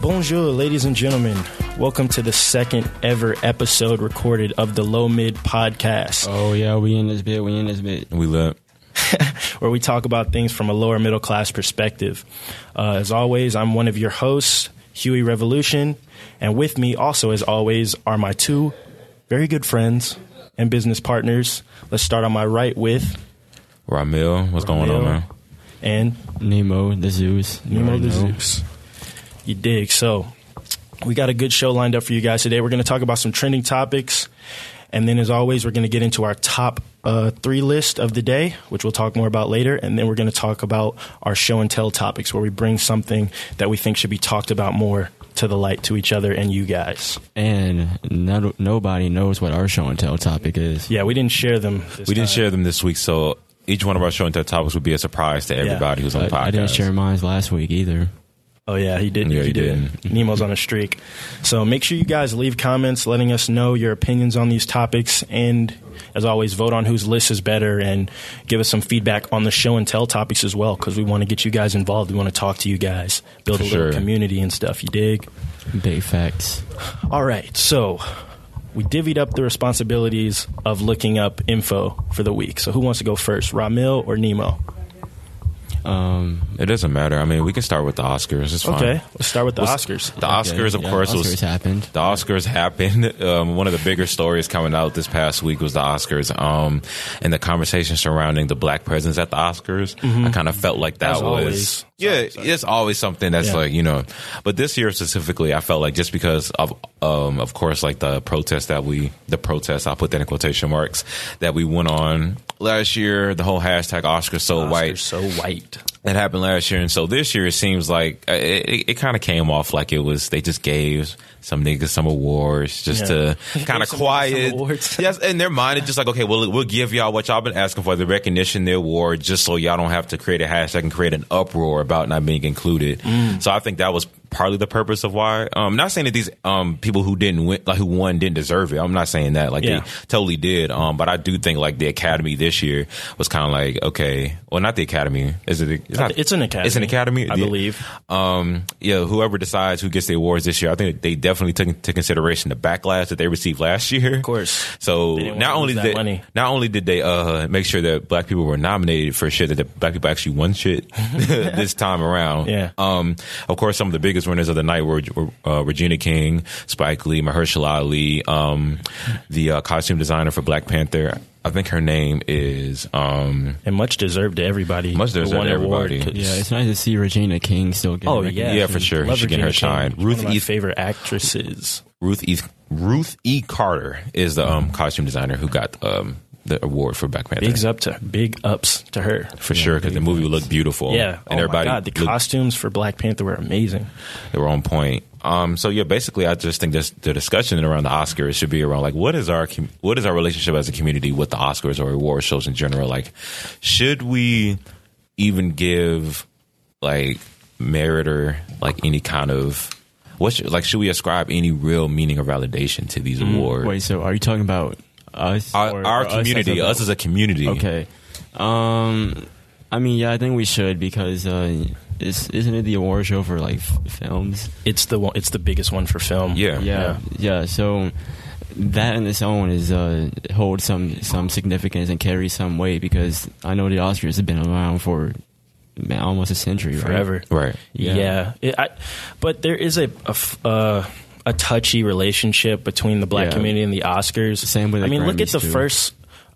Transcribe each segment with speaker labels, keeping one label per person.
Speaker 1: Bonjour, ladies and gentlemen. Welcome to the second ever episode recorded of the Low Mid Podcast,
Speaker 2: Oh yeah, we in this bit. We in this bit.
Speaker 3: We lit.
Speaker 1: where we talk about things from a lower middle class perspective. Uh, as always, I'm one of your hosts, Huey Revolution, and with me, also as always, are my two very good friends and business partners. Let's start on my right with
Speaker 3: Ramil, what's going on,
Speaker 1: Ramil.
Speaker 3: man?
Speaker 1: and
Speaker 2: Nemo the Zeus. You
Speaker 1: Nemo
Speaker 2: already
Speaker 1: the
Speaker 2: know.
Speaker 1: Zeus. You dig. So we got a good show lined up for you guys today. We're going to talk about some trending topics. And then, as always, we're going to get into our top uh, three list of the day, which we'll talk more about later. And then we're going to talk about our show and tell topics, where we bring something that we think should be talked about more to the light to each other and you guys.
Speaker 2: And not, nobody knows what our show and tell topic is.
Speaker 1: Yeah, we didn't share them. this
Speaker 3: We didn't
Speaker 1: time.
Speaker 3: share them this week, so each one of our show and tell topics would be a surprise to everybody who's on the podcast.
Speaker 2: I, I didn't share mine last week either.
Speaker 1: Oh yeah, he did.
Speaker 3: Yeah,
Speaker 1: he
Speaker 3: he
Speaker 1: did. Nemo's on a streak. So make sure you guys leave comments letting us know your opinions on these topics, and as always, vote on whose list is better, and give us some feedback on the show and tell topics as well, because we want to get you guys involved. We want to talk to you guys, build
Speaker 3: For
Speaker 1: a little
Speaker 3: sure.
Speaker 1: community and stuff. You dig?
Speaker 2: Big facts.
Speaker 1: All right, so. We divvied up the responsibilities of looking up info for the week. So, who wants to go first, Ramil or Nemo?
Speaker 2: Um,
Speaker 3: It doesn't matter. I mean, we can start with the Oscars. It's fine.
Speaker 1: Okay, let's start with the
Speaker 3: What's-
Speaker 1: Oscars.
Speaker 3: The Oscars, of
Speaker 2: yeah,
Speaker 3: course,
Speaker 2: Oscars
Speaker 3: was
Speaker 2: happened.
Speaker 3: the Oscars happened. Um, one of the bigger stories coming out this past week was the Oscars, um, and the conversation surrounding the black presence at the Oscars. I kind of felt like that
Speaker 1: Mm-hmm. As
Speaker 3: was
Speaker 1: always.
Speaker 3: yeah, it's always something that's
Speaker 1: Yeah.
Speaker 3: like you know. But this year specifically, I felt like just because of um, of course like the protest that we the protest I put that in quotation marks that we went on last year, the whole hashtag Oscars so white
Speaker 1: Oscars so white.
Speaker 3: that happened last year, and so this year it seems like uh, it, it, it kind of came off like it was they just gave some niggas some awards just
Speaker 1: Yeah. They
Speaker 3: to kind
Speaker 1: gave
Speaker 3: of
Speaker 1: some niggas
Speaker 3: quiet.
Speaker 1: some awards.
Speaker 3: yes, in their mind, it's just like okay, well, we'll give y'all what y'all been asking for, the recognition, the award, just so y'all don't have to create a hashtag and create an uproar about not being included.
Speaker 1: Mm.
Speaker 3: So I think that was partly the purpose of why. Um, not saying that these um people who didn't win, like who won, didn't deserve it. I'm not saying that. Like
Speaker 1: Yeah.
Speaker 3: they totally did. Um, but I do think like the Academy this year was kind of like okay, well, not the Academy. Is it? the- It's, not,
Speaker 1: Uh, It's an academy.
Speaker 3: It's an academy,
Speaker 1: I
Speaker 3: Yeah.
Speaker 1: believe.
Speaker 3: Um, yeah, whoever decides who gets the awards this year, I think they definitely took into consideration the backlash that they received last year. Of
Speaker 1: course.
Speaker 3: So
Speaker 1: They didn't
Speaker 3: not
Speaker 1: wanna
Speaker 3: only
Speaker 1: lose
Speaker 3: did
Speaker 1: that
Speaker 3: they,
Speaker 1: money.
Speaker 3: not only did they uh make sure that black people were nominated for shit that the black people actually won shit this time around.
Speaker 1: Yeah.
Speaker 3: Um, of course, some of the biggest winners of the night were, were uh, Regina King, Spike Lee, Mahershala Ali, um, the uh, costume designer for Black Panther. I think her name is um,
Speaker 1: and much deserved to everybody.
Speaker 3: Much
Speaker 1: who
Speaker 3: deserved
Speaker 1: won
Speaker 3: to
Speaker 1: an award.
Speaker 3: everybody.
Speaker 2: Yeah, it's nice to see Regina King still getting
Speaker 1: Oh yeah,
Speaker 2: recognition.
Speaker 3: Yeah, for sure.
Speaker 1: Love
Speaker 3: She getting her
Speaker 1: Regina
Speaker 3: shine.
Speaker 1: King.
Speaker 3: Ruth E
Speaker 1: One of my
Speaker 3: East-
Speaker 1: favorite actresses.
Speaker 3: Ruth E. Ruth E. Carter is the um, costume designer who got um, the award for Black Panther
Speaker 1: Bigs up to big ups to her.
Speaker 3: for sure because the movie looked beautiful.
Speaker 1: Yeah.
Speaker 3: and
Speaker 1: oh
Speaker 3: everybody
Speaker 1: my God, the
Speaker 3: looked-
Speaker 1: costumes for Black Panther were amazing.
Speaker 3: they were on point. Um, so yeah, basically, I just think this, the discussion around the Oscars should be around like what is our com- what is our relationship as a community with the Oscars or award shows in general? Like, should we even give like merit or like any kind of what should, like should we ascribe any real meaning or validation to
Speaker 1: Mm.
Speaker 3: these awards?
Speaker 2: Wait, so are you talking about us?
Speaker 3: our,
Speaker 2: or-
Speaker 3: our
Speaker 2: or as
Speaker 3: community,
Speaker 2: a-
Speaker 3: us as a community.
Speaker 2: Okay. Um, I mean, yeah, I think we should because uh, it's, isn't it the award show for like f- films?
Speaker 1: It's the one, it's the biggest one for film.
Speaker 3: Yeah.
Speaker 2: Yeah, yeah. So that in its own is uh, holds some some significance and carries some weight because I know the Oscars have been around for man, almost a century, right?
Speaker 1: forever.
Speaker 3: Right.
Speaker 1: Yeah,
Speaker 2: Yeah.
Speaker 1: It, I, but there is a a f- uh, a touchy relationship between the black
Speaker 2: Yeah.
Speaker 1: community and the Oscars.
Speaker 2: Same with
Speaker 1: I
Speaker 2: the
Speaker 1: mean, look at
Speaker 2: Grammys,
Speaker 1: the
Speaker 2: too.
Speaker 1: first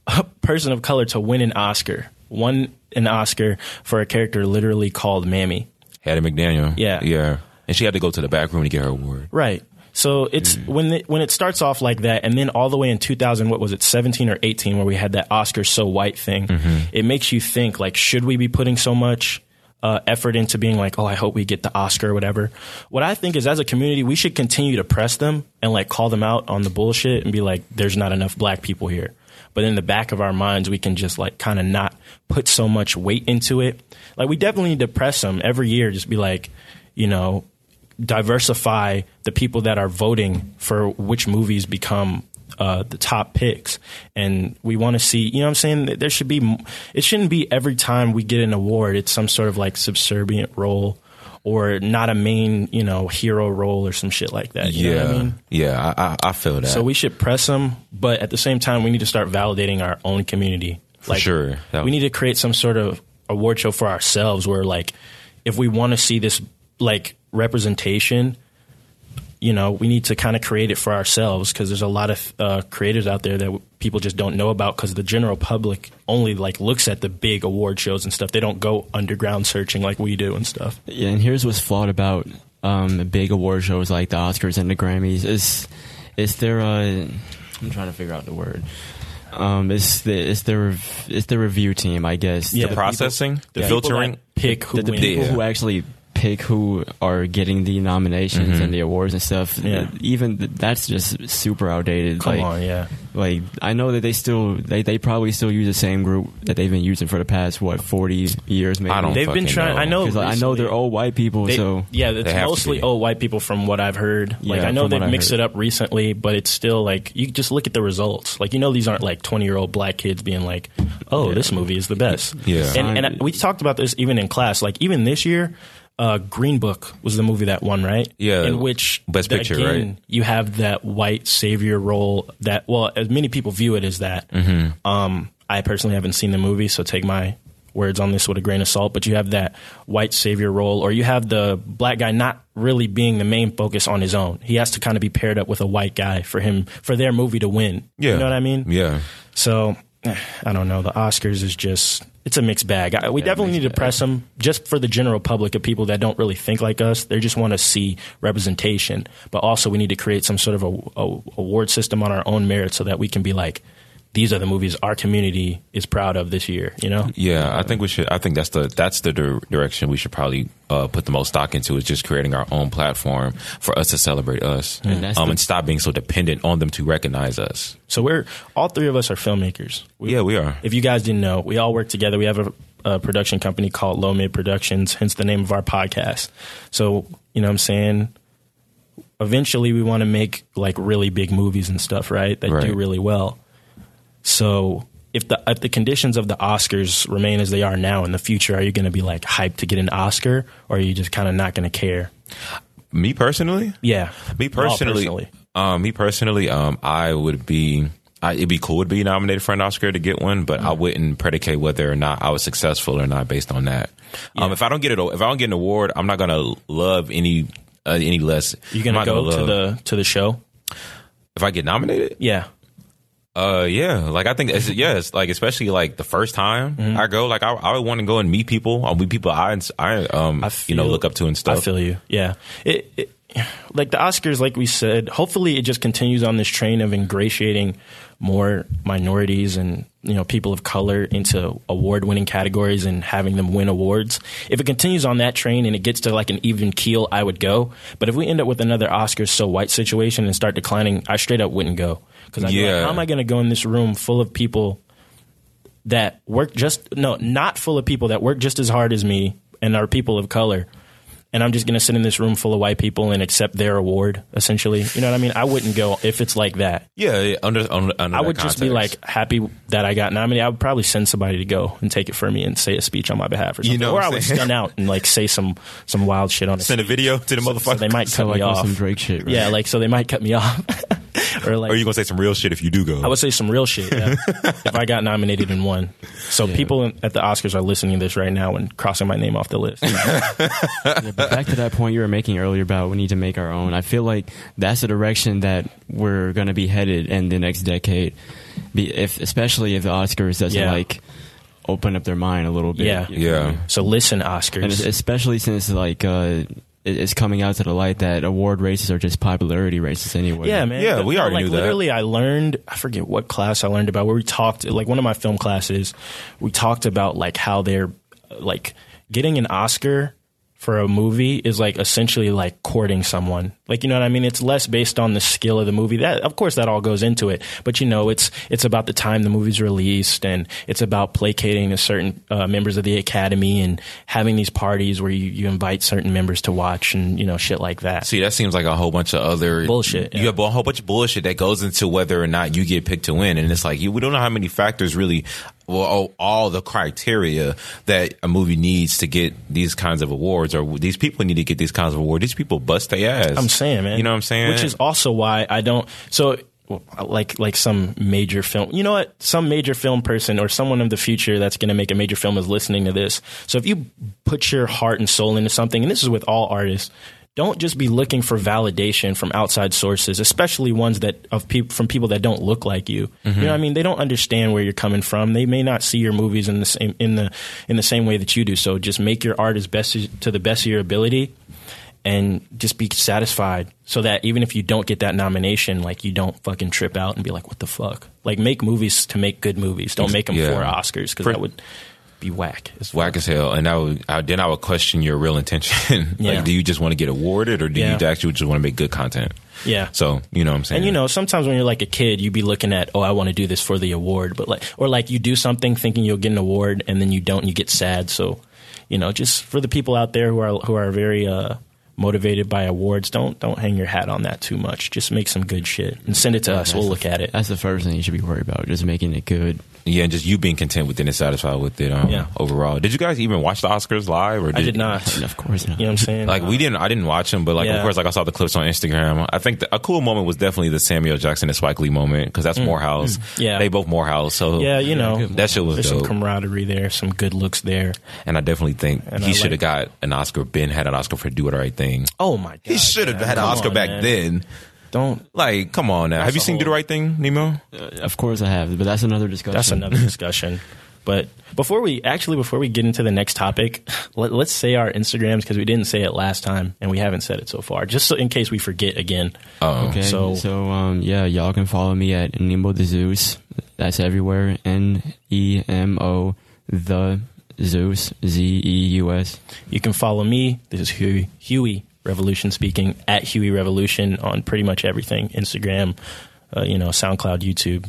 Speaker 1: uh, person of color to win an Oscar, won an Oscar for a character literally called Mammy.
Speaker 3: Hattie McDaniel.
Speaker 1: Yeah.
Speaker 3: Yeah. And she had to go to the back room to get her award.
Speaker 1: Right. So it's when the, when it starts off like that, and then all the way in 2000, what was it, 17 or 18, where we had that Oscar so white thing. It makes you think like, should we be putting so much uh, effort into being like, oh, I hope we get the Oscar or whatever? What I think is, as a community, we should continue to press them and like call them out on the bullshit and be like, there's not enough black people here. But in the back of our minds, we can just like kind of not put so much weight into it. Like we definitely need to press them every year. Just be like, you know, diversify the people that are voting for which movies become uh, the top picks. And we want to see, you know what I'm saying? There should be, m- it shouldn't be every time we get an award, it's some sort of like subservient role or not a main, you know, hero role or some shit like that. You know
Speaker 3: yeah,
Speaker 1: what I mean?
Speaker 3: yeah, I, I, I feel that.
Speaker 1: So we should press them, but at the same time, we need to start validating our own community. Like,
Speaker 3: sure. That-
Speaker 1: we need to create some sort of award show for ourselves where, like, if we want to see this like representation, you know, we need to kind of create it for ourselves because there's a lot of uh, creators out there that w- people just don't know about because the general public only like looks at the big award shows and stuff. They don't go underground searching like we do and stuff.
Speaker 2: Yeah, and here's what's flawed about um, big award shows like the Oscars and the Grammys is is their uh, I'm trying to figure out the word. Um, it's the it's their rev- it's their review team, I guess.
Speaker 1: Yeah,
Speaker 3: the
Speaker 1: the
Speaker 3: processing, the
Speaker 1: Yeah, people
Speaker 3: filtering.
Speaker 1: that pick who
Speaker 2: the, the
Speaker 1: wins.
Speaker 2: people
Speaker 3: Yeah.
Speaker 2: who actually pick who are getting the nominations and the awards and stuff.
Speaker 1: Mm-hmm. Yeah.
Speaker 2: Even th- that's just super outdated.
Speaker 1: Come
Speaker 2: like,
Speaker 1: on, yeah.
Speaker 2: like I know that they still they, they probably still use the same group that they've been using for the past what forty years maybe.
Speaker 3: I don't
Speaker 1: They've been
Speaker 3: fucking
Speaker 1: trying.
Speaker 3: know.
Speaker 1: I know.
Speaker 2: 'Cause, like, I know they're
Speaker 1: recently-
Speaker 2: all white people,
Speaker 1: They-
Speaker 2: so
Speaker 1: yeah,
Speaker 3: They
Speaker 1: it's
Speaker 3: have to
Speaker 1: mostly
Speaker 3: be.
Speaker 1: old white people from what I've heard. like
Speaker 2: Yeah,
Speaker 1: I know
Speaker 2: from
Speaker 1: they've
Speaker 2: what I
Speaker 1: mixed
Speaker 2: heard.
Speaker 1: it up recently, but it's still like you just look at the results. Like you know these aren't like twenty year old black kids being like, "Oh, this movie is the best."
Speaker 3: Yeah.
Speaker 1: and, and I- we talked about this even in class. Like even this year. Uh, Green Book was the movie that won, right?
Speaker 3: Yeah.
Speaker 1: In which
Speaker 3: Best
Speaker 1: that-
Speaker 3: Picture,
Speaker 1: again,
Speaker 3: right?
Speaker 1: You have that white savior role that, well, as many people view it as that.
Speaker 3: Mm-hmm.
Speaker 1: Um, I personally haven't seen the movie, so take my words on this with a grain of salt. But you have that white savior role, or you have the black guy not really being the main focus on his own. He has to kind of be paired up with a white guy for him for their movie to win.
Speaker 3: Yeah,
Speaker 1: you know what I mean.
Speaker 3: Yeah,
Speaker 1: So eh, I don't know. The Oscars is just it's a mixed bag. I, we definitely need to press them just for the general public of people that don't really think like us. They just want to see representation, but also we need to create some sort of a, a award system on our own merit so that we can be like. These are the movies our community is proud of this year, you know?
Speaker 3: yeah. I think we should. I think that's the that's the dir- direction we should probably uh, put the most stock into is just creating our own platform for us to celebrate us,
Speaker 2: And that's
Speaker 3: um,
Speaker 2: the-
Speaker 3: and stop being so dependent on them to recognize us.
Speaker 1: So we're all three of us are filmmakers. We,
Speaker 3: Yeah, we are.
Speaker 1: If you guys didn't know, we all work together. We have a, a production company called Low Mid Productions, hence the name of our podcast. So, you know what I'm saying? Eventually we want to make like really big movies and stuff, right? That
Speaker 3: Right.
Speaker 1: do really well. So if the if the conditions of the Oscars remain as they are now in the future, are you going to be like hyped to get an Oscar or are you just kind of not going to care?
Speaker 3: Me personally,
Speaker 1: Yeah.
Speaker 3: Me
Speaker 1: We're all
Speaker 3: personally, Um, me personally, um, I would be. I, it'd be cool to be nominated for an Oscar to get one, but
Speaker 1: Mm.
Speaker 3: I wouldn't predicate whether or not I was successful or not based on that. Um, if I don't get it, if I don't get an award, I'm not gonna love any uh, any less.
Speaker 1: You're going
Speaker 3: I'm
Speaker 1: to
Speaker 3: not
Speaker 1: go to
Speaker 3: love-
Speaker 1: the to the show?
Speaker 3: if I get nominated.
Speaker 1: Yeah.
Speaker 3: Uh, yeah. Like I think, it's, yeah, it's like especially like the first time
Speaker 1: Mm-hmm.
Speaker 3: I go, like I, I would want to go and meet people. I'll meet people I, I um, you know,
Speaker 1: feel-
Speaker 3: look up to and stuff.
Speaker 1: I feel you. Yeah. It, it, like the Oscars, like we said, hopefully it just continues on this train of ingratiating more minorities and you know people of color into award-winning categories and having them win awards. If it continues on that train and it gets to like an even keel, I would go. But if we end up with another Oscars so white situation and start declining, I straight up wouldn't go because
Speaker 3: Yeah.
Speaker 1: how am I going to go in this room full of people that work just no, not full of people that work just as hard as me and are people of color. And I'm just going to sit in this room full of white people and accept their award, essentially. You know what I mean? I wouldn't go if it's like that.
Speaker 3: yeah. yeah, Under, under, under
Speaker 1: I
Speaker 3: that
Speaker 1: would just be
Speaker 3: context.
Speaker 1: like happy that I got nominated. I would probably send somebody to go and take it for me and say a speech on my behalf or something.
Speaker 3: know
Speaker 1: or
Speaker 3: what
Speaker 1: I
Speaker 3: I'm
Speaker 1: would
Speaker 3: saying?
Speaker 1: stun out and like say some some wild shit on it.
Speaker 3: send a video to the motherfucker.
Speaker 1: so they might cut
Speaker 2: so
Speaker 1: me
Speaker 2: like on
Speaker 1: off.
Speaker 2: some Drake shit. Right?
Speaker 1: Yeah, like so they might cut me off. or like
Speaker 3: or you gonna say some real shit if you do go?
Speaker 1: I would say some real shit yeah, if I got nominated and won. So people in, at the Oscars are listening to this right now and crossing my name off the list.
Speaker 2: Yeah, but back to that point you were making earlier about we need to make our own. I feel like that's the direction that we're going to be headed in the next decade. Be, if especially if the Oscars doesn't
Speaker 1: Yeah.
Speaker 2: like open up their mind a little bit.
Speaker 1: Yeah.
Speaker 2: you know?
Speaker 3: Yeah.
Speaker 1: So listen,
Speaker 2: And es-
Speaker 1: Oscars.
Speaker 2: especially since like uh, it- it's coming out to the light that award races are just popularity races anyway.
Speaker 1: Yeah, man.
Speaker 3: Yeah, we
Speaker 1: No,
Speaker 3: already
Speaker 1: like,
Speaker 3: knew that.
Speaker 1: Literally, I learned. I forget what class I learned about where we talked. Like one of my film classes, we talked about like how they're like getting an Oscar for a movie is like essentially like courting someone. Like you know what I mean? It's less based on the skill of the movie. That of course that all goes into it, but you know it's it's about the time the movie's released and it's about placating a certain uh, members of the academy and having these parties where you, you invite certain members to watch and you know shit like that.
Speaker 3: See, that seems like a whole bunch of other
Speaker 1: Bullshit,
Speaker 3: You
Speaker 1: yeah.
Speaker 3: have a whole bunch of bullshit that goes into whether or not you get picked to win, and it's like you, we don't know how many factors really, well, all- all the criteria that a movie needs to get these kinds of awards, or these people need to get these kinds of awards. These people bust their ass.
Speaker 1: I'm saying, man.
Speaker 3: You know what I'm saying?
Speaker 1: Which is also why I don't. So, well, like, like some major film. You know what? Some major film person or someone of the future that's going to make a major film is listening to this. So, if you put your heart and soul into something, and this is with all artists. Don't just be looking for validation from outside sources, especially ones that of peop from people that don't look like you. You know, what I mean, they don't understand where you're coming from. They may not see your movies in the same in the in the same way that you do. So just make your art as best as, to the best of your ability, and just be satisfied so that even if you don't get that nomination, like you don't fucking trip out and be like, what the fuck? Like make movies to make good movies. Don't make them
Speaker 3: Yeah.
Speaker 1: for Oscars because
Speaker 3: For-
Speaker 1: that would be whack.
Speaker 3: It's whack as hell, and I would I, then I would question your real intention. like,
Speaker 1: Yeah.
Speaker 3: do you just want to get awarded, or do
Speaker 1: Yeah.
Speaker 3: you actually just want to make good content?
Speaker 1: Yeah.
Speaker 3: So you know what I'm saying.
Speaker 1: And you know, sometimes when you're like a kid, you'd be looking at, oh, I want to do this for the award, but like, or like you do something thinking you'll get an award, and then you don't, and you get sad. So, you know, just for the people out there who are who are very uh, motivated by awards, don't don't hang your hat on that too much. Just make some good shit and send it to us. We'll look at it.
Speaker 2: That's the first thing you should be worried about, just making it good.
Speaker 3: yeah, and just you being content with it and satisfied with it. Um,
Speaker 1: Yeah.
Speaker 3: Overall, did you guys even watch the Oscars live? Or did,
Speaker 1: I did not.
Speaker 2: And of course not.
Speaker 1: You know what I'm saying?
Speaker 3: Like we didn't, I didn't watch them, but like of
Speaker 1: Yeah.
Speaker 3: course, like I saw the clips on Instagram. I think the, a cool moment was definitely the Samuel Jackson and Spike Lee moment because that's Morehouse.
Speaker 1: Mm. Yeah.
Speaker 3: they both Morehouse. So
Speaker 1: Yeah, you know,
Speaker 3: that shit was
Speaker 1: there's some
Speaker 3: dope.
Speaker 1: camaraderie there, some good looks there.
Speaker 3: and I definitely think
Speaker 1: And
Speaker 3: he
Speaker 1: I
Speaker 3: should have
Speaker 1: like-
Speaker 3: got an Oscar. Ben had an Oscar for Do It Right Thing.
Speaker 1: Oh my god,
Speaker 3: He should have
Speaker 1: yeah,
Speaker 3: had an
Speaker 1: come
Speaker 3: Oscar
Speaker 1: on,
Speaker 3: back
Speaker 1: man.
Speaker 3: then.
Speaker 1: Don't.
Speaker 3: Like, come on now. have you
Speaker 1: a
Speaker 3: seen Do the
Speaker 1: whole-
Speaker 3: Right Thing, Nemo?
Speaker 2: Of course I have, but that's another discussion.
Speaker 1: That's another discussion. But before we actually, before we get into the next topic, let, let's say our Instagrams because we didn't say it last time and we haven't said it so far, just so, in case we forget again.
Speaker 3: Oh,
Speaker 2: Okay,
Speaker 1: So-
Speaker 2: so, um, yeah, y'all can follow me at Nemo the Zeus. That's everywhere. N E M O the Zeus Z E U S.
Speaker 1: You can follow me. This is Huey, Huey Revolution speaking at Huey Revolution on pretty much everything Instagram, uh, you know, SoundCloud, YouTube,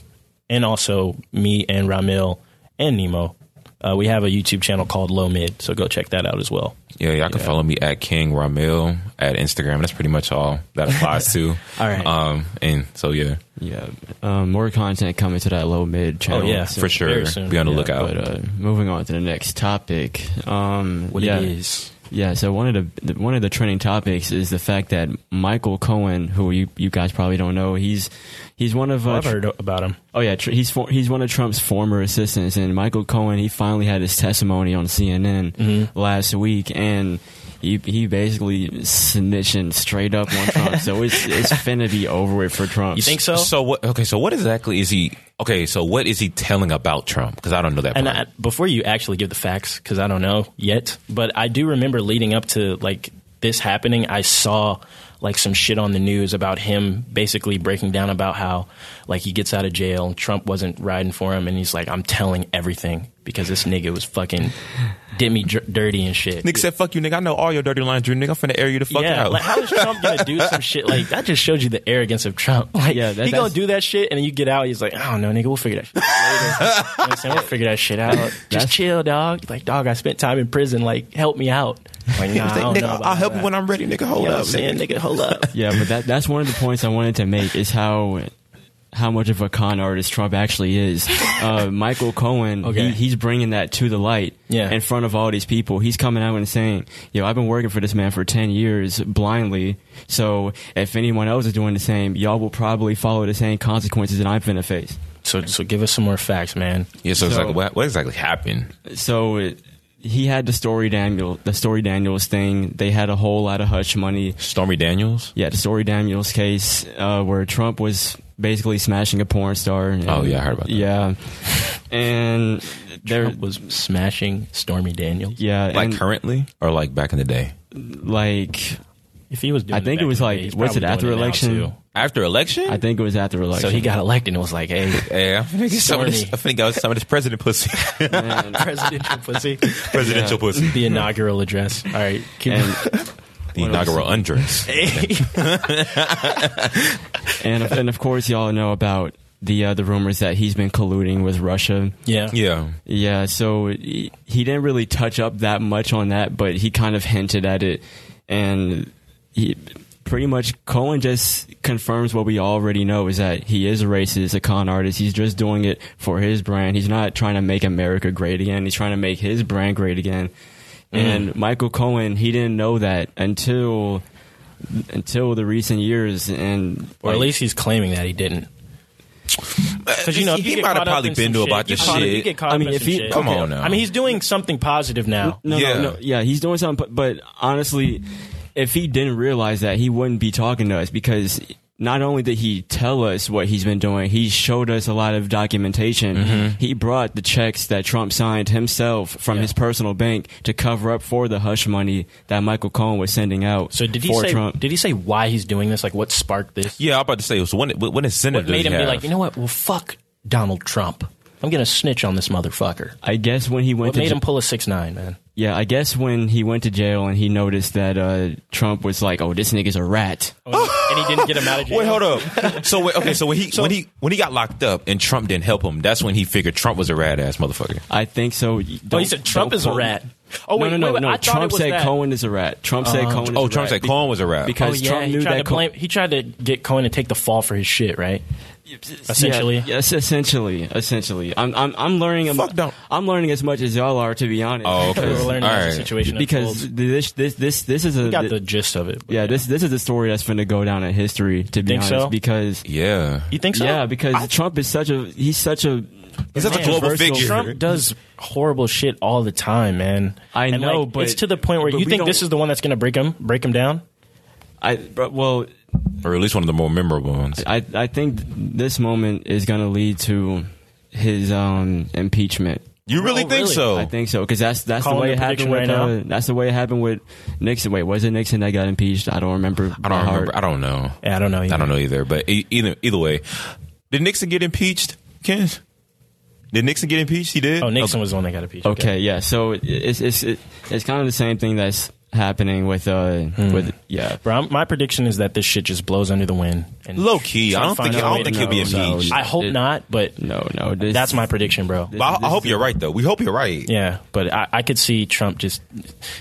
Speaker 1: and also me and Ramil and Nemo. Uh, we have a YouTube channel called Low Mid, so go check that out as well.
Speaker 3: yeah. Y'all can follow me at King Ramil at Instagram. That's pretty much all that applies to.
Speaker 1: All right.
Speaker 3: Um, and so yeah,
Speaker 2: Yeah, um, more content coming to that low mid channel.
Speaker 1: Oh, yeah,
Speaker 2: soon.
Speaker 3: for
Speaker 1: Very
Speaker 3: sure.
Speaker 1: soon.
Speaker 3: Be on the
Speaker 2: Yeah,
Speaker 3: lookout.
Speaker 2: But uh, moving on to the next topic. Um,
Speaker 1: What
Speaker 2: yeah,
Speaker 1: it is.
Speaker 2: Yeah, so one of the, the one of the trending topics is the fact that Michael Cohen, who you, you guys probably don't know, he's he's one of uh,
Speaker 1: I've heard about him.
Speaker 2: Oh yeah, tr- he's for, he's one of Trump's former assistants, and Michael Cohen. He finally had his testimony on CNN
Speaker 1: Mm-hmm.
Speaker 2: last week, and he he basically snitching straight up on Trump. so it's it's finna be over with for Trump.
Speaker 1: You think so?
Speaker 3: So what? Okay, so what exactly is he? Okay, so what is he telling about Trump? Because I don't know that.
Speaker 1: And
Speaker 3: part.
Speaker 1: I, before you actually give the facts, because I don't know yet, but I do remember leading up to like this happening, I saw like some shit on the news about him basically breaking down about how like he gets out of jail and Trump wasn't riding for him, and he's like, I'm telling everything because this nigga was fucking did me dr- dirty and shit.
Speaker 3: Nick said, "Fuck you, nigga. I know all your dirty lines, Drew. Nigga, I'm finna air you the fuck
Speaker 1: yeah,
Speaker 3: out."
Speaker 1: like how is Trump gonna do some shit like that? Just shows you the arrogance of Trump. Like,
Speaker 2: Yeah, that-
Speaker 1: he gonna
Speaker 2: that's-
Speaker 1: do that shit, and then you get out. He's like, I don't know, nigga. We'll figure that shit out later. you know what I'm saying? We'll figure that shit out. Just chill, dog. Like, dog, I spent time in prison. Like, help me out. Like, nah, I don't know
Speaker 3: nigga,
Speaker 1: about
Speaker 3: I'll help
Speaker 1: that.
Speaker 3: you when I'm ready, nigga.
Speaker 1: You
Speaker 3: Hold
Speaker 1: know what
Speaker 3: up,
Speaker 1: I'm saying,
Speaker 3: nigga.
Speaker 1: nigga, hold up.
Speaker 2: Yeah, but that that's one of the points I wanted to make is how how much of a con artist Trump actually is. Uh, Michael Cohen,
Speaker 1: Okay.
Speaker 2: he, he's bringing that to the light
Speaker 1: Yeah.
Speaker 2: in front of all these people. He's coming out and saying, "Yo, I've been working for this man for ten years blindly. So if anyone else is doing the same, y'all will probably follow the same consequences that I'm finna face."
Speaker 1: So, so give us some more facts, man.
Speaker 3: Yeah. So, it's
Speaker 2: So-
Speaker 3: like, what, what exactly happened?
Speaker 2: so it, he had the story Daniel, the story Daniels thing. They had a whole lot of hush money.
Speaker 3: Stormy Daniels.
Speaker 2: Yeah, the story Daniels case uh, where Trump was basically smashing a porn star. and-
Speaker 3: Oh, yeah, I heard about that.
Speaker 2: Yeah, and there
Speaker 1: Trump was smashing Stormy Daniels.
Speaker 2: yeah,
Speaker 3: Like
Speaker 2: and
Speaker 3: currently or like back in the day?
Speaker 2: like
Speaker 1: If he was doing
Speaker 2: I think it was like- was it after election?
Speaker 3: After election?
Speaker 2: I think it was after election.
Speaker 1: So he got elected and was like, hey,
Speaker 3: yeah, I think some of this,
Speaker 1: Stormy.
Speaker 3: I think I was some of this president pussy,
Speaker 1: presidential pussy.
Speaker 3: presidential pussy,
Speaker 1: The inaugural address. All right. Keep
Speaker 2: and
Speaker 3: the inaugural undress.
Speaker 2: and and of course y'all know about the uh, the rumors that he's been colluding with Russia.
Speaker 1: yeah.
Speaker 3: Yeah,
Speaker 2: Yeah, so he, he didn't really touch up that much on that, but he kind of hinted at it, and he pretty much Cohen just confirms what we already know is that he is a racist, a con artist. He's just doing it for his brand. He's not trying to make America great again. He's trying to make his brand great again.
Speaker 1: Mm.
Speaker 2: And Michael Cohen, he didn't know that until until the recent years, and
Speaker 1: Or at
Speaker 2: like,
Speaker 1: least he's claiming that he didn't. Because you know, if
Speaker 3: uh, he
Speaker 1: you get
Speaker 3: might
Speaker 1: caught
Speaker 3: have
Speaker 1: up
Speaker 3: probably
Speaker 1: in
Speaker 3: been
Speaker 1: some
Speaker 3: to about
Speaker 1: you
Speaker 3: this
Speaker 1: caught-
Speaker 3: shit.
Speaker 1: you get caught
Speaker 2: I
Speaker 1: up
Speaker 2: mean,
Speaker 1: in
Speaker 2: if
Speaker 1: some
Speaker 2: he-
Speaker 1: shit.
Speaker 3: come on now.
Speaker 1: I mean, he's doing something positive now.
Speaker 2: No,
Speaker 3: Yeah.
Speaker 2: no, no, yeah, he's doing something. But, but honestly, if he didn't realize that, he wouldn't be talking to us because not only did he tell us what he's been doing, he showed us a lot of documentation.
Speaker 1: Mm-hmm.
Speaker 2: He brought the checks that Trump signed himself from his personal bank to cover up for the hush money that Michael Cohen was sending out.
Speaker 1: So did he
Speaker 2: for
Speaker 1: say?
Speaker 2: Trump.
Speaker 1: Did he say why he's doing this? Like, what sparked this?
Speaker 3: yeah. I'm about to say, so when when is senator
Speaker 1: What made him be like, you know what? Well, fuck Donald Trump. I'm gonna snitch on this motherfucker.
Speaker 2: I guess when he went
Speaker 1: What
Speaker 2: to
Speaker 1: made
Speaker 2: j-
Speaker 1: him pull a six nine, man?
Speaker 2: yeah, I guess when he went to jail and he noticed that uh, Trump was like, "Oh, this nigga's a rat."
Speaker 1: and he didn't get him out of jail.
Speaker 3: Wait, hold up. So wait, okay, so when he when he when he got locked up and Trump didn't help him, that's when he figured Trump was a rad ass motherfucker.
Speaker 2: I think so.
Speaker 1: Oh,
Speaker 2: Don't-
Speaker 1: he said Trump
Speaker 2: don't
Speaker 1: is a
Speaker 2: quote me.
Speaker 1: rat. Oh wait,
Speaker 2: no, no, no,
Speaker 1: wait, wait,
Speaker 2: no.
Speaker 1: I thought
Speaker 2: Trump
Speaker 1: it was
Speaker 2: said
Speaker 1: that. Uh-huh.
Speaker 2: Cohen is a rat. Trump said Cohen. Is
Speaker 3: Oh,
Speaker 2: a rat.
Speaker 3: Trump said Cohen was a rat.
Speaker 1: Oh
Speaker 2: because
Speaker 1: yeah,
Speaker 2: Trump
Speaker 1: he
Speaker 2: knew
Speaker 1: tried
Speaker 2: that.
Speaker 1: to
Speaker 2: Co-
Speaker 1: blame. He tried to get Cohen to take the fall for his shit, right? Essentially.
Speaker 2: Yeah, yes, essentially, essentially. I'm, I'm, I'm learning. am-
Speaker 3: Fuck don't.
Speaker 2: I'm learning as much as y'all are, to be honest.
Speaker 3: Oh, okay.
Speaker 1: We're learning how
Speaker 3: All
Speaker 1: the
Speaker 3: right.
Speaker 1: situation
Speaker 2: Because
Speaker 1: unfolds.
Speaker 2: this, this, this, this is a.
Speaker 1: we got the gist of it. but-
Speaker 2: yeah, this, this is a story that's going to go down in history. To be
Speaker 1: Think
Speaker 2: honest,
Speaker 1: so?
Speaker 2: because
Speaker 3: Oh, Yeah,
Speaker 1: you think so?
Speaker 2: yeah, because Trump is such a. He's such a.
Speaker 3: he's such a
Speaker 1: Man,
Speaker 3: global
Speaker 2: versatile
Speaker 3: figure.
Speaker 1: Trump does horrible shit all the time, man.
Speaker 2: I
Speaker 1: And,
Speaker 2: know,
Speaker 1: like,
Speaker 2: but-
Speaker 1: it's to the point where
Speaker 2: but
Speaker 1: you
Speaker 2: we
Speaker 1: think this
Speaker 2: don't-
Speaker 1: is the one that's going to break him, break him down.
Speaker 2: I but, well,
Speaker 3: or at least one of the more memorable
Speaker 1: Oh,
Speaker 3: ones.
Speaker 2: I, I think this moment is going to lead to his um impeachment.
Speaker 3: You really
Speaker 1: Oh,
Speaker 3: think
Speaker 1: really?
Speaker 3: so?
Speaker 2: I think so because that's that's the
Speaker 1: Calling
Speaker 2: way
Speaker 1: the
Speaker 2: it happened
Speaker 1: prediction
Speaker 2: with
Speaker 1: right
Speaker 2: uh, that's the way it happened with Nixon. Wait, was it Nixon that got impeached? I don't remember.
Speaker 3: I
Speaker 2: by
Speaker 3: don't
Speaker 2: heart.
Speaker 3: remember. I don't know.
Speaker 1: Yeah, I don't know.
Speaker 3: I don't know either. But e- either either way, did Nixon get impeached? Ken, did Nixon get impeached? He did.
Speaker 1: Oh, Nixon was the one that got impeached.
Speaker 2: Okay, yeah. So it- it's it's it- it's kind of the same thing that's happening with uh
Speaker 1: Hmm.
Speaker 2: with yeah.
Speaker 1: Bro, I'm- my prediction is that this shit just blows under the wind. And
Speaker 3: Low key, I
Speaker 1: Trying
Speaker 3: don't
Speaker 1: to
Speaker 3: think I
Speaker 1: find out
Speaker 3: don't
Speaker 1: a
Speaker 3: think
Speaker 2: way
Speaker 3: he'll
Speaker 2: to
Speaker 3: be
Speaker 2: know.
Speaker 3: impeached.
Speaker 1: I hope
Speaker 2: It-
Speaker 1: not, but
Speaker 2: No, no. This,
Speaker 1: that's my prediction, bro.
Speaker 3: But I, I hope you're right though. We hope you're right.
Speaker 1: Yeah, but I, I could see Trump just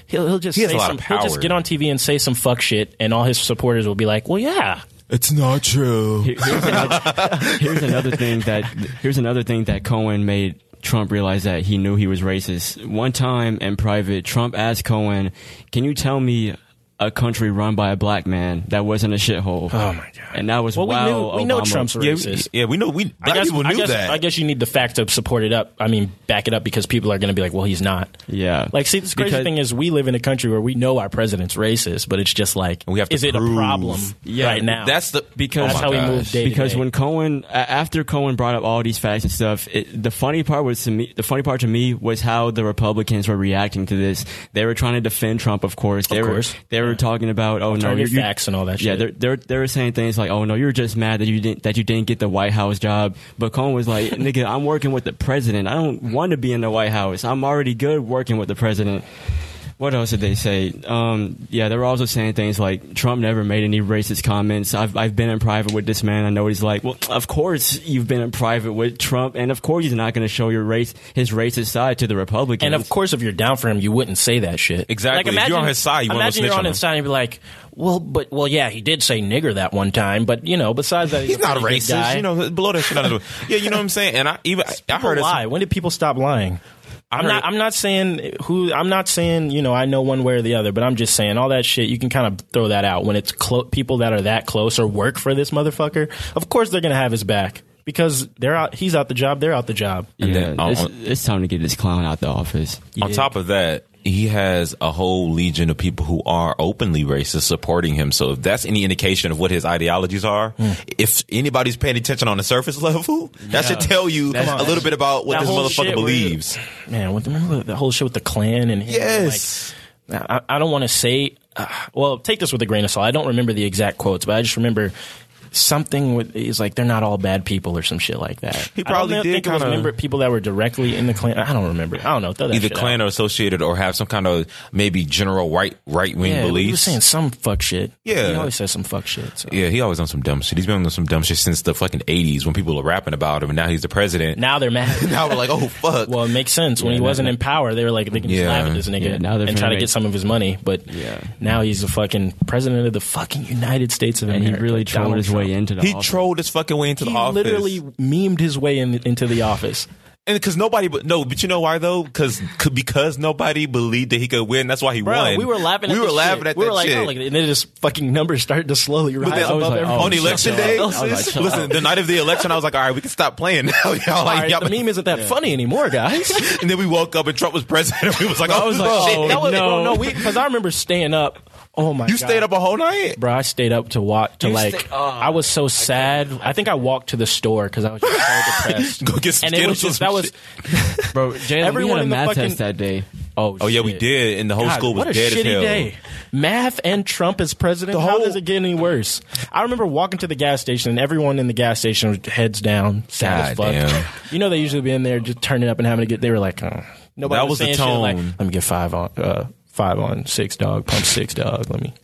Speaker 1: he'll he'll just
Speaker 3: He has
Speaker 1: say
Speaker 3: a lot
Speaker 1: some
Speaker 3: of
Speaker 1: he'll just
Speaker 3: power.
Speaker 1: get on TV and say some fuck shit, and all his supporters will be like, "Well, yeah,
Speaker 3: It's not true.
Speaker 2: Here- Here's another, here's another thing that here's another thing that Cohen made Trump realize that he knew he was racist. One time in private, Trump asked Cohen, "Can you tell me a country run by a black man that wasn't a shithole?"
Speaker 1: Oh, my God.
Speaker 2: And that was
Speaker 1: well,
Speaker 2: wow.
Speaker 1: we knew we know
Speaker 2: Obama-
Speaker 1: Trump's
Speaker 3: Yeah,
Speaker 1: racist."
Speaker 3: we, yeah, we know. We
Speaker 1: I
Speaker 3: black
Speaker 1: guess,
Speaker 3: people knew
Speaker 1: I, guess,
Speaker 3: that.
Speaker 1: I guess you need the fact to support it up. I mean, back it up because people are going to be like, "Well, he's not."
Speaker 2: Yeah.
Speaker 1: Like, see, the crazy
Speaker 2: Because-
Speaker 1: thing is, we live in a country where we know our president's racist, but it's just like,
Speaker 3: We have to
Speaker 1: is it a
Speaker 3: prove.
Speaker 1: problem
Speaker 2: Yeah,
Speaker 1: right now?
Speaker 3: That's the
Speaker 2: Because-
Speaker 3: oh
Speaker 1: that's
Speaker 3: my
Speaker 1: how we
Speaker 3: gosh.
Speaker 1: move day to
Speaker 2: because
Speaker 1: day.
Speaker 2: when Cohen a- after Cohen brought up all these facts and stuff, it, the funny part was to me. The funny part to me was how the Republicans were reacting to this. They were trying to defend Trump, of course. They
Speaker 1: course.
Speaker 2: were they were talking about oh no,
Speaker 1: Alternative
Speaker 2: you're, you
Speaker 1: facts and all that
Speaker 2: Yeah,
Speaker 1: shit.
Speaker 2: they're, they're they were saying things like oh no, you're just mad that you didn't that you didn't get the White House job. But Cohen was like, nigga, I'm working with the president. I don't want to be in the White House. I'm already good working with the president. What else did they say? Um, yeah, they were also saying things like Trump never made any racist comments. I've I've been in private with this man. I know what he's like. Well, of course you've been in private with Trump, and of course he's not going to show your race his racist side to the Republicans.
Speaker 1: And of course, if you're down for him, you wouldn't say that shit.
Speaker 3: Exactly. If you're on his side, you wouldn't
Speaker 1: imagine
Speaker 3: go
Speaker 1: you're on
Speaker 3: snitch on
Speaker 1: his
Speaker 3: him.
Speaker 1: side and be like, well, but well, yeah, he did say nigger that one time, but you know, besides that, he's,
Speaker 3: He's
Speaker 1: a
Speaker 3: not
Speaker 1: pretty good
Speaker 3: racist.
Speaker 1: guy.
Speaker 3: You know, blow that shit out of his Yeah, you know what I'm saying? And I even I
Speaker 1: People
Speaker 3: heard it.
Speaker 1: lie. When did people stop lying? I'm not. I'm not saying who. I'm not saying you know. I know one way or the other, but I'm just saying all that shit. You can kind of throw that out when it's clo- people that are that close or work for this motherfucker. Of course, they're gonna have his back because they're out. He's out the job. They're out the job.
Speaker 2: yeah,
Speaker 3: then, uh,
Speaker 2: it's,
Speaker 3: on-
Speaker 2: it's time to get this clown out the office.
Speaker 3: On top of that, he has a whole legion of people who are openly racist supporting him. So if that's any indication of what his ideologies are,
Speaker 1: Hmm.
Speaker 3: if anybody's paying attention on the surface level, that should tell you
Speaker 1: That's-
Speaker 3: a little bit about what
Speaker 1: That
Speaker 3: this
Speaker 1: whole
Speaker 3: motherfucker
Speaker 1: shit where-
Speaker 3: believes.
Speaker 1: Man, what, remember the whole shit with the Klan and him,
Speaker 3: Yes.
Speaker 1: Like, I, I don't want to say ah, well, take this with a grain of salt. I don't remember the exact quotes, but I just remember something with is like they're not all bad people or some shit like that.
Speaker 3: He probably
Speaker 1: I don't
Speaker 3: did
Speaker 1: think it was
Speaker 3: kinda-
Speaker 1: remember people that were directly in the Klan. I don't remember. I don't know. Throw that
Speaker 3: Either
Speaker 1: shit
Speaker 3: Klan
Speaker 1: out.
Speaker 3: or associated or have some kind of maybe general right right wing
Speaker 1: yeah,
Speaker 3: beliefs.
Speaker 1: He was saying some fuck shit.
Speaker 3: Yeah.
Speaker 1: he always says some fuck shit. So.
Speaker 3: Yeah, he always on some dumb shit. He's been on some dumb shit since the fucking eighties when people were rapping about him, and now he's the president.
Speaker 1: Now they're mad.
Speaker 3: now we're like, oh fuck.
Speaker 1: Well, it makes sense. When he
Speaker 2: Yeah,
Speaker 1: wasn't
Speaker 2: now-
Speaker 1: in power, they were like, they can just
Speaker 3: Yeah.
Speaker 1: laugh at this nigga
Speaker 2: Yeah, now they're
Speaker 1: and
Speaker 2: finna
Speaker 1: try to
Speaker 2: make-
Speaker 1: get some of his money. But
Speaker 2: Yeah.
Speaker 1: now he's the fucking president of the fucking United States of
Speaker 2: and
Speaker 1: America.
Speaker 2: he really trolled
Speaker 1: Donald
Speaker 2: his
Speaker 1: Trump.
Speaker 2: way into the
Speaker 3: he
Speaker 2: office.
Speaker 3: trolled his fucking way into
Speaker 1: He
Speaker 3: the office.
Speaker 1: literally memed his way in, into the office.
Speaker 3: and because nobody, but no, but you know why though? Because because nobody believed that he could win. That's why he
Speaker 1: Bro,
Speaker 3: won.
Speaker 1: we were laughing. at
Speaker 3: We were
Speaker 1: this
Speaker 3: laughing
Speaker 1: shit.
Speaker 3: at
Speaker 1: we
Speaker 3: that
Speaker 1: were like,
Speaker 3: shit.
Speaker 1: oh, like- and then his fucking numbers started to slowly rise.
Speaker 3: But then-
Speaker 2: I was
Speaker 1: above
Speaker 2: like,
Speaker 1: everyone.
Speaker 2: oh,
Speaker 3: on election day,
Speaker 2: I was like, shut up.
Speaker 3: listen, the night of the election, I was like, all right, we can stop playing now, y'all.
Speaker 1: All
Speaker 3: Like,
Speaker 1: right,
Speaker 3: y'all-
Speaker 1: the meme isn't that funny anymore, guys.
Speaker 3: and then we woke up and Trump was president. We was like, oh,
Speaker 2: I was like,
Speaker 3: fuck.
Speaker 2: oh,
Speaker 3: That was-
Speaker 2: no.
Speaker 1: no, because I remember staying up. Oh my!
Speaker 3: you
Speaker 1: God.
Speaker 3: stayed up a whole night.
Speaker 1: Bro, I stayed up to watch to
Speaker 2: You
Speaker 1: like.
Speaker 2: stay- oh.
Speaker 1: I was so sad. I think I walked to the store because I was just so depressed.
Speaker 3: Go get some
Speaker 1: and it was
Speaker 3: Skittles
Speaker 1: just
Speaker 3: or
Speaker 1: that
Speaker 3: some
Speaker 1: was.
Speaker 3: shit.
Speaker 2: Bro, Jalen,
Speaker 1: Everyone
Speaker 2: everyone
Speaker 1: in
Speaker 2: in
Speaker 1: the
Speaker 2: math
Speaker 1: fucking-
Speaker 2: test that day.
Speaker 1: Oh,
Speaker 3: Oh yeah, we
Speaker 1: shit.
Speaker 3: did, and the whole
Speaker 1: God,
Speaker 3: school was
Speaker 1: what a
Speaker 3: dead as
Speaker 1: shitty
Speaker 3: hell.
Speaker 1: day. Math and Trump as president. How
Speaker 3: whole-
Speaker 1: does it get any worse? I remember walking to the gas station and everyone in the gas station was heads down, sad
Speaker 3: God
Speaker 1: as fuck.
Speaker 3: damn.
Speaker 1: You know they usually be in there just turning up and having a good. They were like, uh, nobody
Speaker 3: That
Speaker 1: was,
Speaker 3: was the
Speaker 1: saying shit like,
Speaker 3: tone.
Speaker 1: let me get five on. Uh, Five on six dog, pump six dog. Let me.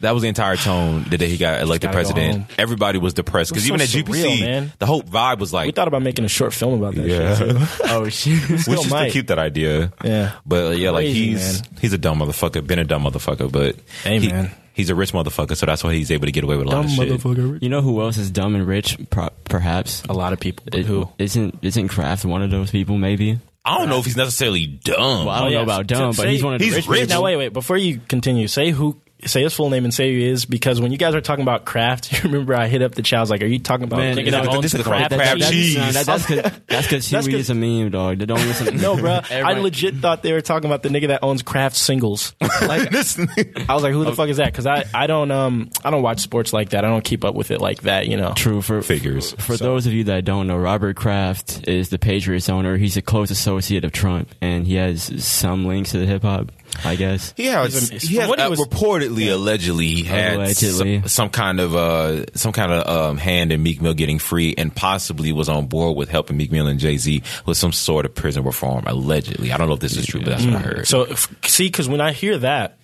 Speaker 3: That was the entire tone the day he got elected
Speaker 1: gotta go
Speaker 3: president.
Speaker 1: home.
Speaker 3: Everybody was depressed because
Speaker 1: It
Speaker 3: even
Speaker 1: was
Speaker 3: at
Speaker 1: so surreal,
Speaker 3: GPC,
Speaker 1: man.
Speaker 3: the whole vibe was
Speaker 1: We
Speaker 3: like,
Speaker 1: thought about making a short film about that. shit, too.
Speaker 2: Oh, shit.
Speaker 3: we
Speaker 1: still
Speaker 3: should
Speaker 1: might.
Speaker 3: still keep that idea.
Speaker 1: Yeah.
Speaker 3: but uh, yeah, like
Speaker 1: Crazy,
Speaker 3: he's
Speaker 1: man.
Speaker 3: he's a dumb motherfucker. Been a dumb motherfucker, but
Speaker 1: Hey,
Speaker 3: he-
Speaker 1: man.
Speaker 3: he's a rich motherfucker, so that's why he's able to get away with a lot
Speaker 1: Dumb
Speaker 3: of shit.
Speaker 1: motherfucker.
Speaker 2: You know who else is dumb and rich? Pro- perhaps
Speaker 1: A lot of people. but
Speaker 2: It-
Speaker 1: who?
Speaker 2: isn't isn't Kraft one of those people? Maybe.
Speaker 3: I don't know if he's necessarily dumb.
Speaker 2: Well, I don't
Speaker 1: yeah.
Speaker 2: know about
Speaker 1: To
Speaker 2: dumb, but
Speaker 1: say-
Speaker 2: he's one of the
Speaker 3: He's
Speaker 2: rich.
Speaker 3: rich.
Speaker 2: people.
Speaker 1: Now wait, wait. Before you continue, say who, say his full name and say who he is, because when you guys were talking about Kraft, you remember I hit up the child. I was like, "Are you talking about
Speaker 2: Man,
Speaker 1: picking up
Speaker 2: this
Speaker 1: on
Speaker 3: is the
Speaker 1: Kraft
Speaker 3: crab
Speaker 1: cheese?"
Speaker 3: cheese.
Speaker 2: nah, that- that's because that's because
Speaker 1: That's
Speaker 2: Huey
Speaker 1: 'cause-
Speaker 2: is a meme dog. They don't listen.
Speaker 1: No, bro. I
Speaker 2: Everybody-
Speaker 1: legit thought they were talking about the nigga that owns Kraft singles. Like, I was like, "Who the fuck is that?" Because I, I don't, um, I don't watch sports like that. I don't keep up with it like that. You know.
Speaker 2: True for
Speaker 3: Figures.
Speaker 2: For those of you that don't know, Robert Kraft is the Patriots owner. He's a close associate of Trump, and he has some links to hip hop, I guess.
Speaker 3: He has,
Speaker 1: He's a-
Speaker 3: he has
Speaker 1: what he
Speaker 3: uh,
Speaker 1: was-
Speaker 3: reportedly, allegedly, he had
Speaker 2: Allegedly.
Speaker 3: Some, some kind of uh, some kind of um, hand in Meek Mill getting free, and possibly was on board with helping Meek Mill and Jay Z with some sort of prison reform. Allegedly, I don't know if this is true, but that's what I heard.
Speaker 1: Mm. So if, see, because when I hear that,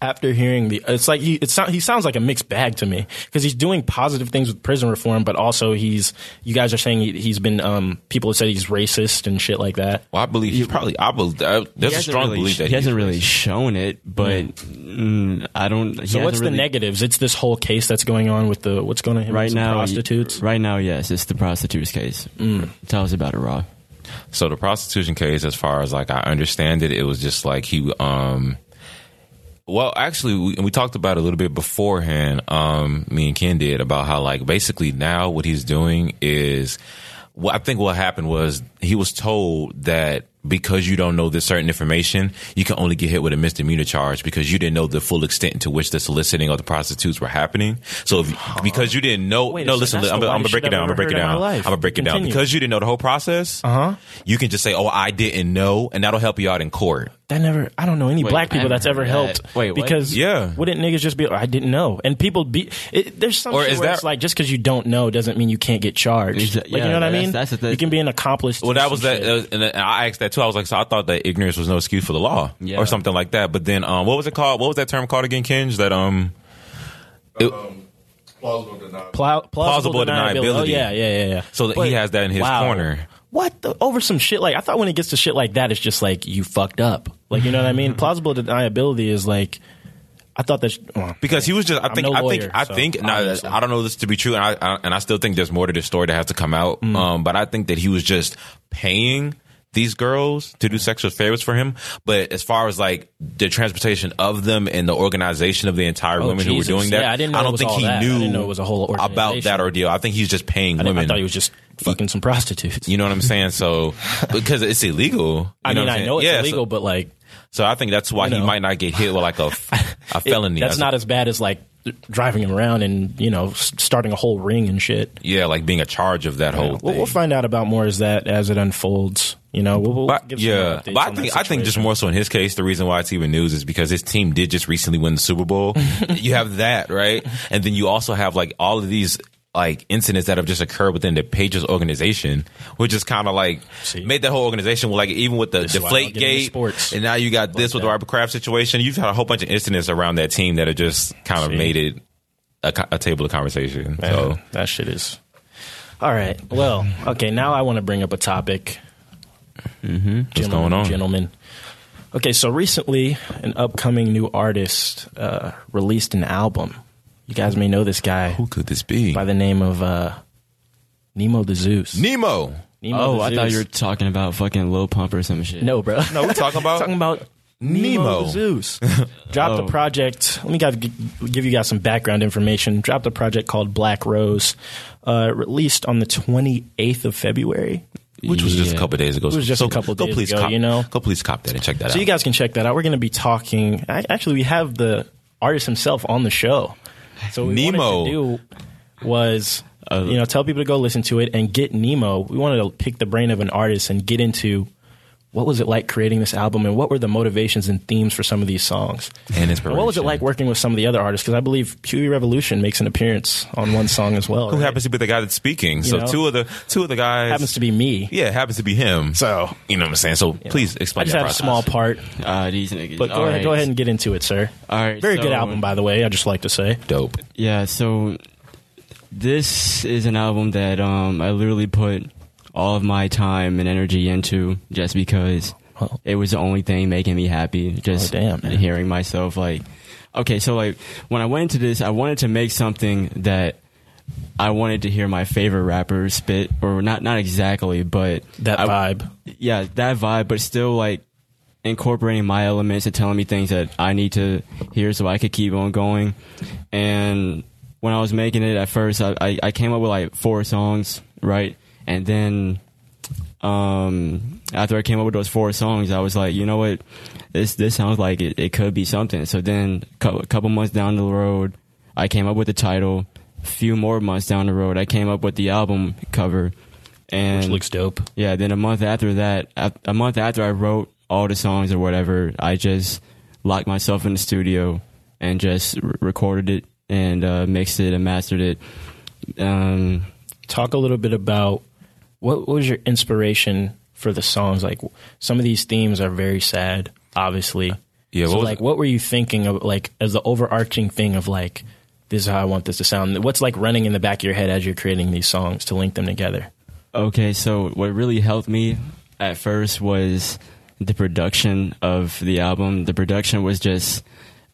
Speaker 1: after hearing the, it's like he it sound, he sounds like a mixed bag to me because he's doing positive things with prison reform, but also he's you guys are saying he, he's been um people have said he's racist and shit like that.
Speaker 3: well, I believe he's probably. I believe uh, there's
Speaker 2: He
Speaker 3: a
Speaker 2: hasn't
Speaker 3: strong
Speaker 2: really-
Speaker 3: belief that
Speaker 2: he hasn't
Speaker 3: he's
Speaker 2: really
Speaker 3: racist.
Speaker 2: shown it, but mm, I don't. he
Speaker 1: So what's the
Speaker 2: hasn't really-
Speaker 1: negatives? It's this whole case that's going on with the what's going on with
Speaker 2: right
Speaker 1: some
Speaker 2: now?
Speaker 1: prostitutes. Mm.
Speaker 2: Right now, yes, it's the prostitutes case. Tell us about it, Rob.
Speaker 3: So the prostitution case, as far as like I understand it, it was just like he. um Well, actually, we, we talked about it a little bit beforehand. Um, me and Ken did about how like basically now what he's doing is, what I think what happened was he was told that because you don't know this certain information, you can only get hit with a misdemeanor charge because you didn't know the full extent to which the soliciting of the prostitutes were happening. So if, because you didn't know,
Speaker 1: Wait a
Speaker 3: no,
Speaker 1: second,
Speaker 3: listen,
Speaker 1: that's
Speaker 3: I'm
Speaker 1: the
Speaker 3: gonna I'm gonna
Speaker 1: whitest
Speaker 3: break
Speaker 1: shit
Speaker 3: it down. I'm
Speaker 1: I've ever
Speaker 3: gonna break
Speaker 1: heard
Speaker 3: it
Speaker 1: in my
Speaker 3: down. I'm
Speaker 1: life.
Speaker 3: gonna break it down
Speaker 1: Continue.
Speaker 3: because you didn't know the whole process, uh-huh. you can just say, "Oh, I didn't know," and that'll help you out in court.
Speaker 1: That never. I don't know any
Speaker 2: Wait,
Speaker 1: black
Speaker 2: I
Speaker 1: people that's ever
Speaker 2: haven't heard
Speaker 1: helped.
Speaker 2: that. Wait, what?
Speaker 1: because
Speaker 3: Yeah.
Speaker 1: wouldn't niggas just be? like, I didn't know, and people be. It, there's some
Speaker 3: Or
Speaker 1: shit
Speaker 3: is
Speaker 1: where
Speaker 3: that-
Speaker 1: it's like just because you don't know doesn't mean you can't get charged.
Speaker 2: Exa-
Speaker 1: like you
Speaker 2: yeah,
Speaker 1: know what I
Speaker 2: that's-
Speaker 1: mean?
Speaker 2: that's the thing.
Speaker 1: You can be an accomplished.
Speaker 3: Well, that was
Speaker 1: that.
Speaker 3: that, uh, and I asked that too. I was like, "So I thought that ignorance was no excuse for the law,
Speaker 2: Yeah.
Speaker 3: or something like that." But then, um, what was it called? What was that term called again, Kinge? That um, it-
Speaker 4: plausible denial.
Speaker 1: Pla- plausible,
Speaker 3: Plausible
Speaker 1: deniability.
Speaker 3: deniability.
Speaker 1: Oh, yeah, yeah, yeah, yeah.
Speaker 3: so that
Speaker 1: But-
Speaker 3: he has that in his
Speaker 1: wow.
Speaker 3: corner.
Speaker 1: What the, over some shit like I thought when it gets to shit like that, it's just like you fucked up. Like you know what I mean? plausible deniability is like I thought that. sh- oh.
Speaker 3: Because he was just, I think,
Speaker 1: no
Speaker 3: I
Speaker 1: lawyer,
Speaker 3: think, I
Speaker 1: so
Speaker 3: think, now,
Speaker 1: obviously.
Speaker 3: I don't know this to be true, and I, I and I still think there's more to this story that has to come out.
Speaker 1: Mm.
Speaker 3: Um, but I think that he was just paying these girls to do sexual favors for him. But as far as like the transportation of them and the organization of the entire
Speaker 1: Oh,
Speaker 3: women
Speaker 1: Jesus.
Speaker 3: who were doing that,
Speaker 1: Yeah, I didn't know it
Speaker 3: don't
Speaker 1: was
Speaker 3: think
Speaker 1: all
Speaker 3: he
Speaker 1: that. I
Speaker 3: knew
Speaker 1: didn't know it was a whole
Speaker 3: about
Speaker 1: organization.
Speaker 3: that ordeal. I think he's just paying
Speaker 1: I, didn't-
Speaker 3: women.
Speaker 1: I thought he was just fucking some prostitutes.
Speaker 3: you know what I'm saying? So because it's illegal.
Speaker 1: I
Speaker 3: you
Speaker 1: mean,
Speaker 3: what I'm
Speaker 1: I
Speaker 3: saying?
Speaker 1: know it's
Speaker 3: Yeah, so-
Speaker 1: illegal, but like
Speaker 3: So, I think that's why
Speaker 1: You know.
Speaker 3: he might not get hit with like a a
Speaker 1: it-
Speaker 3: felony.
Speaker 1: that's
Speaker 3: as-
Speaker 1: not as bad as like driving him around and you know s- starting a whole ring and shit.
Speaker 3: Yeah, like being a charge of that whole.
Speaker 1: We'll,
Speaker 3: thing.
Speaker 1: we'll find out about more as that as it unfolds. You know, we'll, we'll
Speaker 3: But,
Speaker 1: give some
Speaker 3: yeah,
Speaker 1: updates
Speaker 3: but I
Speaker 1: on that
Speaker 3: think I think just
Speaker 1: situation.
Speaker 3: more so in his case, the reason why it's even news is because his team did just recently win the Super Bowl. you have that right, and then you also have like all of these like incidents that have just occurred within the Patriots organization, which is kind of like
Speaker 1: See?
Speaker 3: made that whole organization like even with the
Speaker 1: is why I don't
Speaker 3: Deflate
Speaker 1: get into
Speaker 3: Gate,
Speaker 1: sports.
Speaker 3: and now you got this with the Robert Kraft situation. You've had a whole bunch of incidents around that team that have just kind of made it a, co- a table of conversation. So
Speaker 1: Man, that shit is. All right. Well, okay. Now I want to bring up a topic.
Speaker 3: what's going on?
Speaker 1: gentlemen? Okay, so recently an upcoming new artist uh, released an album. You guys may know this guy
Speaker 3: Who could this be?
Speaker 1: by the name of uh, Nemo the Zeus.
Speaker 3: Nemo.
Speaker 1: Nemo
Speaker 2: Oh,
Speaker 1: the
Speaker 2: I thought
Speaker 1: Zeus.
Speaker 2: you were talking about fucking Lil Pump or some shit.
Speaker 1: no, bro.
Speaker 3: No, we're talking about
Speaker 1: talking about
Speaker 3: Nemo.
Speaker 1: Nemo the Zeus. Dropped
Speaker 2: Oh.
Speaker 1: a project. Let me guys, give you guys some background information. Dropped a project called Black Rose, uh, released on the 28th of February.
Speaker 3: which was just a
Speaker 2: Yeah.
Speaker 3: couple days ago.
Speaker 1: It was just
Speaker 3: so
Speaker 1: a couple
Speaker 3: go
Speaker 1: days
Speaker 3: please
Speaker 1: ago,
Speaker 3: cop,
Speaker 1: you know?
Speaker 3: go please cop that and check that out.
Speaker 1: So you guys can check that out. We're going to be talking. I, actually, we have the artist himself on the show. So what we
Speaker 3: Nemo. Uh,
Speaker 1: wanted to do was you know tell people to go listen to it and get Nemo. We wanted to pick the brain of an artist and get into what was it like creating this album and what were the motivations and themes for some of these songs.
Speaker 3: and
Speaker 1: And
Speaker 3: inspiration.
Speaker 1: what was it like working with some of the other artists? Because I believe Huey Revolution makes an appearance on one song as well.
Speaker 3: Who
Speaker 1: right?
Speaker 3: happens to be the guy that's speaking? so
Speaker 1: know?
Speaker 3: two of the two of the guys
Speaker 1: happens to be me.
Speaker 3: yeah, it happens to be him.
Speaker 1: So
Speaker 3: you know what I'm saying. So please explain.
Speaker 1: I just
Speaker 3: that
Speaker 1: had a
Speaker 3: process.
Speaker 1: small part,
Speaker 2: Uh, these niggas.
Speaker 1: but go,
Speaker 2: All
Speaker 1: ahead,
Speaker 2: right.
Speaker 1: go ahead and get into it, sir.
Speaker 2: All right.
Speaker 1: Very
Speaker 2: so-
Speaker 1: good album, by the way. I just like to say.
Speaker 3: dope.
Speaker 2: Yeah, so this is an album that um, I literally put all of my time and energy into just because
Speaker 1: Well-
Speaker 2: it was the only thing making me happy. Just
Speaker 1: Oh, damn, man.
Speaker 2: hearing myself like, okay, so like when I went into this, I wanted to make something that I wanted to hear my favorite rapper spit, or not not exactly, but
Speaker 1: That
Speaker 2: I-
Speaker 1: vibe.
Speaker 2: yeah, that vibe, but still like incorporating my elements and telling me things that I need to hear so I could keep on going. And when I was making it at first, I, I, I came up with like four songs, right? And then um, after I came up with those four songs, I was like, you know what, this this sounds like it, it could be something. So then cou- a couple months down the road, I came up with the title. Few more months down the road, I came up with the album cover, and
Speaker 1: Which looks dope.
Speaker 2: yeah, then a month after that, a a month after I wrote all the songs or whatever, I just locked myself in the studio and just r recorded it and uh, mixed it and mastered it. Um,
Speaker 1: Talk a little bit about what was your inspiration for the songs? Like some of these themes are very sad, obviously.
Speaker 3: Yeah,
Speaker 1: so
Speaker 3: what was
Speaker 1: like
Speaker 3: it?
Speaker 1: what were you thinking of like as the overarching thing of like this is how I want this to sound. What's like running in the back of your head as you're creating these songs to link them together?
Speaker 2: Okay, so what really helped me at first was the production of the album. The production was just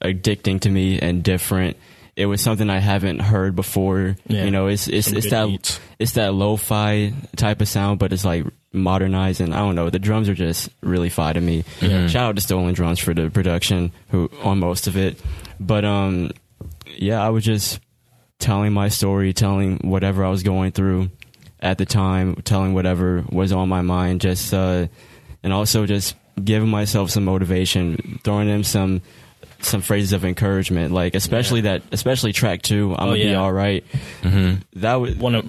Speaker 2: addicting to me and different. It was something I haven't heard before.
Speaker 1: Yeah.
Speaker 2: You know, it's it's
Speaker 1: Some
Speaker 2: it's
Speaker 1: good
Speaker 2: that
Speaker 1: beats.
Speaker 2: it's that lo-fi type of sound, but it's like modernized and I don't know. The drums are just really fire to me. Shout out to Stolen Drums for the production who on most of it. But um, yeah, I was just telling my story, telling whatever I was going through at the time, telling whatever was on my mind, just uh, and also just giving myself some motivation, throwing them some some phrases of encouragement, like especially that, especially track two, I'm
Speaker 1: Oh,
Speaker 2: gonna be
Speaker 1: yeah. Mm-hmm.
Speaker 2: all right. That was
Speaker 1: One of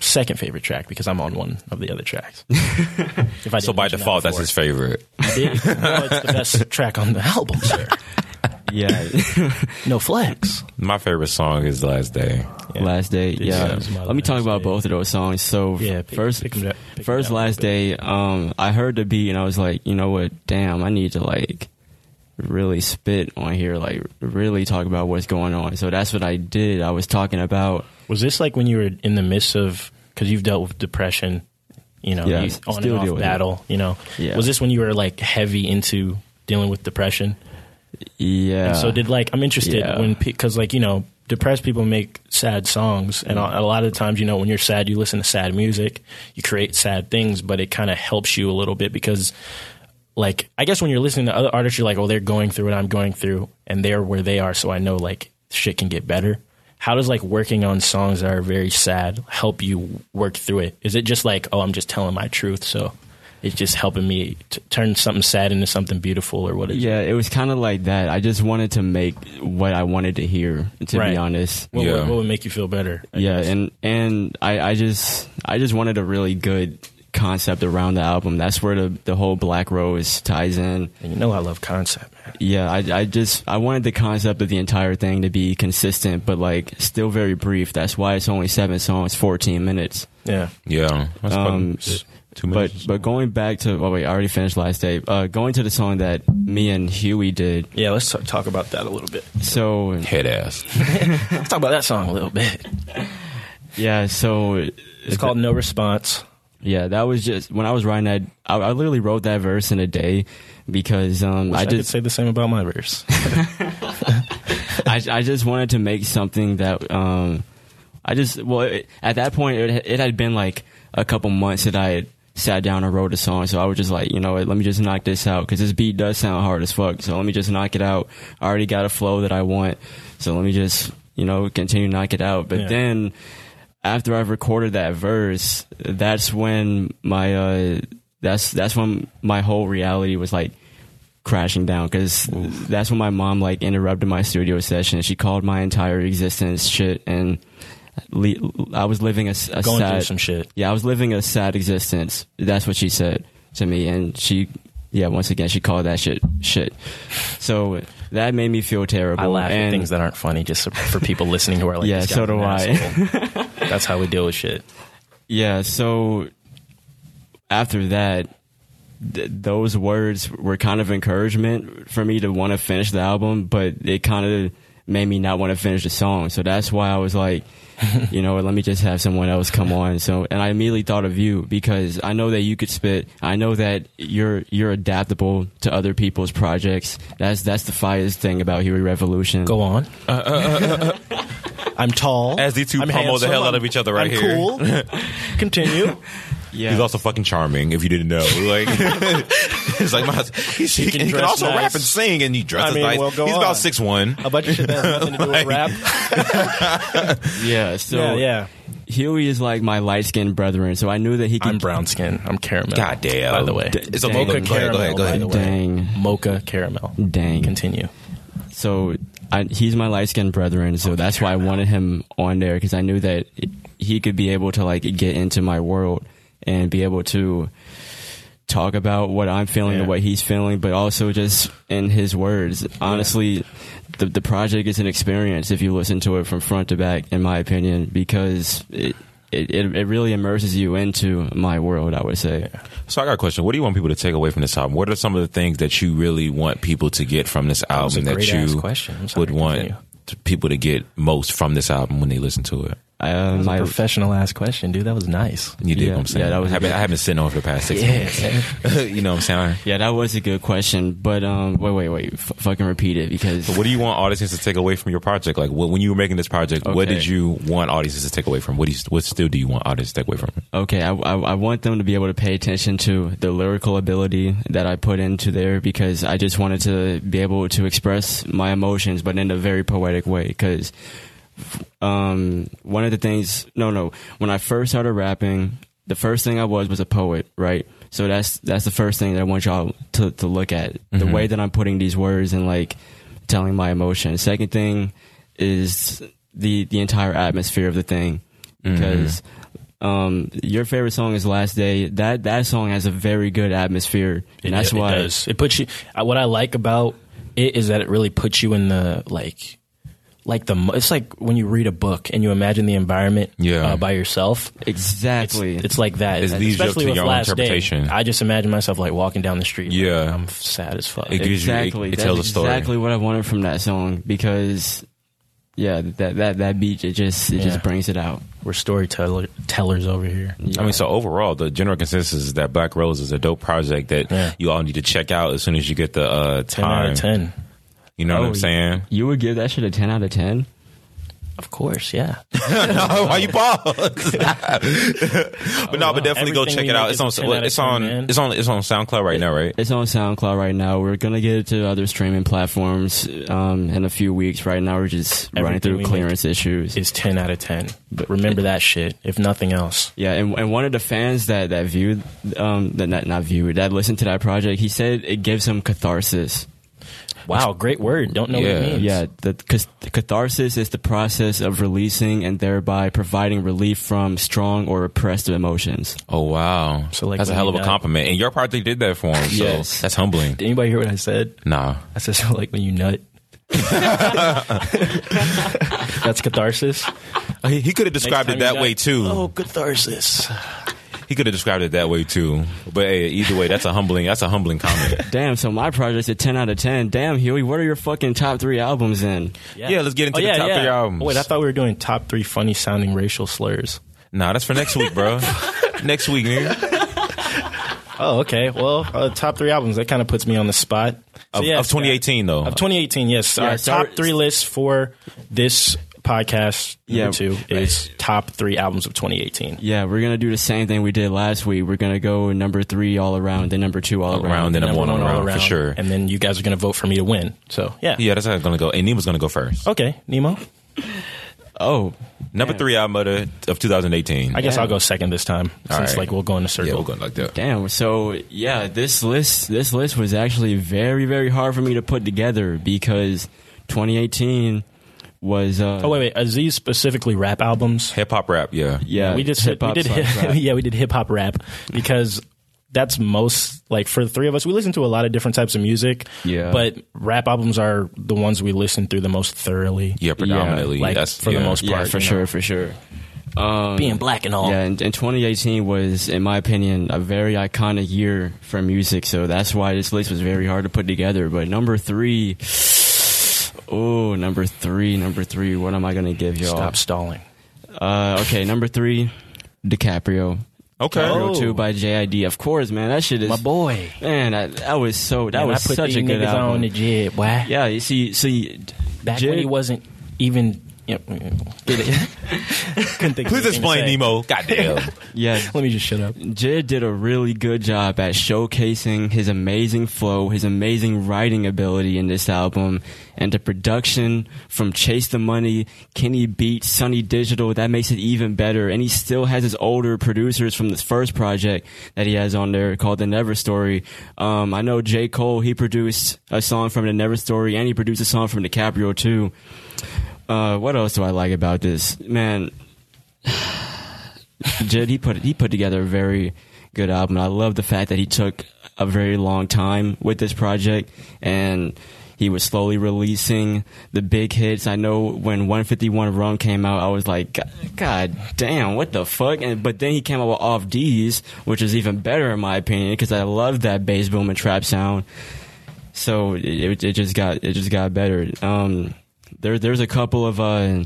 Speaker 1: second favorite track because I'm on one of the other tracks. if I
Speaker 3: So by default, that's his favorite.
Speaker 1: favorite. well, it's the best track on the album, sir.
Speaker 2: yeah.
Speaker 1: No flex.
Speaker 3: My favorite song is Last Day.
Speaker 2: Last day, yeah.
Speaker 1: is my
Speaker 2: Let me talk
Speaker 1: last
Speaker 2: about
Speaker 1: day.
Speaker 2: both of those songs. So
Speaker 1: Yeah, pick-
Speaker 2: first,
Speaker 1: pick 'em up- pick 'em
Speaker 2: first
Speaker 1: down a
Speaker 2: last
Speaker 1: little
Speaker 2: day, um, I heard the beat and I was like, you know what? Damn, I need to like really spit on here, like really talk about what's going on. So that's what I did. I was talking about
Speaker 1: Was this like when you were in the midst of because you've dealt with depression, you know,
Speaker 2: Yeah,
Speaker 1: you-
Speaker 2: s-
Speaker 1: on
Speaker 2: still
Speaker 1: and
Speaker 2: deal
Speaker 1: off
Speaker 2: with
Speaker 1: battle, you know?
Speaker 2: Yeah.
Speaker 1: Was this when you were like heavy into dealing with depression?
Speaker 2: yeah.
Speaker 1: so did like I'm interested
Speaker 2: yeah.
Speaker 1: when because like you know depressed people make sad songs and
Speaker 2: Mm.
Speaker 1: a a lot of the times you know when you're sad you listen to sad music you create sad things but it kind of helps you a little bit because like I guess when you're listening to other artists you're like oh they're going through what I'm going through and they're where they are so I know like shit can get better how does like working on songs that are very sad help you work through it is it just like oh I'm just telling my truth so it's just helping me t- turn something sad into something beautiful or what is it?
Speaker 2: Yeah, it was kind of like that. I just wanted to make what I wanted to hear, to
Speaker 1: Right.
Speaker 2: be honest.
Speaker 1: What,
Speaker 3: Yeah.
Speaker 1: would, what would make you feel better? I
Speaker 2: yeah,
Speaker 1: guess.
Speaker 2: and and I, I just I just wanted a really good concept around the album. That's where the the whole Black Rose ties in.
Speaker 1: And you know I love concept, man.
Speaker 2: Yeah, I I just I wanted the concept of the entire thing to be consistent, but like still very brief. That's why it's only seven songs, fourteen minutes.
Speaker 1: Yeah.
Speaker 3: Yeah. That's
Speaker 2: Um,
Speaker 3: fucking- two
Speaker 2: But
Speaker 3: minutes.
Speaker 2: but going back to oh wait, I already finished last day. Uh, going to the song that me and Huey did.
Speaker 1: Yeah, let's t- talk about that a little bit.
Speaker 2: So
Speaker 3: head ass.
Speaker 1: Let's talk about that song a little bit.
Speaker 2: yeah, so
Speaker 1: It's called No Response.
Speaker 2: Yeah, that was just when I was writing that. I, I literally wrote that verse in a day because um,
Speaker 1: I,
Speaker 2: I
Speaker 1: could
Speaker 2: just
Speaker 1: say the same about my verse.
Speaker 2: I, I just wanted to make something that um, I just well it, at that point it, it had been like a couple months that I had sat down and wrote a song, so I was just like, you know, what, let me just knock this out because this beat does sound hard as fuck. So let me just knock it out. I already got a flow that I want, so let me just you know continue to knock it out. But
Speaker 1: Yeah.
Speaker 2: then after I've recorded that verse, that's when my uh, that's that's when my whole reality was like crashing down because that's when my mom like interrupted my studio session. She called my entire existence shit, and le- I was living a, s- a
Speaker 1: Going through
Speaker 2: sad.
Speaker 1: some shit.
Speaker 2: yeah, I was living a sad existence. That's what she said to me, and she. Yeah, once again, she called that shit shit. So that made me feel terrible.
Speaker 1: I laugh at
Speaker 2: and-
Speaker 1: things that aren't funny just for people listening who are like,
Speaker 2: Yeah,
Speaker 1: this guy's
Speaker 2: so do
Speaker 1: an
Speaker 2: I.
Speaker 1: asshole. That's how we deal with shit.
Speaker 2: Yeah, so after that, th- those words were kind of encouragement for me to want to finish the album, but it kind of made me not want to finish the song. So that's why I was like, you know, what, let me just have someone else come on. So, and I immediately thought of you because I know that you could spit. I know that you're you're adaptable to other people's projects. That's that's the finest thing about Huey Revolution.
Speaker 1: Go on.
Speaker 3: Uh,
Speaker 1: I'm tall.
Speaker 3: As these two pummel the hell out of each other right
Speaker 1: I'm
Speaker 3: here.
Speaker 1: Cool. Continue.
Speaker 2: Yeah.
Speaker 3: He's also fucking charming. If you didn't know, like it's like my, he, he
Speaker 1: can
Speaker 3: can,
Speaker 1: dress
Speaker 3: also
Speaker 1: nice.
Speaker 3: rap and sing, and he dresses
Speaker 1: I mean,
Speaker 3: nice.
Speaker 1: well, go
Speaker 3: He's
Speaker 1: on.
Speaker 3: about six one.
Speaker 1: A bunch of shit that has nothing to do with
Speaker 3: Like-
Speaker 1: rap.
Speaker 2: yeah. So
Speaker 1: yeah, yeah.
Speaker 2: Huey is like my light skinned brethren. So I knew that he could
Speaker 1: I'm brown skin. I'm caramel.
Speaker 3: God damn.
Speaker 1: By the way,
Speaker 3: D- it's a
Speaker 1: mocha
Speaker 3: mocha- go ahead,
Speaker 1: caramel.
Speaker 3: go ahead, go
Speaker 1: By
Speaker 3: ahead.
Speaker 1: the way.
Speaker 2: Dang.
Speaker 1: mocha caramel.
Speaker 2: Dang.
Speaker 1: Continue.
Speaker 2: so I, he's my light skinned brethren, so that's why I wanted him on there because I knew that he could be able to like get into my world and be able to talk about what I'm feeling
Speaker 1: Yeah.
Speaker 2: and what he's feeling, but also just in his words. Honestly, the the project is an experience if you listen to it from front to back, in my opinion, because it it, it it really immerses you into my world. I would say.
Speaker 3: So I got a question. What do you want people to take away from this album? What are some of the things that you really want people to get from this
Speaker 1: was a
Speaker 3: album that,
Speaker 1: great-ass
Speaker 3: you
Speaker 1: question. I'm sorry,
Speaker 3: would want
Speaker 1: continue.
Speaker 3: to- people to get most from this album when they listen to it?
Speaker 2: Uh, my,
Speaker 1: Professional ass question, dude. That was nice.
Speaker 3: You dig
Speaker 2: Yeah,
Speaker 3: what I'm saying?
Speaker 2: yeah, that was a
Speaker 3: I haven't,
Speaker 2: good-
Speaker 3: I haven't sitting on it for the past six months. you know what I'm saying?
Speaker 2: yeah, that was a good question, but um, wait, wait, wait, f- fucking repeat it because
Speaker 3: What do you want audiences to take away from your project? Like wh- when you were making this project, what
Speaker 2: Okay.
Speaker 3: did you want audiences to take away from? What do you, what still do you want audiences to take away from? it?
Speaker 2: okay, I, I, I want them to be able to pay attention to the lyrical ability that I put into there because I just wanted to be able to express my emotions, but in a very poetic way. Because um, one of the things, no, no, when I first started rapping, the first thing I was was a poet, right? So that's that's the first thing that I want y'all to, to look at
Speaker 1: Mm-hmm.
Speaker 2: the way that I'm putting these words and like telling my emotions. Second thing is the the entire atmosphere of the thing
Speaker 1: Mm-hmm.
Speaker 2: because um, your favorite song is Last Day. That that song has a very good atmosphere, and that's
Speaker 1: it,
Speaker 2: why
Speaker 1: it does. It puts you. I- What I like about it is that it really puts you in the like, like the. mo- It's like when you read a book and you imagine the environment
Speaker 3: Yeah.
Speaker 1: uh, by yourself. It's,
Speaker 2: exactly.
Speaker 1: it's like that.
Speaker 3: It leaves you up
Speaker 1: Especially
Speaker 3: to
Speaker 1: with
Speaker 3: your own
Speaker 1: last
Speaker 3: interpretation.
Speaker 1: day. I just imagine myself like walking down the street. like,
Speaker 3: Yeah.
Speaker 1: I'm sad as fuck.
Speaker 3: It gives you-
Speaker 2: exactly.
Speaker 3: it
Speaker 2: That's
Speaker 3: tells a story.
Speaker 2: Exactly what I wanted from that song because yeah, that that that beat it just it
Speaker 1: Yeah.
Speaker 2: just brings it out.
Speaker 1: We're storytellers tellers over here.
Speaker 3: I mean, so overall, the general consensus is that Black Rose is a dope project that
Speaker 1: Yeah.
Speaker 3: you all need to check out as soon as you get the uh,
Speaker 1: Ten out
Speaker 3: time.
Speaker 1: of ten.
Speaker 3: You know what
Speaker 2: Oh,
Speaker 3: I'm saying?
Speaker 2: You would give that shit a ten out of ten.
Speaker 1: Of course, yeah.
Speaker 3: no, why you pause? but no, but definitely go
Speaker 1: Everything
Speaker 3: check
Speaker 1: we
Speaker 3: it out.
Speaker 1: make is
Speaker 3: It's on
Speaker 1: 10 out of
Speaker 3: it's
Speaker 1: 10,
Speaker 3: on
Speaker 1: man.
Speaker 3: it's on it's on SoundCloud right now, right?
Speaker 2: It's on SoundCloud right now. We're gonna get it to other streaming platforms um, in a few weeks. Right now, we're just running
Speaker 1: Everything we
Speaker 2: through
Speaker 1: make
Speaker 2: clearance issues.
Speaker 1: It's 10 out of 10. But remember that shit, if nothing else.
Speaker 2: Yeah, and, and one of the fans that that viewed, um, that not, not viewed, that listened to that project, he said it gives him catharsis.
Speaker 1: Wow, great word. Don't know
Speaker 3: Yeah.
Speaker 1: what it means.
Speaker 2: Yeah, the, cause the catharsis is the process of releasing and thereby providing relief from strong or repressed emotions.
Speaker 3: Oh wow.
Speaker 1: So, like,
Speaker 3: that's a
Speaker 1: when
Speaker 3: hell
Speaker 1: we
Speaker 3: of a
Speaker 1: die-
Speaker 3: compliment. And your project did that for him. So
Speaker 2: Yes.
Speaker 3: that's humbling.
Speaker 1: Did anybody hear what I said?
Speaker 3: Nah.
Speaker 1: I said something like when you nut. That's catharsis.
Speaker 3: He, he could have described
Speaker 1: time
Speaker 3: it
Speaker 1: you
Speaker 3: that
Speaker 1: die-
Speaker 3: way too.
Speaker 1: Oh, catharsis.
Speaker 3: He could have described it that way too. But hey, either way, that's a humbling that's a humbling comment.
Speaker 2: Damn, so my project's a 10 out of 10. Damn, Huey, what are your fucking top three albums in?
Speaker 3: Yeah, let's get into the top three albums.
Speaker 1: Oh, wait, I thought we were doing top three funny sounding racial slurs.
Speaker 3: nah, that's for next week, bro. next week, nigga.
Speaker 1: Oh, okay. Well, uh, top three albums. That kind of puts me on the spot. So,
Speaker 3: Of,
Speaker 1: yes,
Speaker 3: of 2018 though.
Speaker 1: uh, Of 2018, yes.
Speaker 2: Yeah,
Speaker 1: Our
Speaker 2: so
Speaker 1: top
Speaker 2: our-
Speaker 1: three lists for this podcast, number
Speaker 2: Yeah,
Speaker 1: two, is top three albums of 2018.
Speaker 2: Yeah, we're gonna do the same thing we did last week. We're gonna go number three all around, then number two all,
Speaker 3: All around, then number one all
Speaker 1: all
Speaker 3: around for sure.
Speaker 1: And then you guys are going to vote for me to win. So, yeah.
Speaker 3: yeah, that's how it's gonna go. And Nima's gonna go first.
Speaker 1: Okay, Nemo.
Speaker 2: Oh,
Speaker 3: Number
Speaker 2: Damn.
Speaker 3: three album of, the, of 2018.
Speaker 1: I guess
Speaker 2: Yeah.
Speaker 1: I'll go second this time since
Speaker 3: right.
Speaker 1: like we'll go in a circle.
Speaker 3: yeah, we're going like that.
Speaker 2: Damn. So yeah, this list this list was actually very very hard for me to put together because 2018 was. Uh,
Speaker 1: Oh wait, wait. Are these specifically rap albums?
Speaker 3: Hip hop rap, yeah.
Speaker 2: Yeah,
Speaker 1: we just hip we
Speaker 2: hip-hop
Speaker 1: did
Speaker 2: slash rap.
Speaker 1: yeah we did hip hop rap because that's most like for the three of us we listen to a lot of different types of music.
Speaker 2: Yeah.
Speaker 1: but rap albums are the ones we listen through the most thoroughly.
Speaker 3: Yeah, predominantly.
Speaker 1: like,
Speaker 3: that's
Speaker 1: for the
Speaker 3: yeah.
Speaker 1: most
Speaker 2: yeah,
Speaker 1: part,
Speaker 2: for
Speaker 1: you
Speaker 2: sure,
Speaker 1: know.
Speaker 2: for sure.
Speaker 1: being black and all.
Speaker 2: Yeah, and, and 2018 was, in my opinion, a very iconic year for music. So that's why this list was very hard to put together. But number three, oh, number three, number three. What am I gonna give y'all?
Speaker 1: Stop stalling.
Speaker 2: Uh, okay, number three, DiCaprio.
Speaker 3: Okay.
Speaker 2: DiCaprio
Speaker 1: Oh.
Speaker 2: 2 by JID. Of course, man. That shit is.
Speaker 1: My boy.
Speaker 2: Man, that, that was so. That
Speaker 1: Man,
Speaker 2: was
Speaker 1: I put
Speaker 2: such
Speaker 1: these
Speaker 2: a good
Speaker 1: niggas on
Speaker 2: album.
Speaker 1: the jib. Why?
Speaker 2: yeah, you see, see.
Speaker 1: back
Speaker 2: Jid-
Speaker 1: when he wasn't even. Yep. Get it? Couldn't think. of anything
Speaker 3: Please
Speaker 1: to say.
Speaker 3: explain, Nemo. Goddamn.
Speaker 2: Yeah,
Speaker 1: Let me just shut up.
Speaker 2: Jid did a really good job at showcasing his amazing flow, his amazing writing ability in this album, and the production from Chase the Money, Kenny Beat, Sunny Digital, that makes it even better. And he still has his older producers from this first project that he has on there called The Never Story. Um, I know J. Cole, he produced a song from The Never Story, and he produced a song from DiCaprio, too. Uh, what else do I like about this? Man, Jid, he put he put together a very good album. I love the fact that he took a very long time with this project and he was slowly releasing the big hits. I know when 151 Rum came out, I was like, God, God damn, what the fuck? And but then he came out with Off D's, which is even better in my opinion because I love that bass boom and trap sound. So it, it, it just got it just got better. Um, there there's a couple of uh,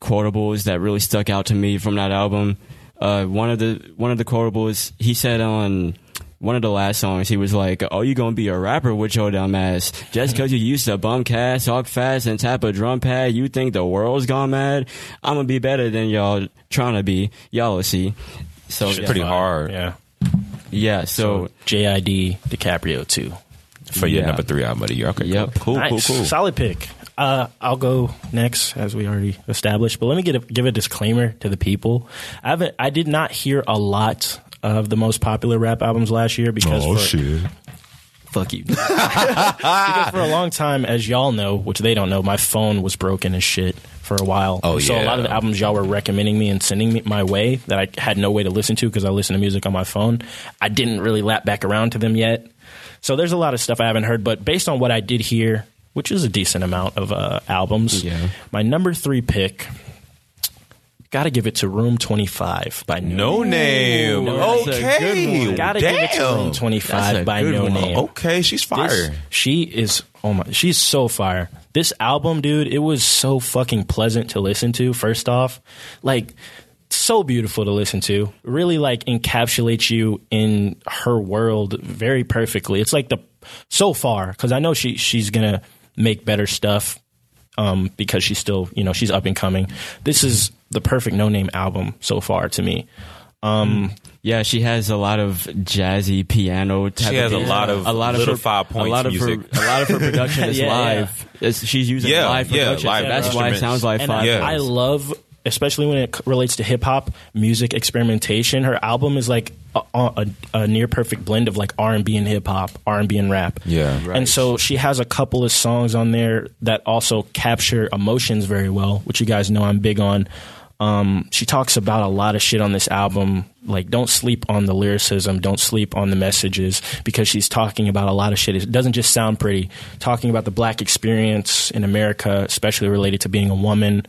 Speaker 2: quotables that really stuck out to me from that album. Uh, one of the one of the quotables he said on one of the last songs he was like, "Oh, you gonna be a rapper with your dumb ass? Just cause you used to bum cast, talk fast, and tap a drum pad, you think the world's gone mad? I'm gonna be better than y'all trying to be. Y'all will see." So
Speaker 3: It's
Speaker 2: yeah,
Speaker 3: pretty hard
Speaker 1: Yeah.
Speaker 2: yeah. So
Speaker 1: JID DiCaprio too.
Speaker 3: for your
Speaker 2: Yeah.
Speaker 3: number three album of the year. Okay.
Speaker 2: Yep.
Speaker 3: Cool, cool,
Speaker 1: Nice.
Speaker 3: cool.
Speaker 1: Solid pick. Uh, I'll go next, as we already established. But let me get a, give a disclaimer to the people. I haven't. I did not hear a lot of the most popular rap albums last year because
Speaker 3: Oh,
Speaker 1: for,
Speaker 2: fuck you.
Speaker 1: because for a long time, as y'all know, which they don't know, my phone was broken as shit for a while.
Speaker 3: Oh,
Speaker 1: so a
Speaker 3: yeah.
Speaker 1: lot of the albums y'all were recommending me and sending me my way that I had no way to listen to because I listen to music on my phone. I didn't really lap back around to them yet. So there's a lot of stuff I haven't heard, but based on what I did hear, which is a decent amount of uh, albums,
Speaker 2: Yeah.
Speaker 1: my number three pick. Gotta give it to Room 25 by No
Speaker 3: No name.
Speaker 2: that's a good
Speaker 3: okay.
Speaker 2: one.
Speaker 1: Gotta give it to Room
Speaker 3: Damn.
Speaker 1: 25
Speaker 2: That's a
Speaker 1: by
Speaker 2: good
Speaker 1: No
Speaker 2: one.
Speaker 1: Name.
Speaker 3: Okay, she's fire.
Speaker 1: This- she is oh my she's so fire. This album, dude, it was so fucking pleasant to listen to, first off. Like so beautiful to listen to. Really like encapsulates you in her world very perfectly. It's like the so far cuz I know she she's going to make better stuff um, because she's still, you know, she's up and coming. This is the perfect no name album so far to me.
Speaker 2: Yeah, she has a lot of jazzy piano. Type
Speaker 3: She has
Speaker 2: of
Speaker 3: a
Speaker 2: beats.
Speaker 3: lot of little five
Speaker 2: a
Speaker 3: points
Speaker 2: lot of
Speaker 3: music.
Speaker 2: her a lot of her production is
Speaker 1: Yeah, yeah.
Speaker 2: live. It's- she's using
Speaker 3: Yeah,
Speaker 2: live
Speaker 3: yeah,
Speaker 2: production.
Speaker 3: live
Speaker 2: so that's why it
Speaker 3: instruments.
Speaker 2: sounds like
Speaker 1: And
Speaker 2: five.
Speaker 1: I,
Speaker 3: Yeah.
Speaker 1: I love, especially when it c- relates to hip hop music experimentation. Her album is like a, a, a near perfect blend of like R and B and hip hop, R and B and rap.
Speaker 3: Yeah.
Speaker 1: And so she has a couple of songs on there that also capture emotions very well, which you guys know I'm big on. Um, she talks about a lot of shit on this album. Like, don't sleep on the lyricism, don't sleep on the messages, because she's talking about a lot of shit. It doesn't just sound pretty. Talking about the black experience in America, especially related to being a woman.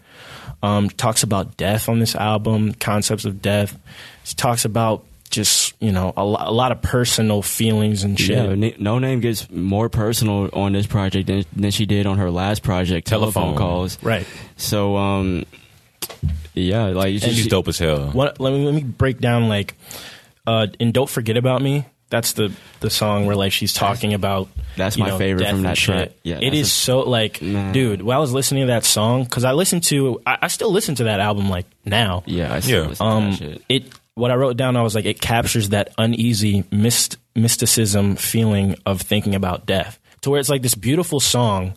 Speaker 1: Um, talks about death on this album, concepts of death. She talks about just, you know, a, lo- a lot of personal feelings and shit.
Speaker 2: Yeah, N- No Name gets more personal on this project than, than she did on her last project, telephone,
Speaker 3: Telephone.
Speaker 2: calls.
Speaker 1: Right.
Speaker 2: So, um, yeah, like she-
Speaker 3: She's
Speaker 2: she-
Speaker 3: dope as hell.
Speaker 1: What, let me let me break down like uh in Don't Forget About Me. That's the the song where like she's talking about
Speaker 2: That's
Speaker 1: you
Speaker 2: my
Speaker 1: know,
Speaker 2: favorite
Speaker 1: death
Speaker 2: from
Speaker 1: and
Speaker 2: that
Speaker 1: shit.
Speaker 2: track. Yeah,
Speaker 1: it
Speaker 2: that's
Speaker 1: is
Speaker 2: a-
Speaker 1: so like
Speaker 2: Nah.
Speaker 1: dude. While I was listening to that song, because I listened to I, I still listen to that album like now.
Speaker 2: Yeah, I still
Speaker 3: Yeah.
Speaker 2: listen to
Speaker 1: Um,
Speaker 2: that shit.
Speaker 1: It what I wrote down, I was like, it captures that uneasy myst- mysticism feeling of thinking about death, to where it's like this beautiful song,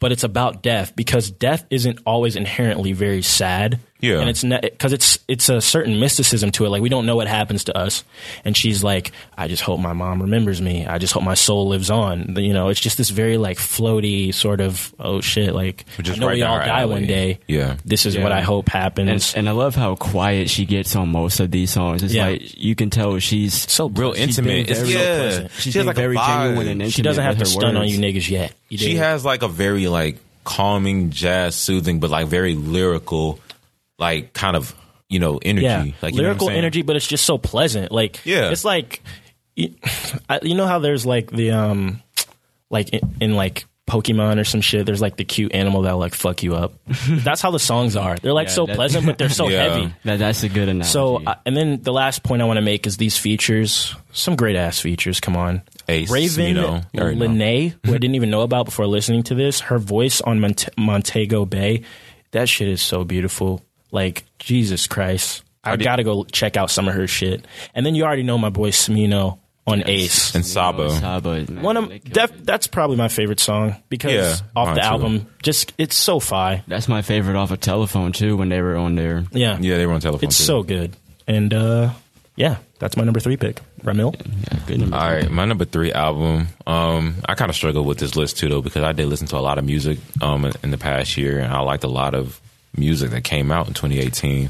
Speaker 1: but it's about death because death isn't always inherently very sad.
Speaker 3: Yeah.
Speaker 1: and it's because it's it's a certain mysticism to it. Like we don't know what happens to us, and she's like, I just hope my mom remembers me. I just hope my soul lives on. You know, it's just this very like floaty sort of oh shit. Like
Speaker 3: Which is
Speaker 1: I know
Speaker 3: right
Speaker 1: we
Speaker 3: down
Speaker 1: all
Speaker 3: our
Speaker 1: die
Speaker 3: alley.
Speaker 1: one day.
Speaker 3: Yeah.
Speaker 1: this is what
Speaker 2: Yeah.
Speaker 1: I hope happens.
Speaker 2: And, and I love how quiet she gets on most of these songs. It's
Speaker 1: Yeah.
Speaker 2: like you can tell she's
Speaker 1: so
Speaker 3: Real
Speaker 1: she's been
Speaker 3: intimate. It's-
Speaker 1: very-
Speaker 3: yeah.
Speaker 1: pleasant.
Speaker 3: She
Speaker 2: she's
Speaker 3: has
Speaker 2: been
Speaker 3: like a
Speaker 2: very genuine
Speaker 3: vibe.
Speaker 2: and intimate
Speaker 1: She doesn't have to
Speaker 2: with her
Speaker 1: stun on
Speaker 2: words.
Speaker 1: you niggas yet. You
Speaker 3: She
Speaker 1: dig?
Speaker 3: has like a very like calming, jazz soothing, but like very lyrical, like kind of you know energy,
Speaker 1: yeah,
Speaker 3: like you know what I'm
Speaker 1: lyrical
Speaker 3: saying?
Speaker 1: energy, but it's just so pleasant. Like
Speaker 3: Yeah.
Speaker 1: it's like you, I- you know how there's like the um like in, in like Pokemon or some shit. There's like the cute animal that'll like fuck you up. That's how the songs are. They're like
Speaker 2: Yeah,
Speaker 1: so
Speaker 2: that-
Speaker 1: pleasant, but they're so
Speaker 3: Yeah.
Speaker 1: heavy.
Speaker 2: That, that's a good analogy.
Speaker 1: So, uh, and then the last point I want to make is these features. Some great ass features. Come on,
Speaker 3: Ace,
Speaker 1: Raven
Speaker 3: you know, you already know.
Speaker 1: Lene, who I didn't even know about before listening to this. Her voice on Mont- Montego Bay, that shit is so beautiful. Like Jesus Christ, I, gotta go check out some of her shit. And then you already know my boy Smino on Ace.
Speaker 3: And Sabo,
Speaker 2: Sabo, man,
Speaker 1: One
Speaker 2: they
Speaker 1: of
Speaker 2: killed
Speaker 1: def-
Speaker 2: it.
Speaker 1: that's probably my favorite song because
Speaker 3: Yeah,
Speaker 1: off
Speaker 3: mine
Speaker 1: the
Speaker 3: too.
Speaker 1: album, just it's so fi.
Speaker 2: that's my favorite off of telephone too. When they were on there,
Speaker 1: Yeah,
Speaker 3: yeah, they were on telephone.
Speaker 1: it's
Speaker 3: too.
Speaker 1: so good. And uh, yeah, that's my number three pick, Ramil.
Speaker 2: yeah, good number.
Speaker 3: All right, my number three album. Um, I kind of struggle with this list too, though, because I did listen to a lot of music um in, in the past year, and I liked a lot of music that came out in 2018.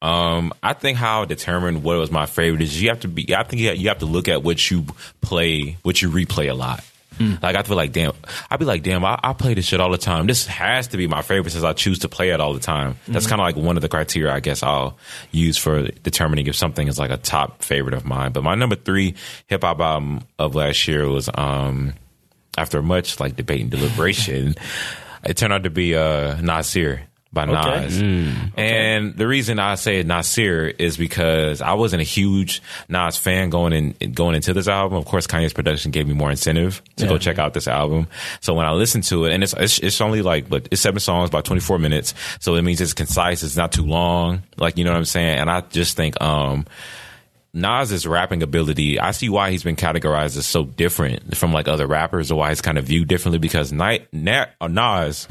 Speaker 3: Um, I think how I determined what was my favorite is you have to be. I think you have, you have to look at what you play, what you replay a lot. Like I feel like damn, I'd be like damn, I, I play this shit all the time. This has to be my favorite since I choose to play it all the time. That's kind of like one of the criteria I guess I'll use for determining if something is like a top favorite of mine. But my number three hip hop album of last year was um after much like debate and deliberation, it turned out to be uh, Nasir by
Speaker 1: Okay.
Speaker 3: Nas. And the reason I say Nasir is because I wasn't a huge Nas fan going in going into this album. Of course, Kanye's production gave me more incentive to go
Speaker 1: Yeah.
Speaker 3: check out this album. So when I listened to it, and it's it's, it's only like but it's seven songs, about twenty four minutes, so it means it's concise. It's not too long, like you know what I'm saying. And I just think. um Nas's rapping ability, I see why he's been categorized as so different from like other rappers, or why he's kind of viewed differently because Ni- Na- uh, Nas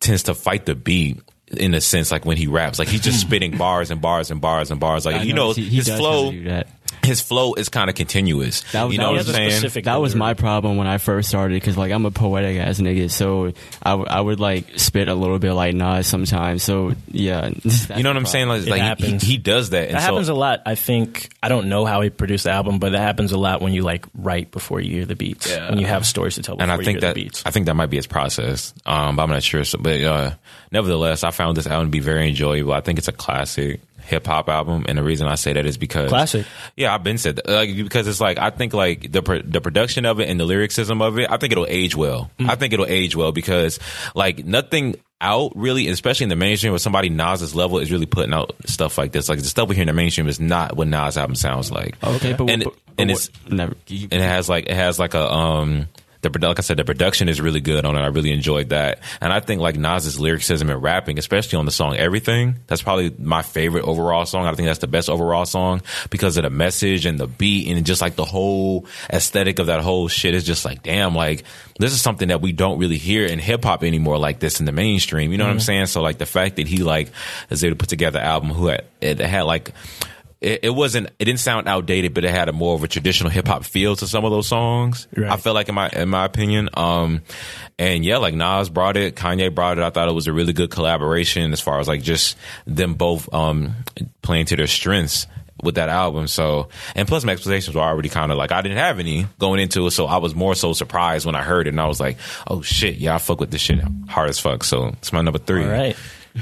Speaker 3: tends to fight the beat in a sense, like when he raps, like he's just spitting bars and bars and bars and bars. Like
Speaker 2: I
Speaker 3: you know,
Speaker 2: he- he
Speaker 3: his
Speaker 2: does
Speaker 3: flow,
Speaker 2: kinda do that.
Speaker 3: his flow is kind of continuous.
Speaker 2: That was-
Speaker 3: you
Speaker 2: that
Speaker 3: know
Speaker 2: was
Speaker 3: what I'm
Speaker 2: a
Speaker 3: saying?
Speaker 1: specific-
Speaker 2: That was my problem when I first started because like I'm a poetic ass nigga, so I, w- I would like spit a little bit like Nas sometimes. So yeah,
Speaker 3: You know what I'm saying? Like, like he,
Speaker 1: happens.
Speaker 3: he does that. And
Speaker 1: That
Speaker 3: so,
Speaker 1: happens a lot. I think I don't know how he produced the album, but that happens a lot when you like write before you hear the beats, when you have stories to tell. Before
Speaker 3: and I
Speaker 1: you
Speaker 3: think
Speaker 1: hear
Speaker 3: that
Speaker 1: the beats.
Speaker 3: I think that might be his process. Um, but I'm not sure. So, but uh, nevertheless, I found this album to be very enjoyable. I think it's a classic hip hop album, and the reason I say that is because
Speaker 1: Classic.
Speaker 3: Yeah, I've been said that. like because it's like I think like the pro- the production of it and the lyricism of it. I think it'll age well.
Speaker 1: Mm.
Speaker 3: I think it'll age well because like nothing out really, especially in the mainstream, with somebody Nas's level is really putting out stuff like this. Like the stuff we hear in the mainstream is not what Nas album sounds like.
Speaker 2: okay, but
Speaker 3: and
Speaker 2: but-
Speaker 3: and
Speaker 2: but
Speaker 3: it's
Speaker 2: what- never. you-
Speaker 3: and it has like it has like a um the produ- like I said, the production is really good on it. I really enjoyed that, and I think like Nas's lyricism and rapping, especially on the song "Everything," that's probably my favorite overall song. I think that's the best overall song because of the message and the beat and just like the whole aesthetic of that whole shit is just like damn, like this is something that we don't really hear in hip hop anymore like this in the mainstream. You know what I'm saying? So like the fact that he like is able to put together an album who had, it had like it, it wasn't it didn't sound outdated, but it had a more of a traditional hip hop feel to some of those songs.
Speaker 1: Right.
Speaker 3: I felt like in my in my opinion, um, and yeah, like Nas brought it, Kanye brought it. I thought it was a really good collaboration as far as like just them both um playing to their strengths with that album. So, and plus my expectations were already kind of like, I didn't have any going into it. So I was more so surprised when I heard it and I was like, oh shit, yeah, I fuck with this shit hard as fuck. So it's my number three.
Speaker 1: All right.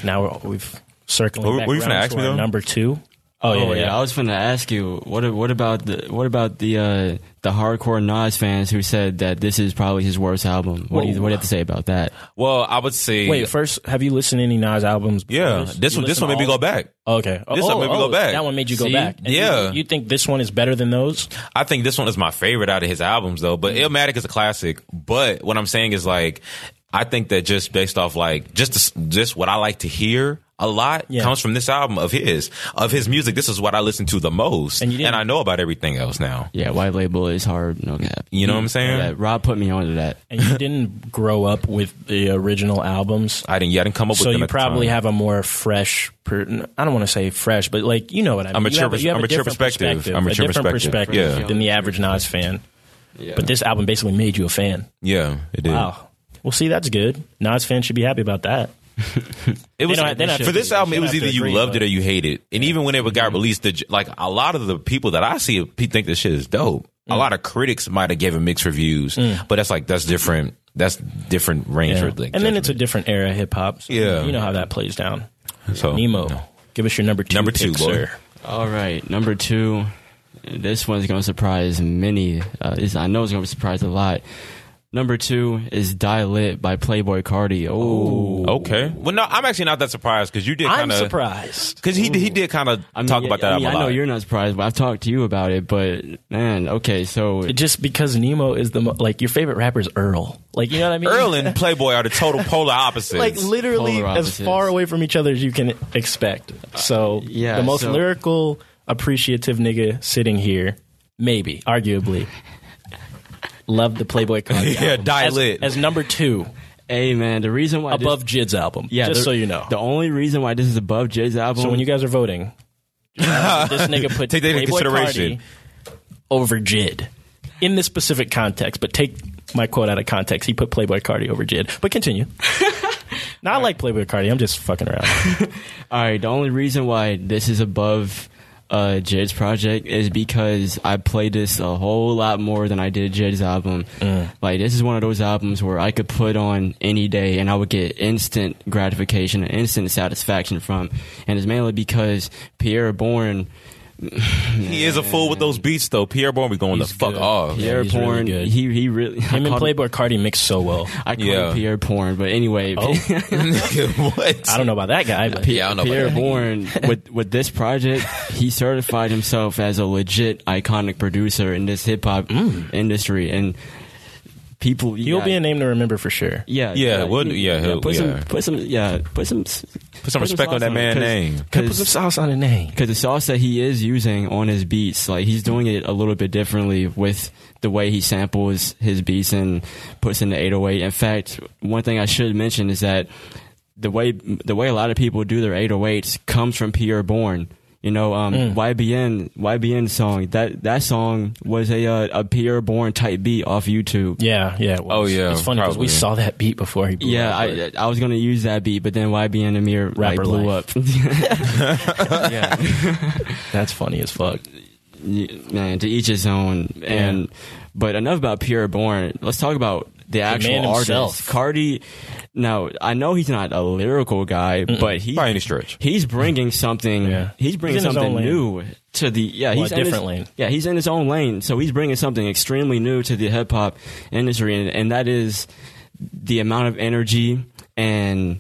Speaker 1: Now we're, we've circling.
Speaker 3: What were-
Speaker 1: back
Speaker 3: were you finna
Speaker 1: around
Speaker 3: ask
Speaker 1: to
Speaker 3: me,
Speaker 1: our
Speaker 3: though?
Speaker 1: Number two.
Speaker 2: Oh yeah,
Speaker 1: yeah,
Speaker 2: yeah.
Speaker 1: yeah.
Speaker 2: I was going to ask you what a- what about the what about the uh, the hardcore Nas fans who said that this is probably his worst album. What do you
Speaker 1: Whoa.
Speaker 2: what do you have to say about that?
Speaker 3: Well, I would say.
Speaker 1: Wait, first, have you listened to any Nas albums? before
Speaker 3: yeah, this
Speaker 1: You
Speaker 3: one, this
Speaker 1: listen
Speaker 3: one made me
Speaker 1: to all-
Speaker 3: go back.
Speaker 1: Okay. Oh,
Speaker 3: This one made me go back.
Speaker 1: That one made you go
Speaker 2: See?
Speaker 1: back. you-
Speaker 3: Yeah.
Speaker 1: You, think this one is better than those?
Speaker 3: I think this one is my favorite out of his albums, though. But
Speaker 1: Mm.
Speaker 3: Illmatic is a classic. But what I'm saying is like, I think that just based off like just the s- just what I like to hear a lot
Speaker 1: Yeah.
Speaker 3: comes from this album of his of his music. This is what I listen to the most,
Speaker 1: And
Speaker 3: and,
Speaker 1: you didn't-
Speaker 3: I know about everything else now.
Speaker 2: Yeah, white label is hard. No cap.
Speaker 3: You know what I'm saying?
Speaker 2: Yeah, Rob put me onto that.
Speaker 1: And you didn't grow up with the original albums.
Speaker 3: I didn't, yeah, I didn't come up
Speaker 1: So
Speaker 3: with. them
Speaker 1: you
Speaker 3: at the
Speaker 1: probably
Speaker 3: time.
Speaker 1: have a more fresh, per, I don't want to say fresh, but like, you know what I mean.
Speaker 3: A mature
Speaker 1: you have,
Speaker 3: pers-
Speaker 1: you have
Speaker 3: a mature
Speaker 1: different
Speaker 3: perspective. A mature
Speaker 1: different
Speaker 3: perspective. Yeah.
Speaker 1: than the average Nas fan.
Speaker 2: Yeah.
Speaker 1: But this album basically made you a fan.
Speaker 3: yeah, it did.
Speaker 1: Wow. Well, see, that's good. Nas fans should be happy about that.
Speaker 3: It was
Speaker 1: They don't- they don't have
Speaker 3: for
Speaker 1: to-
Speaker 3: this album.
Speaker 1: they
Speaker 3: It
Speaker 1: don't
Speaker 3: was
Speaker 1: have to
Speaker 3: either you
Speaker 1: agree,
Speaker 3: loved it
Speaker 1: but-
Speaker 3: or you hated it. And even when it got released, the, like a lot of the people that I see pe- think this shit is dope. A lot of critics might have given mixed reviews, but that's like that's different. That's different range. For, like,
Speaker 1: and then it's a different era of hip hop. So
Speaker 3: Yeah.
Speaker 1: You know how that plays down.
Speaker 3: So-
Speaker 1: Nemo, give us your number two.
Speaker 3: Number two,
Speaker 1: pick,
Speaker 3: Lloyd.
Speaker 1: sir.
Speaker 2: All right, number two. This one's going to surprise many. Uh, it's- I know it's going to surprise a lot. Number two is Die Lit by Playboy Cardi. Oh,
Speaker 3: okay. Well, no, I'm actually not that surprised because you did.
Speaker 1: I'm
Speaker 3: Kinda,
Speaker 1: surprised.
Speaker 3: because he he did kind of
Speaker 2: I mean,
Speaker 3: talk
Speaker 2: yeah,
Speaker 3: about that
Speaker 2: I, mean,
Speaker 3: album
Speaker 2: I
Speaker 3: a
Speaker 2: know
Speaker 3: lot.
Speaker 2: you're not surprised, but I've talked to you about it. But man, okay, so
Speaker 1: Just because Nemo is the mo- like your favorite rapper is Earl. Like you know what I mean?
Speaker 3: Earl and Playboy are the total polar opposites.
Speaker 1: like literally
Speaker 2: Polar
Speaker 1: as
Speaker 2: opposites.
Speaker 1: far away from each other as you can expect. So
Speaker 2: yeah,
Speaker 1: the most
Speaker 2: so-
Speaker 1: lyrical, appreciative nigga sitting here, maybe, arguably. Love the Playboy Cardi.
Speaker 3: Yeah,
Speaker 1: album.
Speaker 3: Die
Speaker 1: as,
Speaker 3: Lit.
Speaker 1: as number two
Speaker 2: hey, man, the reason why this-
Speaker 1: above Jid's album.
Speaker 2: yeah,
Speaker 1: just
Speaker 2: the-
Speaker 1: so you know.
Speaker 2: the only reason why this is above Jid's album.
Speaker 1: So when you guys are voting, just remember that this nigga put
Speaker 3: Take that into
Speaker 1: Playboy
Speaker 3: consideration.
Speaker 1: Cardi over Jid in this specific context. But take my quote out of context. He put Playboy Cardi over Jid. But continue. now I like Playboy Cardi. I'm just fucking around.
Speaker 2: All right, the only reason why this is above uh, Jed's project is because I played this a whole lot more than I did Jed's album.
Speaker 1: Mm.
Speaker 2: Like, this is one of those albums where I could put on any day and I would get instant gratification and instant satisfaction from. And it's mainly because Pierre Bourne,
Speaker 3: he is a fool with those beats though. Pierre Bourne be going the fuck
Speaker 1: good.
Speaker 3: off.
Speaker 2: Pierre
Speaker 1: he's really
Speaker 2: Bourne,
Speaker 1: good.
Speaker 2: he he really. I
Speaker 1: Him and
Speaker 2: called him-
Speaker 1: Playboy Cardi mix so well.
Speaker 2: I call
Speaker 3: Yeah.
Speaker 2: him Pierre Porn, but anyway,
Speaker 1: Oh.
Speaker 3: what?
Speaker 1: I don't know about that guy, but
Speaker 3: Yeah, I don't know about
Speaker 2: Pierre
Speaker 3: that.
Speaker 2: Bourne with with this project, he certified himself as a legit iconic producer in this hip hop
Speaker 3: Mm.
Speaker 2: industry, and people.
Speaker 1: he'll
Speaker 2: yeah,
Speaker 1: be a name to remember for sure.
Speaker 2: Yeah,
Speaker 3: Yeah, we'll-
Speaker 2: he-
Speaker 3: yeah, he'll-
Speaker 2: Put some,
Speaker 3: yeah.
Speaker 2: put some, yeah, put some, put
Speaker 3: Put some respect on that man's name.
Speaker 1: Can I put some
Speaker 2: Because
Speaker 1: sauce on the name.
Speaker 2: the sauce that he is using on his beats, like he's doing it a little bit differently with the way he samples his beats and puts in the 808. In fact, one thing I should mention is that the way the way a lot of people do their 808s comes from Pierre Bourne. You know, um,
Speaker 1: Mm.
Speaker 2: YBN YBN song that that song was a uh, a Pierre Bourne type beat off YouTube.
Speaker 1: Yeah, yeah. it was.
Speaker 3: Oh, yeah,
Speaker 1: It's funny because we
Speaker 3: probably.
Speaker 1: saw that beat before he. Blew
Speaker 2: Yeah,
Speaker 1: up, but-
Speaker 2: I, I was gonna use that beat, but then YBN Amir like,
Speaker 1: Rapper
Speaker 2: blew
Speaker 1: life.
Speaker 2: up.
Speaker 1: that's funny as fuck.
Speaker 2: Y- man, to each his own. And but enough about Pierre Bourne. Let's talk about the actual
Speaker 1: man
Speaker 2: artist,
Speaker 1: himself.
Speaker 2: Cardi. Now I know he's not a lyrical guy, but he
Speaker 3: By any stretch.
Speaker 2: he's bringing something.
Speaker 1: Yeah.
Speaker 2: He's bringing
Speaker 1: He's in his
Speaker 2: something
Speaker 1: own lane.
Speaker 2: new to the yeah.
Speaker 1: Well,
Speaker 2: He's
Speaker 1: a
Speaker 2: in his-
Speaker 1: different lane.
Speaker 2: Yeah, he's in his own lane, so he's bringing something extremely new to the hip hop industry, and, and that is the amount of energy and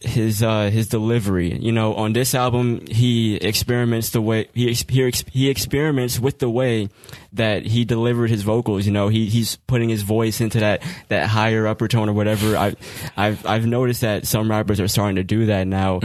Speaker 2: his uh, his delivery. You know, on this album, he experiments the way he ex- he, ex- he experiments with the way that he delivered his vocals. You know, he he's putting his voice into that that higher upper tone or whatever. I I've I've noticed that some rappers are starting to do that
Speaker 1: Mm-hmm.
Speaker 2: now,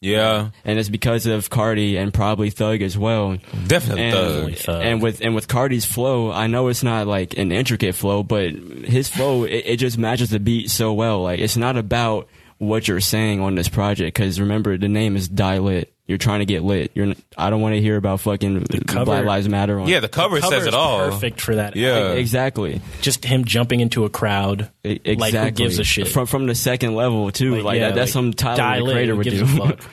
Speaker 3: Yeah,
Speaker 2: and it's because of Cardi and probably Thug as well.
Speaker 3: definitely.
Speaker 2: And,
Speaker 3: thug.
Speaker 1: Thug.
Speaker 2: and with and with Cardi's flow, I know it's not like an intricate flow, but his flow it, it just matches the beat so well. Like it's not about what you're saying on this project because remember the name is Die Lit. You're trying to get lit. You're. N- I don't want to hear about fucking
Speaker 1: cover-
Speaker 2: Black Lives Matter. On E,
Speaker 3: Yeah, the cover,
Speaker 1: Cover
Speaker 3: says
Speaker 1: is
Speaker 3: it all.
Speaker 1: Perfect for that.
Speaker 3: Yeah,
Speaker 2: exactly.
Speaker 1: just him jumping into a crowd.
Speaker 2: E- Exactly.
Speaker 1: Like who gives a shit?
Speaker 2: from from the second level too? Like,
Speaker 1: yeah,
Speaker 2: that, that's
Speaker 1: like,
Speaker 2: some
Speaker 1: die
Speaker 2: Tyler the
Speaker 1: lit,
Speaker 2: Creator
Speaker 1: who
Speaker 2: would
Speaker 1: gives
Speaker 2: do.
Speaker 1: a fuck?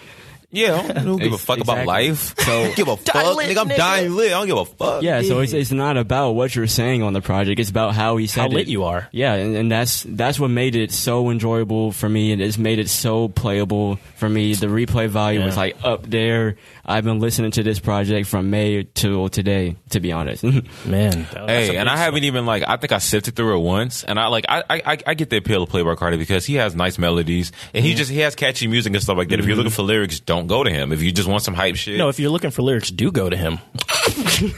Speaker 3: yeah. I don't, I don't give a
Speaker 2: Ex-
Speaker 3: fuck about
Speaker 2: exactly.
Speaker 3: life. So give a fuck,
Speaker 1: lit,
Speaker 3: nigga. I'm
Speaker 1: nigga.
Speaker 3: dying lit. I don't give a fuck.
Speaker 2: Yeah, so it's, it's not about what you're saying on the project. It's about how he said
Speaker 1: How lit
Speaker 2: it.
Speaker 1: you are.
Speaker 2: Yeah, and, and that's that's what made it so enjoyable for me, and it's made it so playable for me. The replay value was
Speaker 1: Yeah.
Speaker 2: like up there. I've been listening to this project from May till today, to be honest.
Speaker 1: Man. that- that's
Speaker 3: Hey,
Speaker 1: a
Speaker 3: and I
Speaker 1: big-
Speaker 3: haven't even like I think I sifted through it once, and I like I I, I get the appeal of Playboy Cardi because he has nice melodies and he just he has catchy music and stuff like that. If you're looking for lyrics, don't go to him. If you just want some hype shit,
Speaker 1: No, if you're looking for lyrics, do go to him,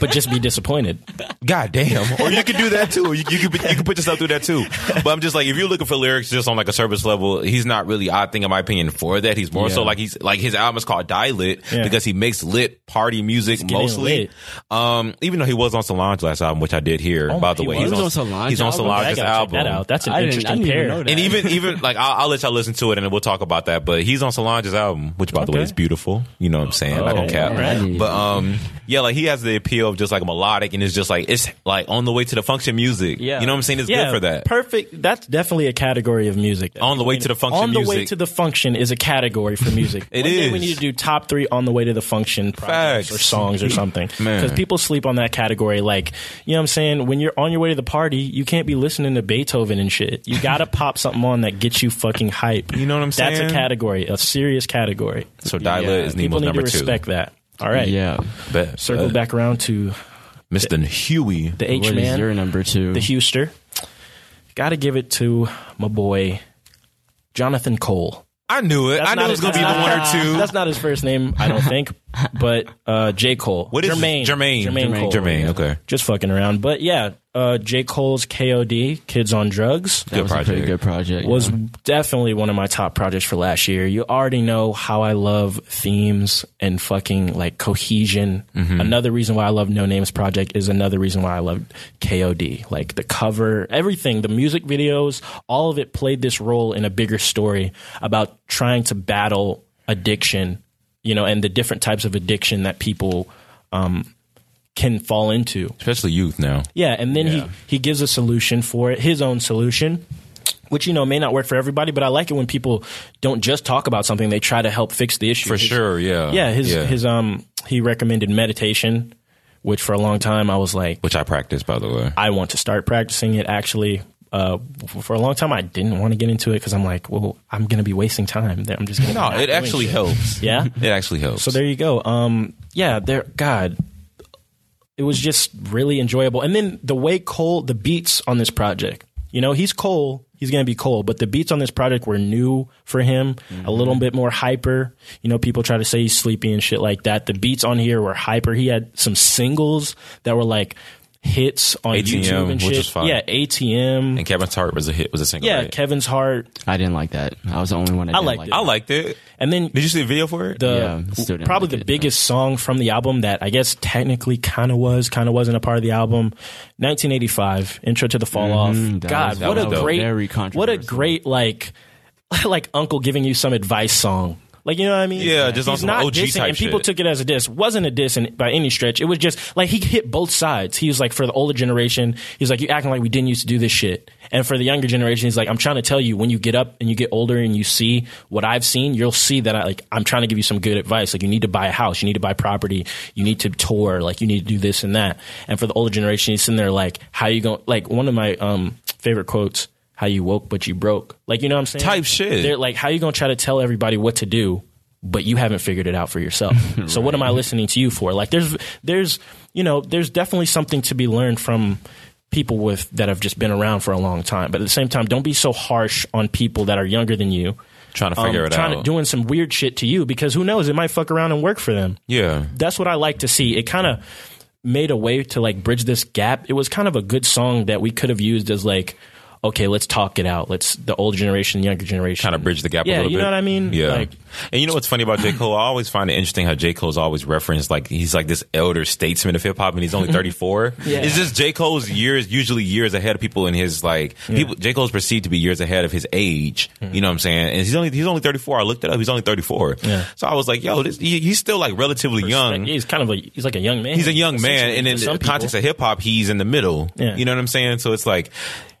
Speaker 1: but just be disappointed.
Speaker 3: God damn. Or you could do that too. You, you could you could put yourself through that too. But I'm just like, if you're looking for lyrics just on like a service level, he's not really odd thing in my opinion for that. He's more so
Speaker 2: Yeah.
Speaker 3: like he's like his album is called Die Lit
Speaker 1: Yeah.
Speaker 3: because he makes lit party music
Speaker 1: getting
Speaker 3: mostly.
Speaker 1: lit.
Speaker 3: Um, even though he was on Solange last album, which I did hear
Speaker 1: Oh,
Speaker 3: by the
Speaker 1: he
Speaker 3: way,
Speaker 1: was
Speaker 2: on Solange
Speaker 3: He's on
Speaker 1: I
Speaker 2: album?
Speaker 1: gotta
Speaker 3: Solange's
Speaker 1: check
Speaker 3: album.
Speaker 1: that out. That's an
Speaker 2: I didn't- I
Speaker 1: interesting
Speaker 2: didn't even
Speaker 1: pair.
Speaker 2: know that.
Speaker 3: and even even like I'll, I'll let y'all listen to it and then we'll talk about that. But he's on Solange's album, which by the way
Speaker 1: Okay.
Speaker 3: is beautiful. You know what I'm saying? I don't
Speaker 1: Oh,
Speaker 3: cap.
Speaker 2: right.
Speaker 3: But um, yeah, like he has the appeal of just like melodic and it's just like it's like on the way to the function music.
Speaker 2: Yeah.
Speaker 3: you know what I'm saying? It's
Speaker 1: yeah,
Speaker 3: good for that.
Speaker 1: Perfect. That's definitely a category of music.
Speaker 3: On the way to the function
Speaker 1: On the way
Speaker 3: music.
Speaker 1: to the function is a category for music.
Speaker 3: It
Speaker 1: One day we
Speaker 3: is.
Speaker 1: need to do top three on the way to the function projects
Speaker 3: Facts.
Speaker 1: or songs or something.
Speaker 3: Man.
Speaker 1: Because people sleep on that category. Like, you know what I'm saying? When you're on your way to the party, you can't be listening to Beethoven and shit. You gotta pop something on that gets you fucking hype.
Speaker 3: You know what I'm saying?
Speaker 1: That's a category, a serious category.
Speaker 3: so Dila
Speaker 1: people
Speaker 3: is Nemo's
Speaker 1: need to
Speaker 3: number
Speaker 1: respect that. All right.
Speaker 2: yeah,
Speaker 3: two. Bet.
Speaker 1: Circle
Speaker 3: Bet.
Speaker 1: back around to
Speaker 3: Mr. Huey.
Speaker 1: the H
Speaker 2: what is
Speaker 1: man.
Speaker 2: your number two?
Speaker 1: the
Speaker 3: Mm-hmm.
Speaker 1: Huester. Got to give it to my boy Jonathan Cole.
Speaker 3: I knew it.
Speaker 1: That's
Speaker 3: I knew
Speaker 1: not
Speaker 3: it
Speaker 1: his-
Speaker 3: was gonna be the
Speaker 1: that's
Speaker 3: one
Speaker 1: not-
Speaker 3: or two.
Speaker 1: That's not his first name, I don't think, but uh, J. Cole.
Speaker 3: What is his-
Speaker 1: Jermaine?
Speaker 3: Jermaine.
Speaker 1: Jermaine.
Speaker 3: Jermaine,
Speaker 1: Cole.
Speaker 3: Jermaine, okay.
Speaker 1: Just fucking around, but yeah, uh, J. Cole's K.O.D. Kids on Drugs
Speaker 2: that was a pretty
Speaker 3: project.
Speaker 2: good project.
Speaker 1: was definitely one of my top projects for last year. You already know how I love themes and fucking like cohesion. Another reason why I love No Names Project is another reason why I love KOD. Like the cover, everything, the music videos, all of it played this role in a bigger story about trying to battle addiction, you know, and the different types of addiction that people um, can fall into.
Speaker 3: Especially youth now.
Speaker 1: Yeah, and then he he gives a solution for it, his own solution, which you know may not work for everybody, but I like it when people don't just talk about something; they try to help fix the issue.
Speaker 3: For
Speaker 1: His-
Speaker 3: sure, yeah.
Speaker 1: Yeah, his his um he recommended meditation, which for a long time I was like,
Speaker 3: which I practice by the way.
Speaker 1: I want to start practicing it actually. Uh, for a long time, I didn't want to get into it because I'm like, well, I'm going to be wasting time. I'm just gonna be
Speaker 3: No,
Speaker 1: not
Speaker 3: Oh, it
Speaker 1: doing
Speaker 3: actually
Speaker 1: shit.
Speaker 3: helps.
Speaker 1: Yeah,
Speaker 3: It actually helps.
Speaker 1: so there you go. Um, yeah, there. God, it was just really enjoyable. And then the way Cole, the beats on this project, you know, he's Cole. He's going to be Cole, but the beats on this project were new for him,
Speaker 3: Mm-hmm.
Speaker 1: a little bit more hyper. You know, people try to say he's sleepy and shit like that. The beats on here were hyper. He had some singles that were like hits on
Speaker 3: ATM,
Speaker 1: YouTube and
Speaker 3: which
Speaker 1: shit.
Speaker 3: is fire.
Speaker 1: Yeah, ATM.
Speaker 3: and Kevin's Heart was a hit was a single.
Speaker 1: yeah,
Speaker 3: right?
Speaker 1: Kevin's Heart.
Speaker 2: I didn't like that. I was the only one. That
Speaker 1: I
Speaker 2: didn't
Speaker 1: liked
Speaker 2: like
Speaker 1: it.
Speaker 3: I liked it.
Speaker 1: And then
Speaker 3: Did you see the video for it?
Speaker 1: the
Speaker 2: Yeah, still didn't
Speaker 1: probably
Speaker 2: like
Speaker 1: the
Speaker 2: it, but-
Speaker 1: biggest song from the album that I guess technically kind of was, kind of wasn't a part of the album. 1985, Intro to the Fall
Speaker 2: Mhm,
Speaker 1: Off.
Speaker 2: that
Speaker 1: God,
Speaker 2: was-
Speaker 1: what
Speaker 3: that
Speaker 1: a
Speaker 3: was dope.
Speaker 1: great, what
Speaker 2: Very
Speaker 1: a
Speaker 2: controversial.
Speaker 1: great like, like uncle giving you some advice song. Like you know what I mean?
Speaker 3: Yeah, just on
Speaker 1: He's
Speaker 3: some
Speaker 1: not
Speaker 3: OG
Speaker 1: dissing,
Speaker 3: type
Speaker 1: and people
Speaker 3: shit.
Speaker 1: took it as a diss. Wasn't a diss in, by any stretch. It was just like he hit both sides. He was like, for the older generation, he's like, you acting like we didn't used to do this shit. And for the younger generation, he's like, I'm trying to tell you, when you get up and you get older and you see what I've seen, you'll see that I like I'm trying to give you some good advice. Like you need to buy a house, you need to buy property, you need to tour, like you need to do this and that. And for the older generation, he's sitting there like, how you going? Like one of my um, favorite quotes. How you woke but you broke, like you know what I'm saying?
Speaker 3: Type shit.
Speaker 1: They're like, how you gonna try to tell everybody what to do but you haven't figured it out for yourself. So what am I listening to you for? Like there's there's you know there's definitely something to be learned from people with that have just been around for a long time. But at the same time, don't be so harsh on people that are younger than you.
Speaker 3: Trying to figure it
Speaker 1: trying
Speaker 3: out.
Speaker 1: To, um, doing some weird shit to you because who knows? It might fuck around and work for them.
Speaker 3: yeah.
Speaker 1: That's what I like to see. It kind of made a way to like bridge this gap. It was kind of a good song that we could have used as like, okay, let's talk it out. Let's the older generation, younger generation,
Speaker 3: kind of bridge the gap
Speaker 1: Yeah,
Speaker 3: a little
Speaker 1: you
Speaker 3: bit.
Speaker 1: know what I mean?
Speaker 3: Yeah.
Speaker 1: Like-
Speaker 3: and you know what's funny about J. Cole? I always find it interesting how J. Cole's always referenced like he's like this elder statesman of hip hop and he's only 34.
Speaker 1: Yeah.
Speaker 3: It's just J. Cole's years, usually years ahead of people in his like, people, J. Cole's perceived to be years ahead of his age.
Speaker 1: Mm-hmm.
Speaker 3: You know what I'm saying? And he's only, he's only 34. I looked it up. He's only 34.
Speaker 1: Yeah.
Speaker 3: So I was like, yo, this, he, he's still like relatively young.
Speaker 1: He's kind of a he's like a young man.
Speaker 3: He's a young man, and in
Speaker 1: Essentially, to
Speaker 3: the
Speaker 1: some
Speaker 3: context
Speaker 1: people.
Speaker 3: of hip hop, he's in the middle.
Speaker 1: Yeah.
Speaker 3: You know what I'm saying? So it's like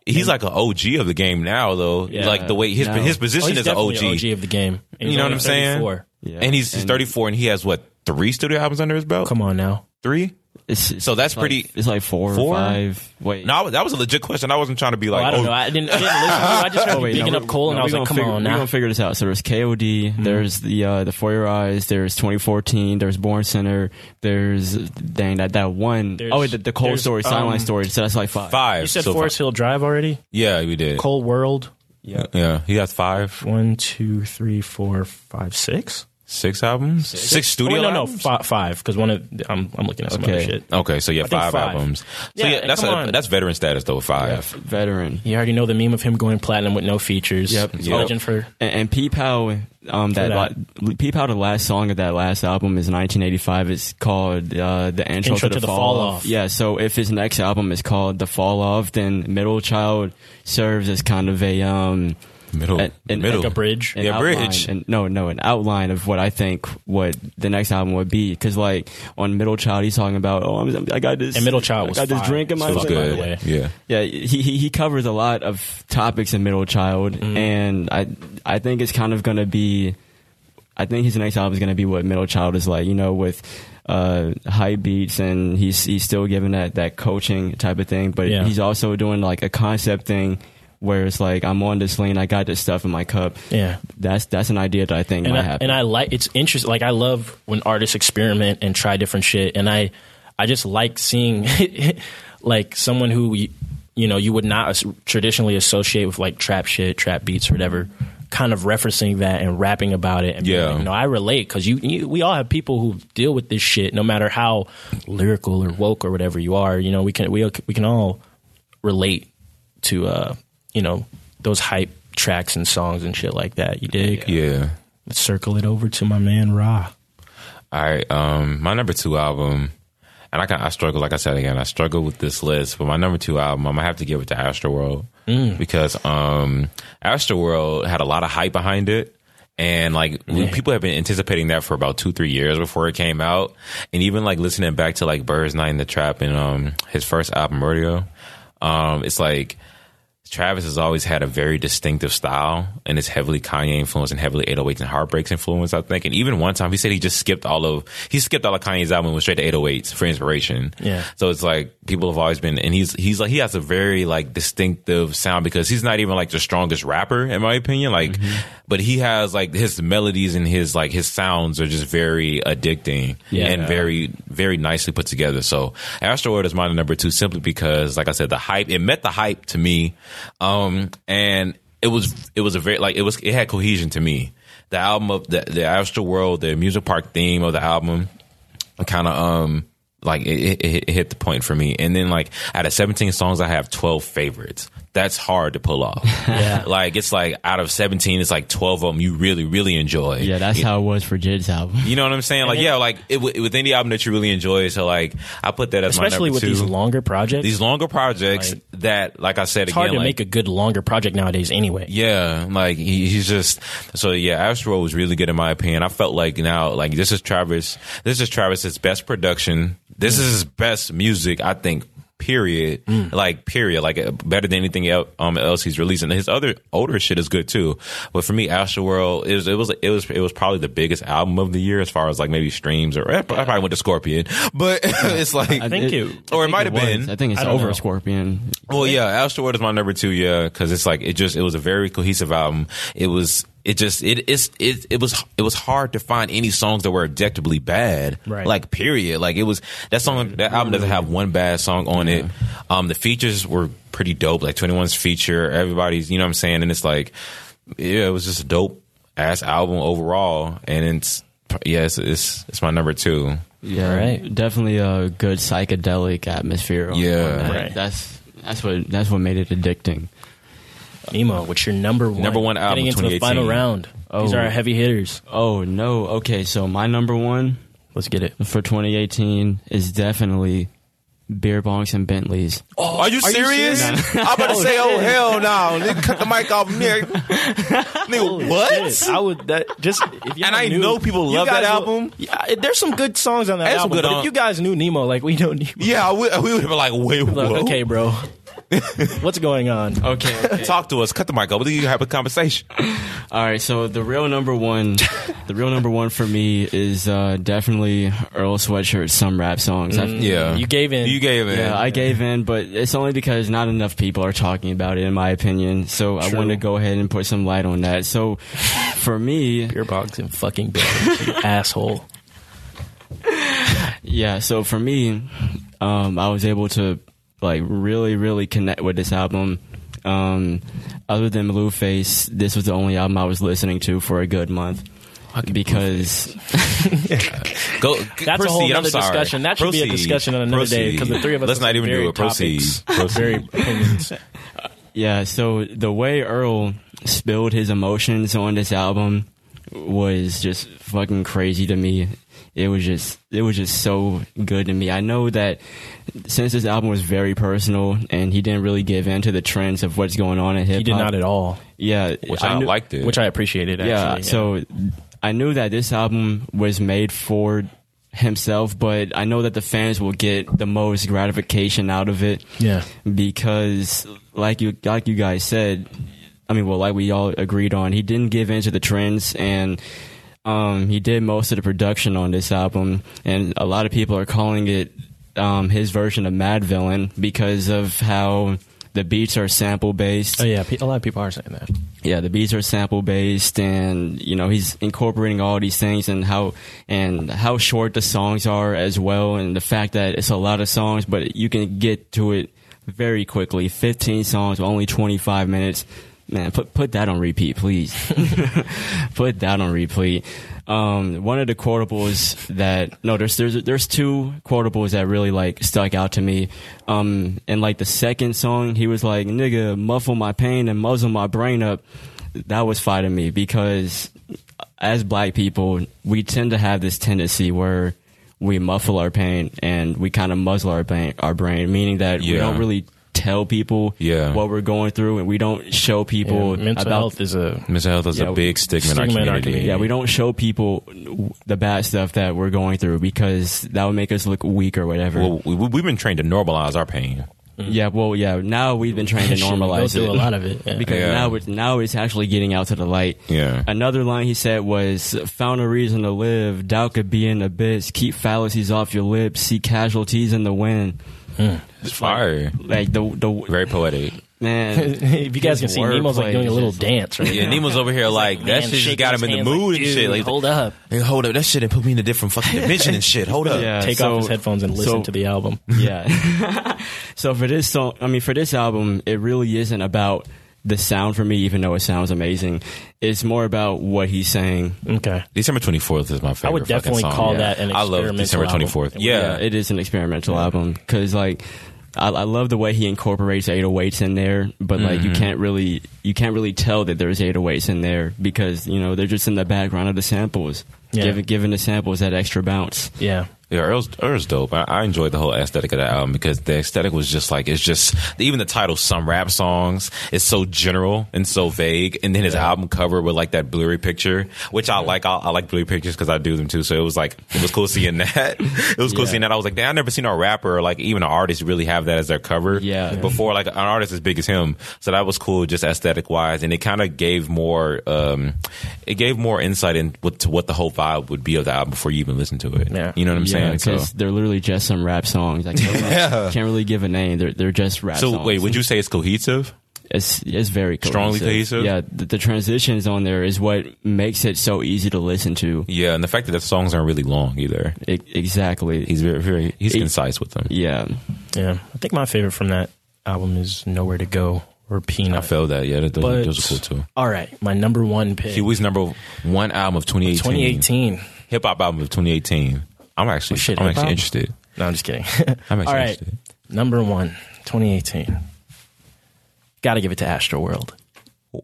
Speaker 3: he's like an OG of the game now, though.
Speaker 1: Yeah.
Speaker 3: Like the way his
Speaker 2: No.
Speaker 3: his
Speaker 1: Oh,
Speaker 3: position
Speaker 1: he's
Speaker 3: is an
Speaker 1: definitely
Speaker 3: OG.
Speaker 1: OG of the game. And he's
Speaker 3: You know what
Speaker 1: only
Speaker 3: I'm saying?
Speaker 1: 34.
Speaker 2: Yeah.
Speaker 3: And he's, he's
Speaker 2: And-
Speaker 3: 34, and he has what three studio albums under his belt?
Speaker 1: Come on now.
Speaker 3: three.
Speaker 2: It's, it's
Speaker 3: So that's
Speaker 2: like-
Speaker 3: pretty-
Speaker 2: It's like four, or
Speaker 3: Four?
Speaker 2: five. Wait,
Speaker 3: No, I was- that was a legit question. I wasn't trying to be like,
Speaker 1: Well, I don't
Speaker 3: oh,
Speaker 1: know. I didn't, I didn't listen. To you. I just heard
Speaker 2: Oh,
Speaker 1: you
Speaker 2: wait,
Speaker 1: picking
Speaker 2: no,
Speaker 1: up Cole, and
Speaker 2: no,
Speaker 1: I was
Speaker 2: we
Speaker 1: like,
Speaker 2: gonna
Speaker 1: "Come
Speaker 2: figure,
Speaker 1: on
Speaker 2: We're
Speaker 1: now." Hmm.
Speaker 2: gonna figure this out. So there's KOD, there's the uh, the For Your Eyes, there's 2014, there's Born Center, there's dang that that one.
Speaker 1: There's-
Speaker 2: oh wait, the, the Cold
Speaker 1: there's,
Speaker 2: Story, Sideline
Speaker 1: um,
Speaker 2: Story. So that's like five.
Speaker 3: five.
Speaker 1: You said
Speaker 3: so
Speaker 1: Forest
Speaker 3: far.
Speaker 1: Hill Drive already.
Speaker 3: Yeah, we did.
Speaker 1: Cole World.
Speaker 3: Yeah, he has five,
Speaker 1: One, two, three, four, five, six.
Speaker 3: six albums, six,
Speaker 1: Oh,
Speaker 3: studio.
Speaker 1: wait, no, no,
Speaker 3: albums?
Speaker 1: fi- five. Because one of I'm I'm looking at some other
Speaker 2: Okay.
Speaker 1: shit.
Speaker 3: Okay, so yeah,
Speaker 1: think
Speaker 3: five,
Speaker 1: five.
Speaker 3: albums. So
Speaker 1: Yeah,
Speaker 3: yeah, that's
Speaker 1: come
Speaker 3: a,
Speaker 1: on.
Speaker 3: that's veteran status though. with Five.
Speaker 2: Yeah, f- veteran.
Speaker 1: You already know the meme of him going platinum with no features.
Speaker 2: Yep.
Speaker 1: It's
Speaker 3: Yep.
Speaker 1: legend for
Speaker 2: And, and Peep How, um, that,
Speaker 1: that.
Speaker 2: la- Peep How, the last song of that last album is 1985. It's called uh, the intro, to, the, fall, off. Yeah. So if his next album is called the fall off, then Middle Child serves as kind of a um,
Speaker 3: Middle,
Speaker 2: And- and-
Speaker 3: middle.
Speaker 1: like a bridge.
Speaker 2: an
Speaker 3: Yeah,
Speaker 2: outline,
Speaker 3: bridge.
Speaker 2: and- no, no, an outline of what I think what the next album would be. Because like on Middle Child, he's talking about oh, I'm, I got this.
Speaker 1: And Middle Child was
Speaker 2: I got this
Speaker 1: fire.
Speaker 2: drink in my.
Speaker 1: So
Speaker 3: It's
Speaker 1: By the
Speaker 3: good.
Speaker 1: way.
Speaker 3: Yeah.
Speaker 2: Yeah, he he he covers a lot of topics in Middle Child,
Speaker 1: Mm-hmm.
Speaker 2: and I I think it's kind of gonna be. I think his next album is gonna be what Middle Child is like, you know, with uh, high beats, and he's he's still giving that that coaching type of thing, but
Speaker 1: Yeah.
Speaker 2: he's also doing like a concept thing where it's like I'm on this lane, I got this stuff in my cup.
Speaker 1: Yeah.
Speaker 2: that's that's an idea that I think
Speaker 1: and
Speaker 2: might
Speaker 1: I,
Speaker 2: happen.
Speaker 1: and I like it's interesting. Like I love when artists experiment and try different shit, and I I just like seeing like someone who y- you know you would not as- traditionally associate with like trap shit, trap beats, or whatever. Kind of referencing that and rapping about it, and being
Speaker 3: Yeah.
Speaker 1: like, no, I relate because you, you, we all have people who deal with this shit, no matter how lyrical or woke or whatever you are. You know, we can we we can all relate to uh, you know those hype tracks and songs and shit like that. You dig?
Speaker 3: Yeah.
Speaker 1: Let's circle it over to my man Ra.
Speaker 3: All right. Um, my number two album, and I kind I struggle. Like I said again, I struggle with this list. But my number two album, I'm gonna have to give it to Astroworld because um, Astroworld had a lot of hype behind it. And like we- people have been anticipating that for about two, three years before it came out, and even like listening back to like Bird's Night in the Trap and um his first album Rodeo, um it's like Travis has always had a very distinctive style, and it's heavily Kanye influence and heavily 808s and Heartbreaks influence, I think. And even one time he said he just skipped all of he skipped all of Kanye's album and went straight to 808s for inspiration.
Speaker 1: Yeah.
Speaker 3: So it's like people have always been, and he's he's like he has a very like distinctive sound because he's not even like the strongest rapper in my opinion. Like, but he has like his melodies and his like his sounds are just very addicting
Speaker 1: Yeah.
Speaker 3: and very very nicely put together. So Astroworld is my number two simply because, like I said, the hype it met the hype to me, um, and it was it was a very like it was it had cohesion to me. The album of the the Astroworld, the music park theme of the album kind of um like it, it, it hit the point for me and then like out of 17 songs i have 12 favorites that's hard to pull off
Speaker 1: Yeah.
Speaker 3: like it's like out of 17 it's like 12 of them you really really enjoy
Speaker 2: yeah, that's how it was for Jid's album.
Speaker 3: you know what i'm saying like yeah like it, w- with any album that you really enjoy so like i put that as
Speaker 1: Especially
Speaker 3: my number
Speaker 1: with
Speaker 3: two.
Speaker 1: these longer projects.
Speaker 3: These longer projects
Speaker 1: Like,
Speaker 3: that like i said
Speaker 1: it's
Speaker 3: again
Speaker 1: hard to
Speaker 3: like,
Speaker 1: make a good longer project nowadays anyway.
Speaker 3: yeah, like he, he's just so yeah. Astro was really good in my opinion. I felt like now like this is Travis. This is Travis's best production.
Speaker 2: Mm.
Speaker 3: This is his best music. I think. Period. Like period. Like uh, better than anything el- um, else he's releasing. His other older shit is good too. But for me, Astroworld it was it was it was it was probably the biggest album of the year as far as like maybe streams or eh, I probably went to Scorpion. But it's like
Speaker 1: I think you.
Speaker 2: I
Speaker 3: or it
Speaker 2: think
Speaker 3: might have
Speaker 2: was.
Speaker 3: been.
Speaker 2: I think it's
Speaker 1: I don't
Speaker 2: over
Speaker 1: know.
Speaker 2: Scorpion.
Speaker 3: Well, yeah, Astro is my number two, yeah, because it's like it just it was a very cohesive album. It was it just it it's it it was it was hard to find any songs that were objectively bad,
Speaker 1: Right.
Speaker 3: Like period. Like it was that song that album doesn't have one bad song on it. Um, the features were pretty dope, like Twenty One's feature, everybody's you know what I'm saying, and it's like yeah, it was just a dope ass album overall, and it's yes, it's it's my number two.
Speaker 2: Yeah,
Speaker 1: Right.
Speaker 2: Definitely a good psychedelic atmosphere. on-
Speaker 3: Yeah.
Speaker 2: on that.
Speaker 1: Right.
Speaker 2: That's that's what that's what made it addicting.
Speaker 1: Nemo, what's your number one?
Speaker 3: Number one album,
Speaker 1: Getting into the
Speaker 3: 2018.
Speaker 1: final round. These
Speaker 2: Oh.
Speaker 1: are our heavy hitters.
Speaker 2: Oh no. Okay, so my number one
Speaker 1: Let's get it.
Speaker 2: for 2018 is definitely beer bongs and Bentleys.
Speaker 3: Oh, Are you serious? I'm about to say, oh hell no! Nigga, cut the mic off, nigga. nigga, what?
Speaker 1: Shit, I would that just if y'all
Speaker 3: And I
Speaker 1: knew-
Speaker 3: know people
Speaker 1: you
Speaker 3: love
Speaker 1: guys
Speaker 3: that
Speaker 1: will-
Speaker 3: album.
Speaker 1: yeah, there's some good songs on that
Speaker 3: There's some
Speaker 1: album.
Speaker 3: good uh,
Speaker 1: but
Speaker 3: on-
Speaker 1: if you guys knew Nemo, like we know Nemo.
Speaker 3: Yeah, we, we would have been like, wait,
Speaker 1: Look,
Speaker 3: whoa.
Speaker 1: okay, bro. What's going on?
Speaker 2: Okay.
Speaker 3: Talk to us. Cut the mic off. We need to have a conversation.
Speaker 2: All right. So the real number one, the real number one for me is uh, definitely Earl Sweatshirt's some rap songs. I've-
Speaker 3: Yeah,
Speaker 1: Mm, You gave in.
Speaker 3: You gave in.
Speaker 2: Yeah, I gave in, but it's only because not enough people are talking about it, in my opinion. So I
Speaker 1: True.
Speaker 2: wanted to go ahead and put some light on that. So for me,
Speaker 1: Beer box and fucking bitch, you asshole.
Speaker 2: yeah. So for me, um, I was able to like really, really connect with this album. Um, other than Blueface, this was the only album I was listening to for a good month. Because
Speaker 3: Go. g-
Speaker 1: That's a whole
Speaker 3: proceed. I'm
Speaker 1: nother
Speaker 3: sorry.
Speaker 1: discussion. That should be a
Speaker 3: Proceed.
Speaker 1: discussion on another day, 'cause the three of us
Speaker 3: Let's
Speaker 1: have
Speaker 3: not even
Speaker 1: varied
Speaker 3: do it. Proceed.
Speaker 1: topics.
Speaker 3: Proceed.
Speaker 1: Very opinions.
Speaker 2: Yeah, so the way Earl spilled his emotions on this album was just fucking crazy to me. It was just it was just so good to me. I know that since this album was very personal and he didn't really give in to the trends of what's going on in hip hop.
Speaker 1: He did not at all,
Speaker 2: Yeah,
Speaker 3: Which I,
Speaker 2: knew-
Speaker 3: liked it.
Speaker 1: which I appreciated. Actually,
Speaker 2: yeah, so I knew that this album was made for himself, but I know that the fans will get the most gratification out of it
Speaker 1: yeah,
Speaker 2: because like you like you guys said i mean well like we all agreed on he didn't give in to the trends and um, he did most of the production on this album and a lot of people are calling it um, his version of mad villain because of how the beats are sample based
Speaker 1: oh yeah. pe- A lot of people are saying that.
Speaker 2: yeah, the beats are sample based, and you know he's incorporating all these things, and how and how short the songs are as well, and the fact that it's a lot of songs, but you can get to it very quickly. Fifteen songs, only twenty five minutes. Man, put put that on repeat, please. put that on repeat. Um, one of the quotables that no, there's there's there's two quotables that really like stuck out to me. Um, in like the second song, he was like, "Nigga, muffle my pain and muzzle my brain up." That was fire to me because as black people, we tend to have this tendency where we muffle our pain and we kind of muzzle our brain, our brain, meaning that we
Speaker 3: Yeah.
Speaker 2: don't really tell people
Speaker 3: Yeah.
Speaker 2: what we're going through and we don't show people
Speaker 1: Yeah, mental
Speaker 2: about
Speaker 1: health is a
Speaker 3: mental health is
Speaker 2: Yeah,
Speaker 3: a big stigma, in our
Speaker 1: stigma
Speaker 3: community.
Speaker 1: in our community.
Speaker 2: yeah, we don't show people the bad stuff that we're going through because that would make us look weak or whatever.
Speaker 3: Well, we, we, we've been trained to normalize our pain.
Speaker 2: yeah, well, yeah. Now we've been trying to
Speaker 1: Shit, we
Speaker 2: normalize
Speaker 1: go
Speaker 2: it
Speaker 1: through a lot of it. Yeah.
Speaker 2: because
Speaker 3: Yeah.
Speaker 2: now it's now it's actually getting out to the light.
Speaker 3: Yeah.
Speaker 2: Another line he said was, "Found a reason to live. Doubt could be in abyss. Keep fallacies off your lips. See casualties in the wind."
Speaker 3: It's fire.
Speaker 2: Like the the
Speaker 3: Very poetic.
Speaker 2: man.
Speaker 1: if you guys can
Speaker 2: His
Speaker 1: see, Nemo's
Speaker 2: wordplay
Speaker 1: like doing a
Speaker 2: is
Speaker 1: little
Speaker 2: just-
Speaker 1: dance right
Speaker 3: Yeah,
Speaker 1: now.
Speaker 3: Nemo's over here like, that
Speaker 1: Man,
Speaker 3: shit just
Speaker 1: shake
Speaker 3: got
Speaker 1: his
Speaker 3: him in the
Speaker 1: hands
Speaker 3: mood
Speaker 1: like,
Speaker 3: and shit.
Speaker 1: "Dude,
Speaker 3: Like,
Speaker 1: hold up.
Speaker 3: Hey, hold up, that shit and put me in a different fucking dimension and shit. Hold up.
Speaker 2: Yeah,
Speaker 1: Take
Speaker 2: so-
Speaker 1: off his headphones and listen
Speaker 2: so-
Speaker 1: to the album.
Speaker 2: Yeah. so for this song, I mean, for this album, it really isn't about the sound for me, even though it sounds amazing. It's more about what he's saying.
Speaker 1: Okay.
Speaker 3: December 24th is my favorite.
Speaker 1: I would
Speaker 3: fucking
Speaker 1: definitely
Speaker 3: song.
Speaker 1: call
Speaker 3: Yeah.
Speaker 1: that an
Speaker 3: I love
Speaker 1: experimental
Speaker 3: December
Speaker 1: album.
Speaker 3: 24th.
Speaker 1: Yeah.
Speaker 3: Yeah.
Speaker 2: it is an experimental album because, like, I, I love the way he incorporates 808s in there, but like,
Speaker 3: Mm-hmm.
Speaker 2: you can't really, you can't really tell that there's 808s in there because you know they're just in the background of the samples,
Speaker 1: Yeah.
Speaker 2: giving giving the samples that extra bounce.
Speaker 1: Yeah.
Speaker 3: Yeah, Earl's, Earl's dope. I, I enjoyed the whole aesthetic of that album because the aesthetic was just like it's just even the title, some rap songs, is so general and so vague. And then his album cover with like that blurry picture, which I like. I, I like blurry pictures because I do them too. So it was like it was cool seeing that. It was cool
Speaker 2: Yeah.
Speaker 3: seeing that. I was like, damn, I never seen a rapper or like even an artist really have that as their cover.
Speaker 2: Yeah.
Speaker 3: before like an artist as big as him. So that was cool, just aesthetic wise, and it kind of gave more. um It gave more insight into what the whole vibe would be of the album before you even listen to it.
Speaker 1: Yeah.
Speaker 3: you know what I'm saying. So.
Speaker 2: because they're literally just some rap songs. I can't, really, can't really give a name. They're they're just rap.
Speaker 3: So
Speaker 2: songs.
Speaker 3: wait, would you say it's cohesive?
Speaker 2: It's it's very
Speaker 3: Strongly cohesive?
Speaker 2: Yeah, the, the transitions on there is what makes it so easy to listen to.
Speaker 3: Yeah, and the fact that the songs aren't really long either.
Speaker 2: E- exactly.
Speaker 3: He's very, very he's
Speaker 2: It-
Speaker 3: concise with them.
Speaker 2: yeah,
Speaker 1: Yeah. I think my favorite from that album is Nowhere to Go, or Peanut.
Speaker 3: I felt that. Yeah, that- those,
Speaker 1: But-
Speaker 3: those are cool too.
Speaker 1: All right, my number one pick.
Speaker 3: He was number one album of 2018.
Speaker 1: 2018.
Speaker 3: Hip hop album of 2018. I'm actually,
Speaker 1: Oh, shit,
Speaker 3: I'm
Speaker 1: hip
Speaker 3: actually
Speaker 1: hop?
Speaker 3: interested.
Speaker 1: No, I'm just kidding.
Speaker 3: I'm actually
Speaker 1: All right,
Speaker 3: interested.
Speaker 1: number one, 2018. Got to give it to Astroworld.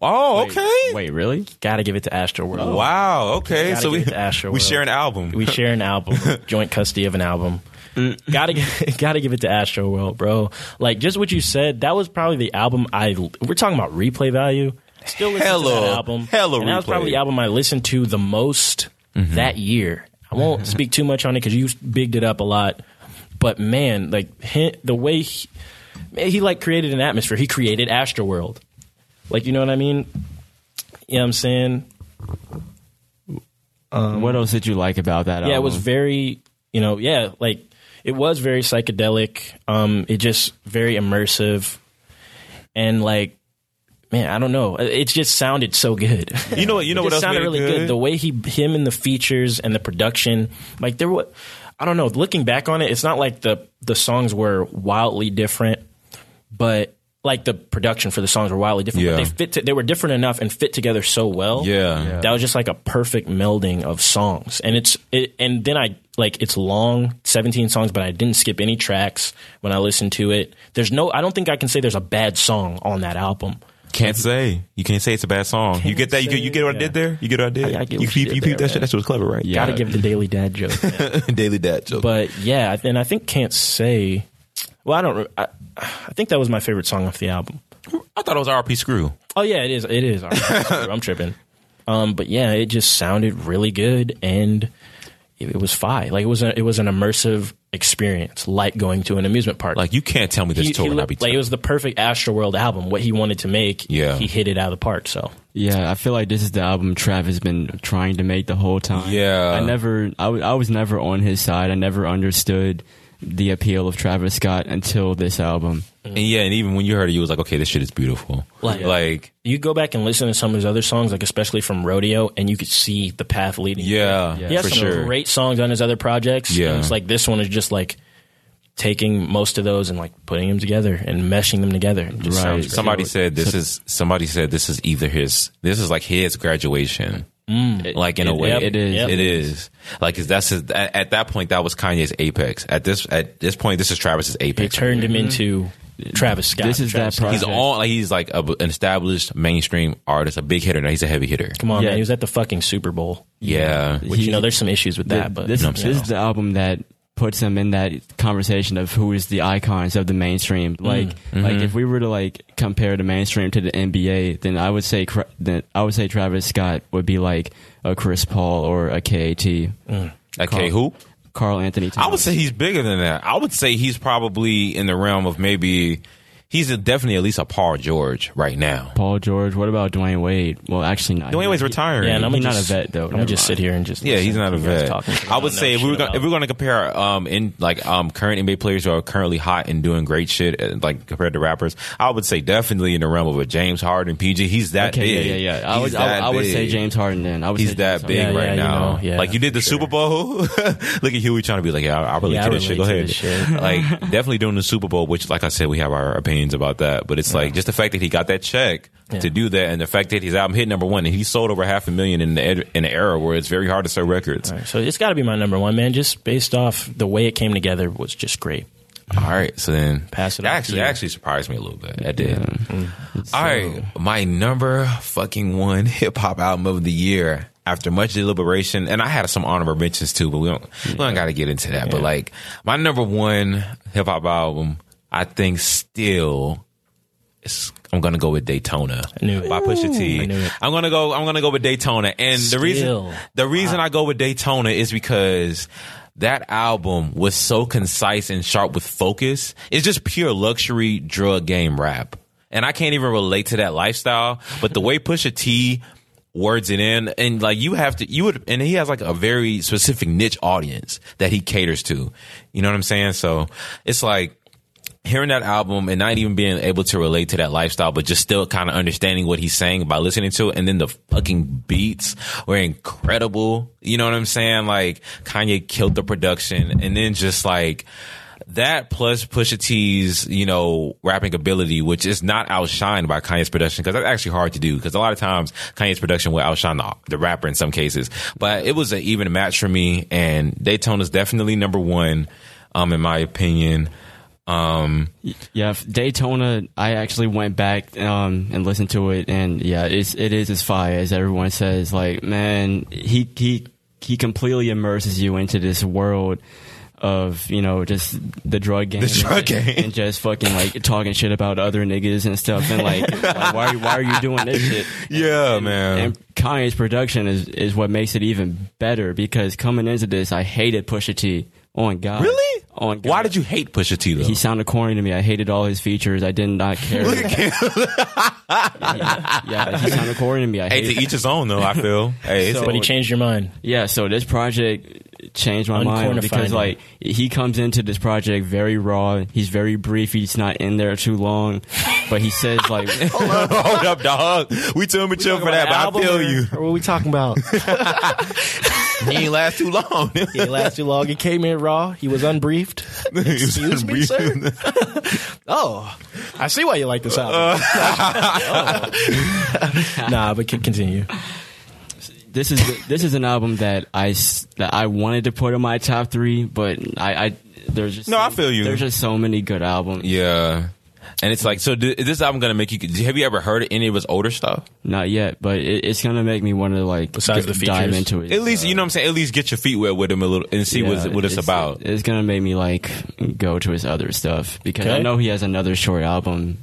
Speaker 3: Oh, okay.
Speaker 2: Wait, really?
Speaker 1: Got to give it to
Speaker 3: Oh,
Speaker 1: Astroworld.
Speaker 3: Wow. Okay.
Speaker 1: Gotta
Speaker 3: So
Speaker 1: give
Speaker 3: we
Speaker 1: it to Astro
Speaker 3: we
Speaker 1: World.
Speaker 3: share an album. Mm.
Speaker 1: We share an album, joint custody of an album. gotta gi- gotta give it to Astroworld, bro. Like just what you said, that was probably the album I. We're talking about replay value. Still listen to
Speaker 3: Hella-
Speaker 1: that album.
Speaker 3: hella
Speaker 1: and that was
Speaker 3: replay. Mm-hmm.
Speaker 1: probably the album I listened to the most that year. I won't speak too much on it because you bigged it up a lot. But man, like he, the way he, man, he like created an atmosphere. He created Astroworld. Like you know what I mean? You know what I'm saying?
Speaker 2: Um, what else did you like about that?
Speaker 1: yeah,
Speaker 2: album?
Speaker 1: it was very, you know, yeah, like it was very psychedelic. Um, it just very immersive, and like, man, I don't know. It it just sounded so good.
Speaker 3: You know what? You know
Speaker 1: it
Speaker 3: what
Speaker 1: just
Speaker 3: else
Speaker 1: sounded
Speaker 3: made it
Speaker 1: really
Speaker 3: good?
Speaker 1: good. The way he, him, and the features and the production, like there were, I don't know. Looking back on it, it's not like the the songs were wildly different, but like the production for the songs were wildly different.
Speaker 3: Yeah.
Speaker 1: But they fit. To, they were different enough and fit together so well.
Speaker 3: Yeah. Yeah.
Speaker 1: that was just like a perfect melding of songs. And it's it, and then I like it's long, seventeen songs, but I didn't skip any tracks when I listened to it. There's no. I don't think I can say there's a bad song on that album.
Speaker 3: Can't say. You can't say it's a bad song. you get that? You get, you get what I
Speaker 1: yeah.
Speaker 3: did there? You get what I did?
Speaker 1: I- I get
Speaker 3: you
Speaker 1: what you
Speaker 3: peep-
Speaker 1: did
Speaker 3: you peeped
Speaker 1: there,
Speaker 3: that shit. That shit was clever, right?
Speaker 2: Yeah.
Speaker 1: Gotta give the daily dad joke. man.
Speaker 3: Daily dad joke.
Speaker 1: But yeah, and I think can't say. Well, I don't. re- I, I think that was my favorite song off the album.
Speaker 3: I thought it was R.P. Screw.
Speaker 1: Oh yeah, it is. It is. I'm tripping. Um, but yeah, it just sounded really good, and it, it was fi. Like it was. A, it was an immersive experience, like going to an amusement park.
Speaker 3: Like you can't tell me this
Speaker 1: he,
Speaker 3: tour
Speaker 1: he
Speaker 3: and I
Speaker 1: looked-
Speaker 3: be
Speaker 1: like it was the perfect Astroworld album. What he wanted to make,
Speaker 3: Yeah.
Speaker 1: he hit it out of the park. So
Speaker 2: Yeah, I feel like this is the album Trav has been trying to make the whole time.
Speaker 3: Yeah.
Speaker 2: I never, I wa- I was never on his side. I never understood the appeal of Travis Scott until this album.
Speaker 3: and yeah, and even when you heard it, you was like, okay, this shit is beautiful.
Speaker 1: Like-
Speaker 3: like
Speaker 1: you go back and listen to some of his other songs, like especially from Rodeo, and you could see the path leading.
Speaker 3: yeah,
Speaker 1: he has
Speaker 3: for
Speaker 1: some
Speaker 3: sure.
Speaker 1: great songs on his other projects. and
Speaker 3: Yeah.
Speaker 1: it's like this one is just like taking most of those and like putting them together and meshing them together. It just
Speaker 2: Right.
Speaker 1: sounds great.
Speaker 3: Somebody said this is somebody said this is either his this is like his graduation. like in a
Speaker 2: it-
Speaker 3: way,
Speaker 2: yep, it is.
Speaker 1: Mm. yep.
Speaker 3: It is like 'cause that's his, at, at that point that was Kanye's apex. At this at this point, this is Travis's
Speaker 1: They
Speaker 3: apex.
Speaker 1: turned him into Travis Scott.
Speaker 2: This is
Speaker 1: Travis
Speaker 2: that pro-
Speaker 1: Scott.
Speaker 3: He's on. Like, he's like a, an established mainstream artist, a big hitter. Now he's a heavy hitter.
Speaker 1: Come on,
Speaker 2: Yeah.
Speaker 1: man. He was at the fucking Super Bowl.
Speaker 3: Yeah,
Speaker 1: Which
Speaker 2: He-
Speaker 1: you know, there's some issues with that, but
Speaker 2: this,
Speaker 1: you know what I'm
Speaker 2: this is the album that puts him in that conversation of who is the icons of the mainstream.
Speaker 3: Mm,
Speaker 2: Like,
Speaker 3: mm-hmm.
Speaker 2: like if we were to like compare the mainstream to the NBA, then I would say Cra- then I would say Travis Scott would be like a Chris Paul or a KAT,
Speaker 3: okay. Who?
Speaker 2: Carl Anthony. Towns.
Speaker 3: Mm. I would say he's bigger than that. I would say he's probably in the realm of maybe he's a- definitely at least a Paul George right now.
Speaker 2: Paul George. What about Dwayne Wade? Well, actually, not.
Speaker 3: Dwayne Wade's retiring.
Speaker 1: Yeah, and I'm
Speaker 2: He's
Speaker 1: gonna
Speaker 2: not
Speaker 1: just-
Speaker 2: a vet, though.
Speaker 1: I'm
Speaker 2: Never
Speaker 1: gonna just sit
Speaker 2: mind.
Speaker 1: here and just
Speaker 3: Yeah,
Speaker 1: listen
Speaker 3: he's not
Speaker 1: to
Speaker 3: a
Speaker 1: you guys
Speaker 3: vet.
Speaker 1: talking 'cause
Speaker 3: I
Speaker 1: don't
Speaker 3: would
Speaker 1: know
Speaker 3: say if we
Speaker 1: shit
Speaker 3: were gonna,
Speaker 1: about
Speaker 3: if we we're going to compare um in like um current NBA players who are currently hot and doing great shit uh, like compared to rappers, I would say definitely in the realm of a James Harden, PG. He's that
Speaker 2: Okay,
Speaker 3: big.
Speaker 2: yeah, yeah, yeah. I
Speaker 3: He's
Speaker 2: would, I,
Speaker 3: that
Speaker 2: would- I would say
Speaker 3: big.
Speaker 2: James Harden. Then I would say
Speaker 3: He's
Speaker 2: James
Speaker 3: that big
Speaker 2: Harden.
Speaker 1: Yeah,
Speaker 3: right
Speaker 1: yeah, you
Speaker 3: now.
Speaker 1: know, yeah,
Speaker 3: like you did the Super Bowl. Look at Huey trying to be like, yeah, I, I relate
Speaker 1: Yeah,
Speaker 3: to
Speaker 1: I
Speaker 3: this shit. Go
Speaker 1: relate
Speaker 3: ahead.
Speaker 1: to this shit.
Speaker 3: like definitely doing the Super Bowl, which like I said, we have our opinions about that. But it's like just the fact that he got that check to do that, and the fact that his album hit number one, and he sold over half a million in the ed- in an era where it's very hard to sell records. All right.
Speaker 1: So it's got to be my number one, man. Just based off the way it came together was just great.
Speaker 3: so then
Speaker 1: Pass it
Speaker 3: That
Speaker 1: on to
Speaker 3: actually
Speaker 1: you.
Speaker 3: that actually surprised me a little bit. That did.
Speaker 1: Mm.
Speaker 3: All right, my number fucking one hip hop album of the year. After much deliberation, and I had some honorable mentions too, but we don't we don't got to get into that. But like my number one hip hop album, I think still. is I'm gonna go with Daytona
Speaker 1: knew it.
Speaker 3: by Pusha
Speaker 1: I knew
Speaker 3: T.
Speaker 1: it.
Speaker 3: I'm gonna go. I'm gonna go with Daytona, and the reason
Speaker 1: Still.
Speaker 3: the reason I go with Daytona is because that album was so concise and sharp with focus. It's just pure luxury drug game rap. And I can't even relate to that lifestyle, but the way Pusha T words it in and like you have to you would and he has like a very specific niche audience that he caters to. You know what I'm saying? So it's like hearing that album and not even being able to relate to that lifestyle, but just still kind of understanding what he's saying by listening to it. And then the fucking beats were incredible. You know what I'm saying? Like Kanye killed the production and then just like, That plus Pusha T's, you know, rapping ability, which is not outshined by Kanye's production, because that's actually hard to do. Because a lot of times Kanye's production will outshine the, the rapper in some cases. But it was an even match for me, and Daytona's definitely number one, um, in my opinion. Um,
Speaker 2: Yeah, f- Daytona. I actually went back um, and listened to it, and yeah, it's it is as fire as everyone says. Like, man, he he he completely immerses you into this world of you know just the drug game,
Speaker 3: The drug
Speaker 2: and,
Speaker 3: game.
Speaker 2: and just fucking like talking shit about other niggas and stuff, and like, like, why are you- why are you doing this shit?
Speaker 3: yeah, man.
Speaker 2: And Kanye's production is is what makes it even better because coming into this, I hated Pusha T. On God,
Speaker 3: really?
Speaker 2: On God.
Speaker 3: Why did you hate Pusha T though?
Speaker 2: He sounded corny to me. I hated all his features. I did not care. yeah, he sounded corny to me. I
Speaker 3: hey,
Speaker 2: hated
Speaker 3: to each his own though. I feel. Hey, it's,
Speaker 2: So-
Speaker 1: But he changed your mind.
Speaker 2: Yeah, so this project changed my mind
Speaker 1: Uncornified
Speaker 2: because
Speaker 1: him.
Speaker 2: like he comes into this project very raw. He's very brief. He's not in there too long, but he says like
Speaker 3: hold up, dog. We too mature for that, but I feel you.
Speaker 1: What are we talking about?
Speaker 3: He ain't last too long.
Speaker 1: It lasted too long. He came in raw. He was unbriefed. Excuse me, sir. oh, I see why you like this album. Uh. Oh. nah, but c- continue.
Speaker 2: this is this is an album that I s- that I wanted to put in my top three, but I, I there's just
Speaker 3: No,
Speaker 2: so-
Speaker 3: I feel you.
Speaker 2: There's just so many good albums.
Speaker 3: Yeah. And it's like, so th- is this album gonna make you? Have you ever heard any of his older stuff?
Speaker 2: Not yet, but it, it's gonna make me want to like
Speaker 1: Besides the
Speaker 2: dive
Speaker 1: features.
Speaker 2: into it.
Speaker 3: At least you know what I'm saying. At least get your feet wet with him a little and see what
Speaker 2: Yeah,
Speaker 3: what it's, about.
Speaker 2: It's gonna make me like go to his other stuff because I
Speaker 1: Okay.
Speaker 2: know he has another short album,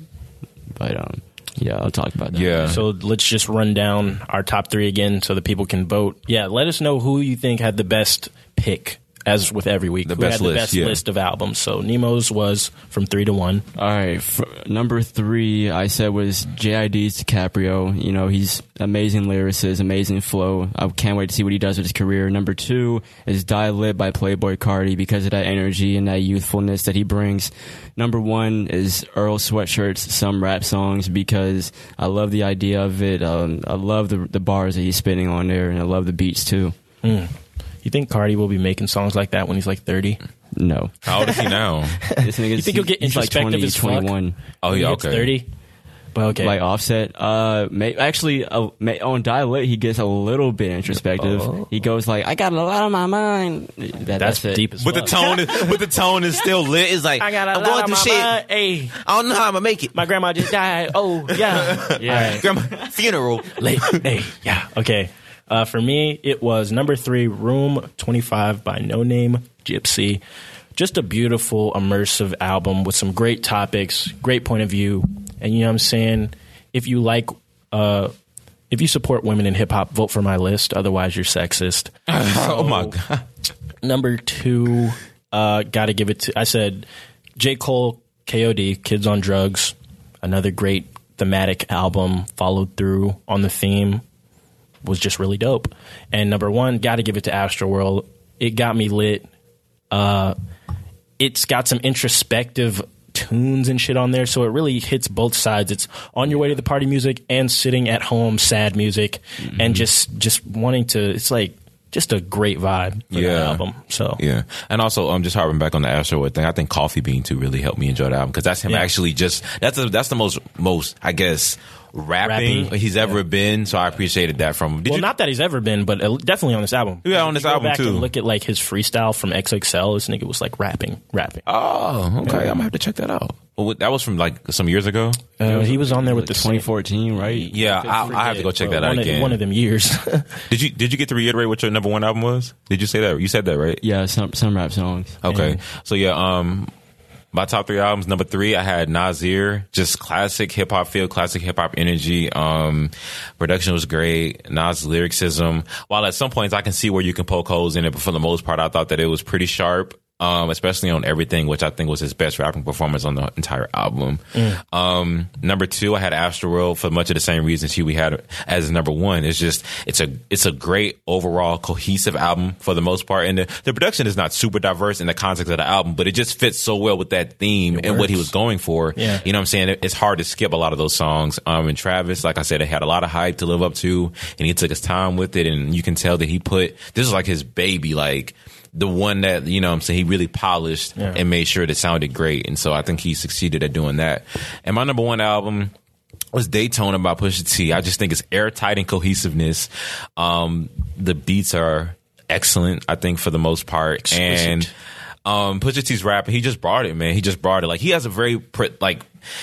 Speaker 2: but um, yeah, I'll talk about that.
Speaker 3: yeah.
Speaker 1: So let's just run down our top three again, so the people can vote. Yeah, let us know who you think had the best pick. As with every week,
Speaker 3: The
Speaker 1: who
Speaker 3: best
Speaker 1: had the
Speaker 3: list,
Speaker 1: best
Speaker 3: yeah.
Speaker 1: list of albums. So Nemo's was from three to one.
Speaker 2: All right, fr number three I said was JID's DiCaprio. You know he's amazing lyricist, amazing flow. I can't wait to see what he does with his career. Number two is Die Lit by Playboy Cardi because of that energy and that youthfulness that he brings. Number one is Earl Sweatshirt's some rap songs because I love the idea of it. Um, I love the the bars that he's spinning on there, and I love the beats too.
Speaker 1: You think Cardi will be making songs like that when he's like thirty?
Speaker 2: No,
Speaker 3: How old is he now?
Speaker 2: this nigga
Speaker 1: You think he'll get
Speaker 2: he's like
Speaker 1: introspective
Speaker 2: 20,
Speaker 1: as fuck?
Speaker 2: 21.
Speaker 3: Oh yeah, okay.
Speaker 1: thirty. But okay,
Speaker 2: like offset uh may, actually uh, may, on dilate he gets a little bit introspective he goes like i got a lot on my mind That-
Speaker 1: Oh. that's,
Speaker 2: that's, it
Speaker 1: deep as
Speaker 3: But the
Speaker 1: fuck.
Speaker 3: tone, is, but the tone is still lit. It's like I'm going through shit.
Speaker 1: Hey,
Speaker 3: I don't know how I'm gonna make it.
Speaker 1: my grandma just died. Oh yeah, yeah.
Speaker 3: Grandma, funeral.
Speaker 1: Late. Hey, yeah. Okay. Uh, for me, it was number three, Room 25 by No Name Gypsy. Just a beautiful, immersive album with some great topics, great point of view. And you know what I'm saying? If you like, uh, if you support women in hip hop, vote for my list. Otherwise, you're sexist.
Speaker 3: Oh my god.
Speaker 1: Number two, uh, gotta give it to. I said J. Cole, KOD, Kids on Drugs, another great thematic album followed through on the theme was just really dope. And number one, gotta give it to Astroworld. It got me lit. Uh, it's got some introspective tunes and shit on there, so it really hits both sides. It's on your way to the party music and sitting at home sad music, and just just wanting to. It's like just a great vibe for
Speaker 3: Yeah.
Speaker 1: the album. So
Speaker 3: Yeah, and also um, just harping back on the Astrowood thing, I think Coffee Bean too really helped me enjoy the album because that's him
Speaker 1: Yeah.
Speaker 3: actually just that's the that's the most most I guess rapping,
Speaker 1: Rapping.
Speaker 3: he's ever been. So I appreciated that from. him. Did
Speaker 1: well,
Speaker 3: you,
Speaker 1: not that he's ever been, but uh, definitely on this album.
Speaker 3: Yeah, on
Speaker 1: If
Speaker 3: this
Speaker 1: you go
Speaker 3: album,
Speaker 1: back
Speaker 3: too.
Speaker 1: And look at like his freestyle from XXL. This nigga was like rapping, rapping.
Speaker 3: Oh, okay. I'm gonna have to check that out. Well, what- that was from like some years ago.
Speaker 1: Uh, he was on there with
Speaker 2: Like
Speaker 1: the same-
Speaker 2: 2014 right
Speaker 3: Yeah, Oh, I, I have to go check that out
Speaker 1: one,
Speaker 3: again.
Speaker 1: of, one of them years.
Speaker 3: Did you did you get to reiterate what your number one album was? Did you say that? You said that right?
Speaker 2: yeah some some rap songs
Speaker 1: Oh.
Speaker 3: Okay. So yeah, um my top three albums, number three, I had Nazir, just classic hip hop feel, classic hip hop energy. Um production was great. Nas lyricism. While at some points I can see where you can poke holes in it, but for the most part I thought that it was pretty sharp. Um, especially on everything, which I think was his best rapping performance on the entire album. Um, number two, I had Astroworld for much of the same reasons he we had as number one. It's just it's a it's a great overall cohesive album for the most part, and the, the production is not super diverse in the context of the album, but it just fits so well with that theme and what he was going for.
Speaker 1: Yeah.
Speaker 3: You know what I'm saying? It- It's hard to skip a lot of those songs. Um, and Travis, like I said, it had a lot of hype to live up to, and he took his time with it, and you can tell that he put this is like his baby, like. the one that you know what I'm saying he really polished
Speaker 1: Yeah.
Speaker 3: and made sure that it sounded great. And so I think he succeeded at doing that. And my number one album was Daytona by Pusha T. I just think it's airtight and cohesiveness. Um, the beats are excellent, I think, for the most part. And um, Pusha T's rapping, he just brought it, man. He just brought it. Like he has a very pre- like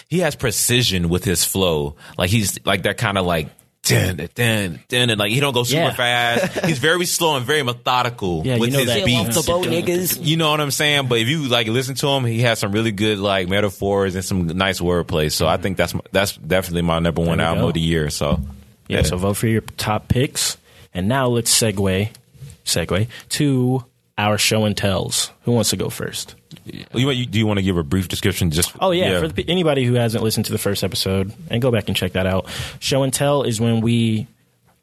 Speaker 3: he has precision with his flow. Like he's like that kind of like. Dun, dun, dun, and like he don't go super
Speaker 1: Yeah.
Speaker 3: fast. He's very slow and very methodical
Speaker 1: Yeah, you
Speaker 3: with
Speaker 1: know
Speaker 3: his
Speaker 1: that.
Speaker 5: Get off
Speaker 3: beats.
Speaker 5: the boat, niggas.
Speaker 3: You know what I'm saying? But if you like listen to him, he has some really good like metaphors and some nice wordplay. So I think that's my, that's definitely my number one
Speaker 1: There we
Speaker 3: album
Speaker 1: go.
Speaker 3: of the year. So
Speaker 1: Yeah, so vote for your top picks. And now let's segue segue to our show and tells. Who wants to go first?
Speaker 3: you, you- do you want to give a brief description? Just
Speaker 1: Oh yeah, for the, pe- anybody who hasn't listened to the first episode, and go back and check that out. Show and tell is when we,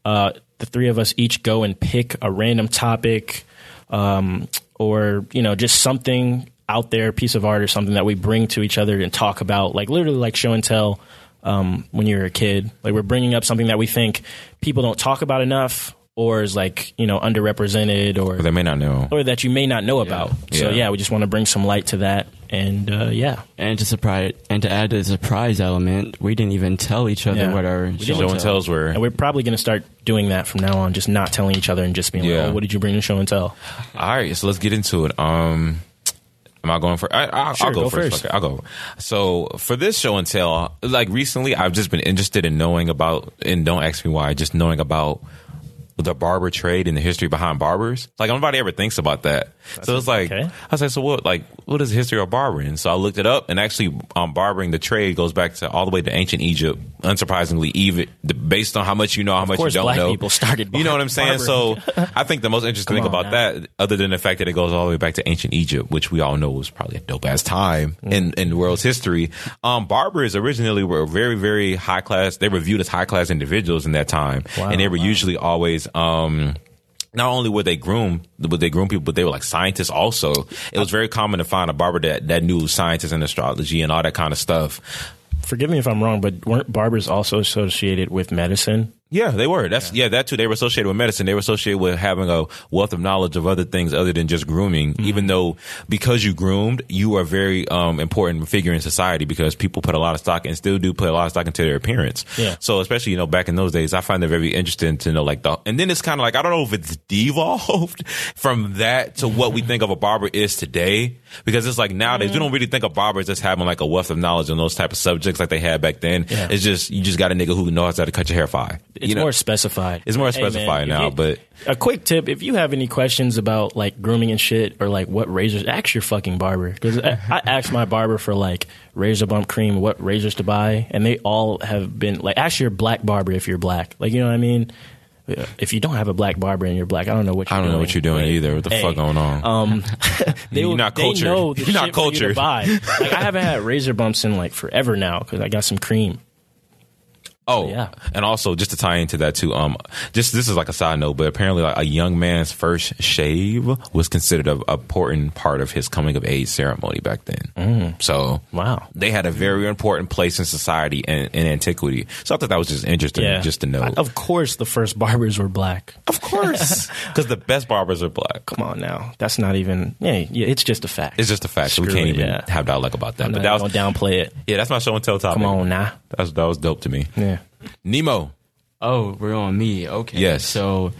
Speaker 1: uh, the three of us each go and pick a random topic, um, or you know just something out there, piece of art or something that we bring to each other and talk about, like literally like show and tell. Um, when you're a kid, like we're bringing up something that we think people don't talk about enough, or is like you know underrepresented, or
Speaker 3: they may not know.
Speaker 1: or that you may not know about. So
Speaker 3: Yeah.
Speaker 1: yeah, we just want to bring some light to that, and uh, yeah.
Speaker 2: And to surprise, and to add to the surprise element, we didn't even tell each other
Speaker 1: Yeah.
Speaker 2: what our
Speaker 1: We
Speaker 3: Show and tells were.
Speaker 1: And we're probably going to start doing that from now on, just not telling each other and just being
Speaker 3: Yeah.
Speaker 1: like, oh, what did you bring to show and tell?
Speaker 3: All right, so let's get into it. Um, am I going for? I, I,
Speaker 1: Sure,
Speaker 3: I'll go,
Speaker 1: go
Speaker 3: first.
Speaker 1: first.
Speaker 3: Okay, I'll go. So for this show and tell, like recently, I've just been interested in knowing about, and don't ask me why, just knowing about the barber trade and the history behind barbers. Like nobody ever thinks about that. so it's like
Speaker 1: okay.
Speaker 3: I was like, so what? Like what is the history of barbering? So I looked it up, and actually, um, barbering the trade goes back to all the way to ancient Egypt. Unsurprisingly, even based on how much you know, how much
Speaker 1: course,
Speaker 3: you don't
Speaker 1: black
Speaker 3: know,
Speaker 1: people started
Speaker 3: You know what I'm saying?
Speaker 1: barbering.
Speaker 3: So I think the most interesting thing
Speaker 1: Come on
Speaker 3: about
Speaker 1: now.
Speaker 3: that, other than the fact that it goes all the way back to ancient Egypt, which we all know was probably a dope ass time
Speaker 1: Mm.
Speaker 3: in, in the world's history, um, barbers originally were very, very high class. They were viewed as high class individuals in that time. and they were usually always, um, not only would they groom, would they groom people, but they were like scientists also. It was very common to find a barber that, that knew sciences and astrology and all that kind of stuff.
Speaker 1: Forgive me if I'm wrong, but weren't barbers also associated with medicine?
Speaker 3: Yeah, they were. That's yeah. that too. They were associated with medicine. They were associated with having a wealth of knowledge of other things other than just grooming.
Speaker 1: Mm-hmm.
Speaker 3: Even though because you groomed, you are a very um, important figure in society because people put a lot of stock and still do put a lot of stock into their appearance.
Speaker 1: Yeah.
Speaker 3: So especially you know back in those days, I find it very interesting to know like the and then it's kind of like I don't know if it's devolved from that to what we think of a barber is today because it's like nowadays
Speaker 1: Mm-hmm.
Speaker 3: we don't really think of barbers as having like a wealth of knowledge on those type of subjects like they had back then.
Speaker 1: Yeah.
Speaker 3: It's just you just got a nigga who knows how to cut your hair fine.
Speaker 1: It's
Speaker 3: you know?
Speaker 1: more specified.
Speaker 3: It's more
Speaker 1: Hey, man,
Speaker 3: specified
Speaker 1: if
Speaker 3: now,
Speaker 1: you-
Speaker 3: but
Speaker 1: a quick tip: if you have any questions about like grooming and shit, or like what razors, ask your fucking barber. Because I, I asked my barber for like razor bump cream, what razors to buy, and they all have been like. Ask your black barber if you're black. Like you know what I mean. If you don't have a black barber and you're black, I don't know what
Speaker 3: I
Speaker 1: you're
Speaker 3: don't know
Speaker 1: doing,
Speaker 3: what you're doing
Speaker 1: but-
Speaker 3: either. What the
Speaker 1: Hey,
Speaker 3: fuck going on?
Speaker 1: Um, they
Speaker 3: You're
Speaker 1: will-
Speaker 3: not
Speaker 1: they
Speaker 3: cultured.
Speaker 1: know the
Speaker 3: You're not
Speaker 1: shit for you to
Speaker 3: cultured.
Speaker 1: buy. Like, I haven't had razor bumps in like forever now because I got some cream.
Speaker 3: oh,
Speaker 1: yeah.
Speaker 3: And also, just to tie into that too, um, just this is like a side note, but apparently, like a young man's first shave was considered a, a important part of his coming of age ceremony back then. So
Speaker 1: Mm. Wow.
Speaker 3: they had a very important place in society and in antiquity. So I thought that was just interesting,
Speaker 1: Yeah,
Speaker 3: Mm, just to know.
Speaker 1: Of course, the first barbers were black.
Speaker 3: of course, because the best barbers are black.
Speaker 1: Come on now, that's not even. Yeah, yeah it's just a fact.
Speaker 3: It's just a fact. we
Speaker 1: Screw
Speaker 3: can't
Speaker 1: it,
Speaker 3: even
Speaker 1: yeah.
Speaker 3: have dialogue about that.
Speaker 1: I'm
Speaker 3: but
Speaker 1: not
Speaker 3: that was
Speaker 1: gonna downplay it.
Speaker 3: yeah, that's my show and tell topic.
Speaker 1: Come on now.
Speaker 3: That was, that was dope to me.
Speaker 1: Yeah.
Speaker 3: Nemo.
Speaker 2: Oh, we're on me. Okay.
Speaker 3: Yes.
Speaker 2: So,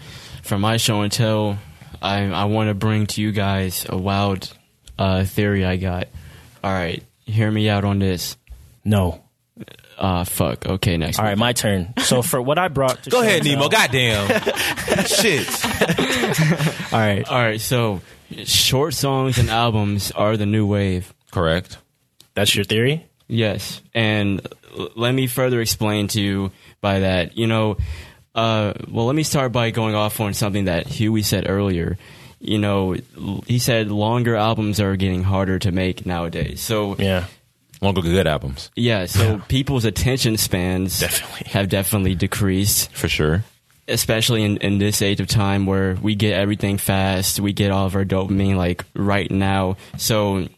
Speaker 2: for my show and tell, I I want to bring to you guys a wild uh, theory I got. All right, hear me out on this.
Speaker 1: No.
Speaker 2: Uh, fuck. Okay, next.
Speaker 1: All right, my turn. So for what I brought, to
Speaker 3: Go ahead,
Speaker 1: Chantel-
Speaker 3: Nemo. Goddamn. Shit.
Speaker 1: All right.
Speaker 2: All right. So, short songs and albums are the new wave.
Speaker 3: Correct.
Speaker 1: That's your theory.
Speaker 2: Yes, and l- let me further explain to you by that. You know, uh, well, let me start by going off on something that Huey said earlier. You know, l- he said longer albums are getting harder to make nowadays. So
Speaker 1: Yeah.
Speaker 3: One of the good albums.
Speaker 2: yeah, so people's attention spans
Speaker 1: Definitely.
Speaker 2: have definitely decreased,
Speaker 3: For sure.
Speaker 2: especially in, in this age of time where we get everything fast, we get all of our dopamine like right now. So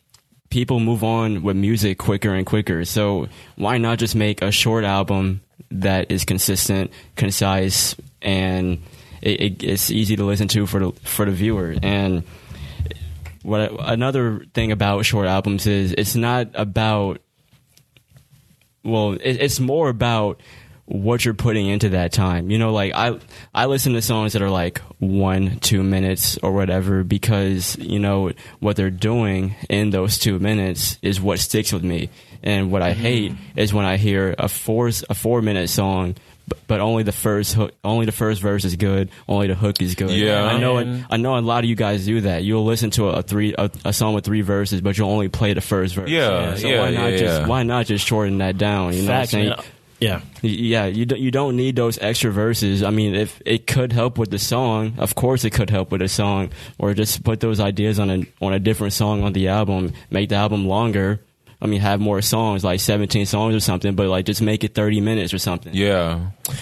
Speaker 2: people move on with music quicker and quicker. So why not just make a short album that is consistent, concise, and it, it, it's easy to listen to for the, for the viewer? And what I, another thing about short albums is it's not about well it, it's more about what you're putting into that time you know like i i listen to songs that are like one two minutes or whatever because you know what they're doing in those two minutes is what sticks with me and what i
Speaker 3: Mm-hmm.
Speaker 2: hate is when i hear a four a four minute song b- but only the first hook, only the first verse is good. Only the hook is good.
Speaker 3: Yeah. Mm-hmm.
Speaker 2: I know.
Speaker 1: Man.
Speaker 2: It, I know a lot of you guys do that. You'll listen to a three a, a song with three verses, but you'll only play the first verse.
Speaker 3: Yeah,
Speaker 2: So
Speaker 3: yeah,
Speaker 2: why not
Speaker 3: yeah,
Speaker 2: just
Speaker 3: yeah.
Speaker 2: why not just shorten that down? You know
Speaker 1: Facts,
Speaker 2: what I'm
Speaker 1: man.
Speaker 2: saying?
Speaker 1: Yeah.
Speaker 2: Y- Yeah, you don't, you don't need those extra verses. I mean, if it could help with the song, of course it could help with the song, or just put those ideas on a on a different song on the album, make the album longer. I mean, have more songs, like seventeen songs or something, but like just make it thirty minutes or something.
Speaker 3: Yeah.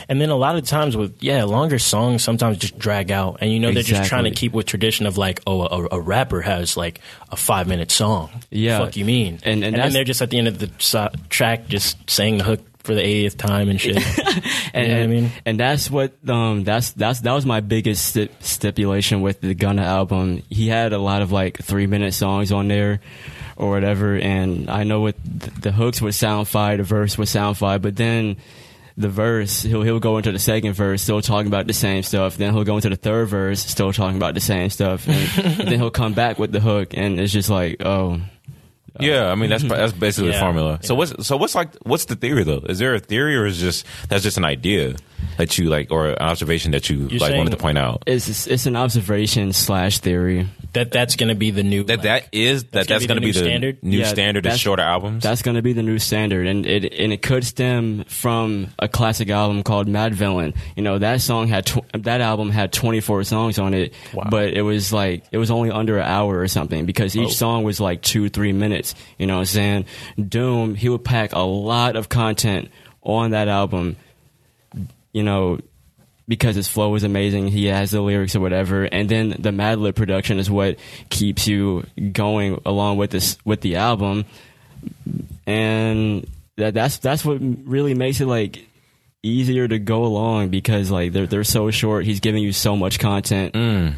Speaker 1: And then a lot of times with yeah, longer songs sometimes just drag out, and you know they're just trying to
Speaker 2: Exactly.
Speaker 1: keep with tradition of like oh a, a rapper has like a five minute song.
Speaker 2: Yeah.
Speaker 1: fuck you mean?
Speaker 2: And- and
Speaker 1: then
Speaker 2: that's-
Speaker 1: they're just at the end of the so- track just saying the hook for the 80th time and shit.
Speaker 2: and,
Speaker 1: You know what I
Speaker 2: and-
Speaker 1: mean?
Speaker 2: and that's what um that's that's that was my biggest sti- stipulation with the Gunna album. He had a lot of like three minute songs on there or whatever, and I know what th- the hooks would sound fire, the verse would sound fire, but then the verse he'll he'll go into the second verse still talking about the same stuff then he'll go into the third verse still talking about the same stuff and then he'll come back with the hook and it's just like oh
Speaker 3: Yeah, I mean that's that's basically the
Speaker 1: Yeah.
Speaker 3: formula. So what's so what's like what's the theory though? Is there a theory or is just that's just an idea that you like or an observation that you
Speaker 1: You're
Speaker 3: like
Speaker 1: saying-
Speaker 3: wanted to point out?
Speaker 2: it's it's an observation slash theory
Speaker 1: that that's gonna be the new
Speaker 3: That that is that
Speaker 1: that's
Speaker 3: that's
Speaker 1: gonna
Speaker 3: going
Speaker 1: be the
Speaker 3: to be the
Speaker 1: new standard?
Speaker 3: new
Speaker 2: Yeah,
Speaker 3: standard is
Speaker 2: that's-
Speaker 3: shorter albums.
Speaker 2: That's going to be the new standard, and it and it could stem from a classic album called Mad Villain. You know that song had tw- that album had 24 songs on it, but it was like it was only under an hour or something because each song was like two three minutes. You know, what I'm saying Doom he would pack a lot of content on that album. You know. Because his flow is amazing, he has the lyrics or whatever, and then the Madlib production is what keeps you going along with this with the album and that that's that's what really makes it like easier to go along because like they're they're so short. He's giving you so much content.
Speaker 3: Mm.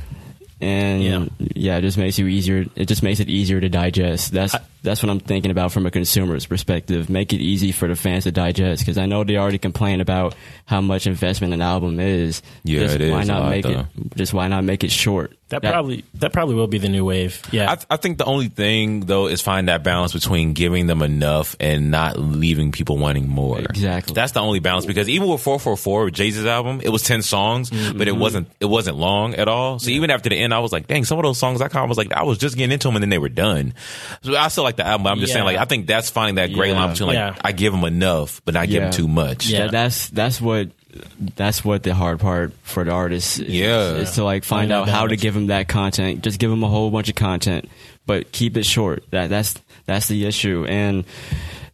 Speaker 2: And
Speaker 1: Yeah.
Speaker 2: yeah. it just makes you easier. It just makes it easier to digest. That's that's what I'm thinking about from a consumer's perspective. Make it easy for the fans to digest because I know they already complain about how much investment an album is.
Speaker 3: Yeah,
Speaker 2: just
Speaker 3: it
Speaker 2: why
Speaker 3: is a
Speaker 2: not
Speaker 3: lot,
Speaker 2: make it? Just why not make it short?
Speaker 1: that probably that probably will be the new wave. Yeah,
Speaker 3: I, th- I think the only thing though is find that balance between giving them enough and not leaving people wanting more.
Speaker 2: Exactly.
Speaker 3: That's the only balance because even with 444 with Jay-Z's album, it was 10 songs, but it wasn't it wasn't long at all. So even after the end, I was like, dang, some of those songs I kind of was like, I was just getting into them and then they were done. So I still like the album. But I'm just saying,
Speaker 1: Yeah.
Speaker 3: like, I think that's finding that gray
Speaker 2: Yeah.
Speaker 3: line between like
Speaker 1: Yeah.
Speaker 3: I give them enough, but not give
Speaker 2: Yeah.
Speaker 3: them too much.
Speaker 1: Yeah.
Speaker 2: That- that's that's what that's what the hard part for the artist is,
Speaker 3: Yeah.
Speaker 2: is to like find
Speaker 1: Find
Speaker 2: out
Speaker 1: that
Speaker 2: how to
Speaker 1: balance.
Speaker 2: give them that content just give them a whole bunch of content but keep it short that that's that's the issue and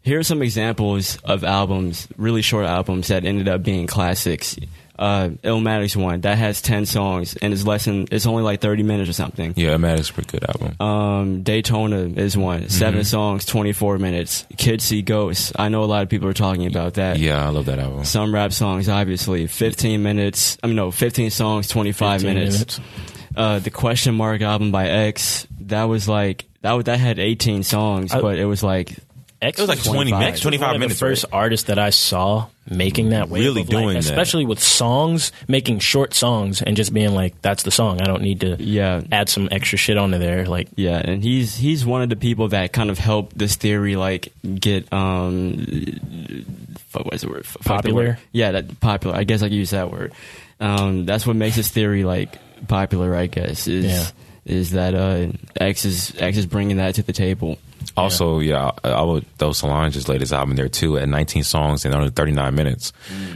Speaker 2: here are some examples of albums really short albums that ended up being classics uh Illmatic's one that has 10 songs and it's less than it's only like 30 minutes or something
Speaker 3: Yeah, man, it's a pretty good album.
Speaker 2: um, Daytona is one. 7
Speaker 3: Mm-hmm.
Speaker 2: songs, 24 minutes. Kids See Ghosts. I know a lot of people are talking about that
Speaker 3: yeah, I love that album.
Speaker 2: some rap songs obviously 15 minutes i mean no 15 songs 25
Speaker 1: 15
Speaker 2: minutes,
Speaker 1: minutes.
Speaker 2: Uh, the question mark album by x that was like that, was, that had 18 songs
Speaker 1: I-
Speaker 2: but it was like
Speaker 1: X
Speaker 3: It was like 20 minutes, 25
Speaker 1: one of
Speaker 3: minutes.
Speaker 1: The first artist that I saw making that wave,
Speaker 3: Really
Speaker 1: of, like,
Speaker 3: doing that.
Speaker 1: especially with songs, making short songs and just being like, "That's the song. I don't need to
Speaker 2: Yeah.
Speaker 1: add some extra shit onto there." Like,
Speaker 2: yeah and he's he's one of the people that kind of helped this theory like get um fuck, what's the word Fuck the
Speaker 1: Popular?
Speaker 2: word. yeah that popular i guess i could use that word um that's what makes this theory like popular i guess is
Speaker 1: Yeah.
Speaker 2: is that uh x is x is bringing that to the table
Speaker 3: Also, yeah, I, I would throw Solange's latest album there too at 19 songs and only 39 minutes.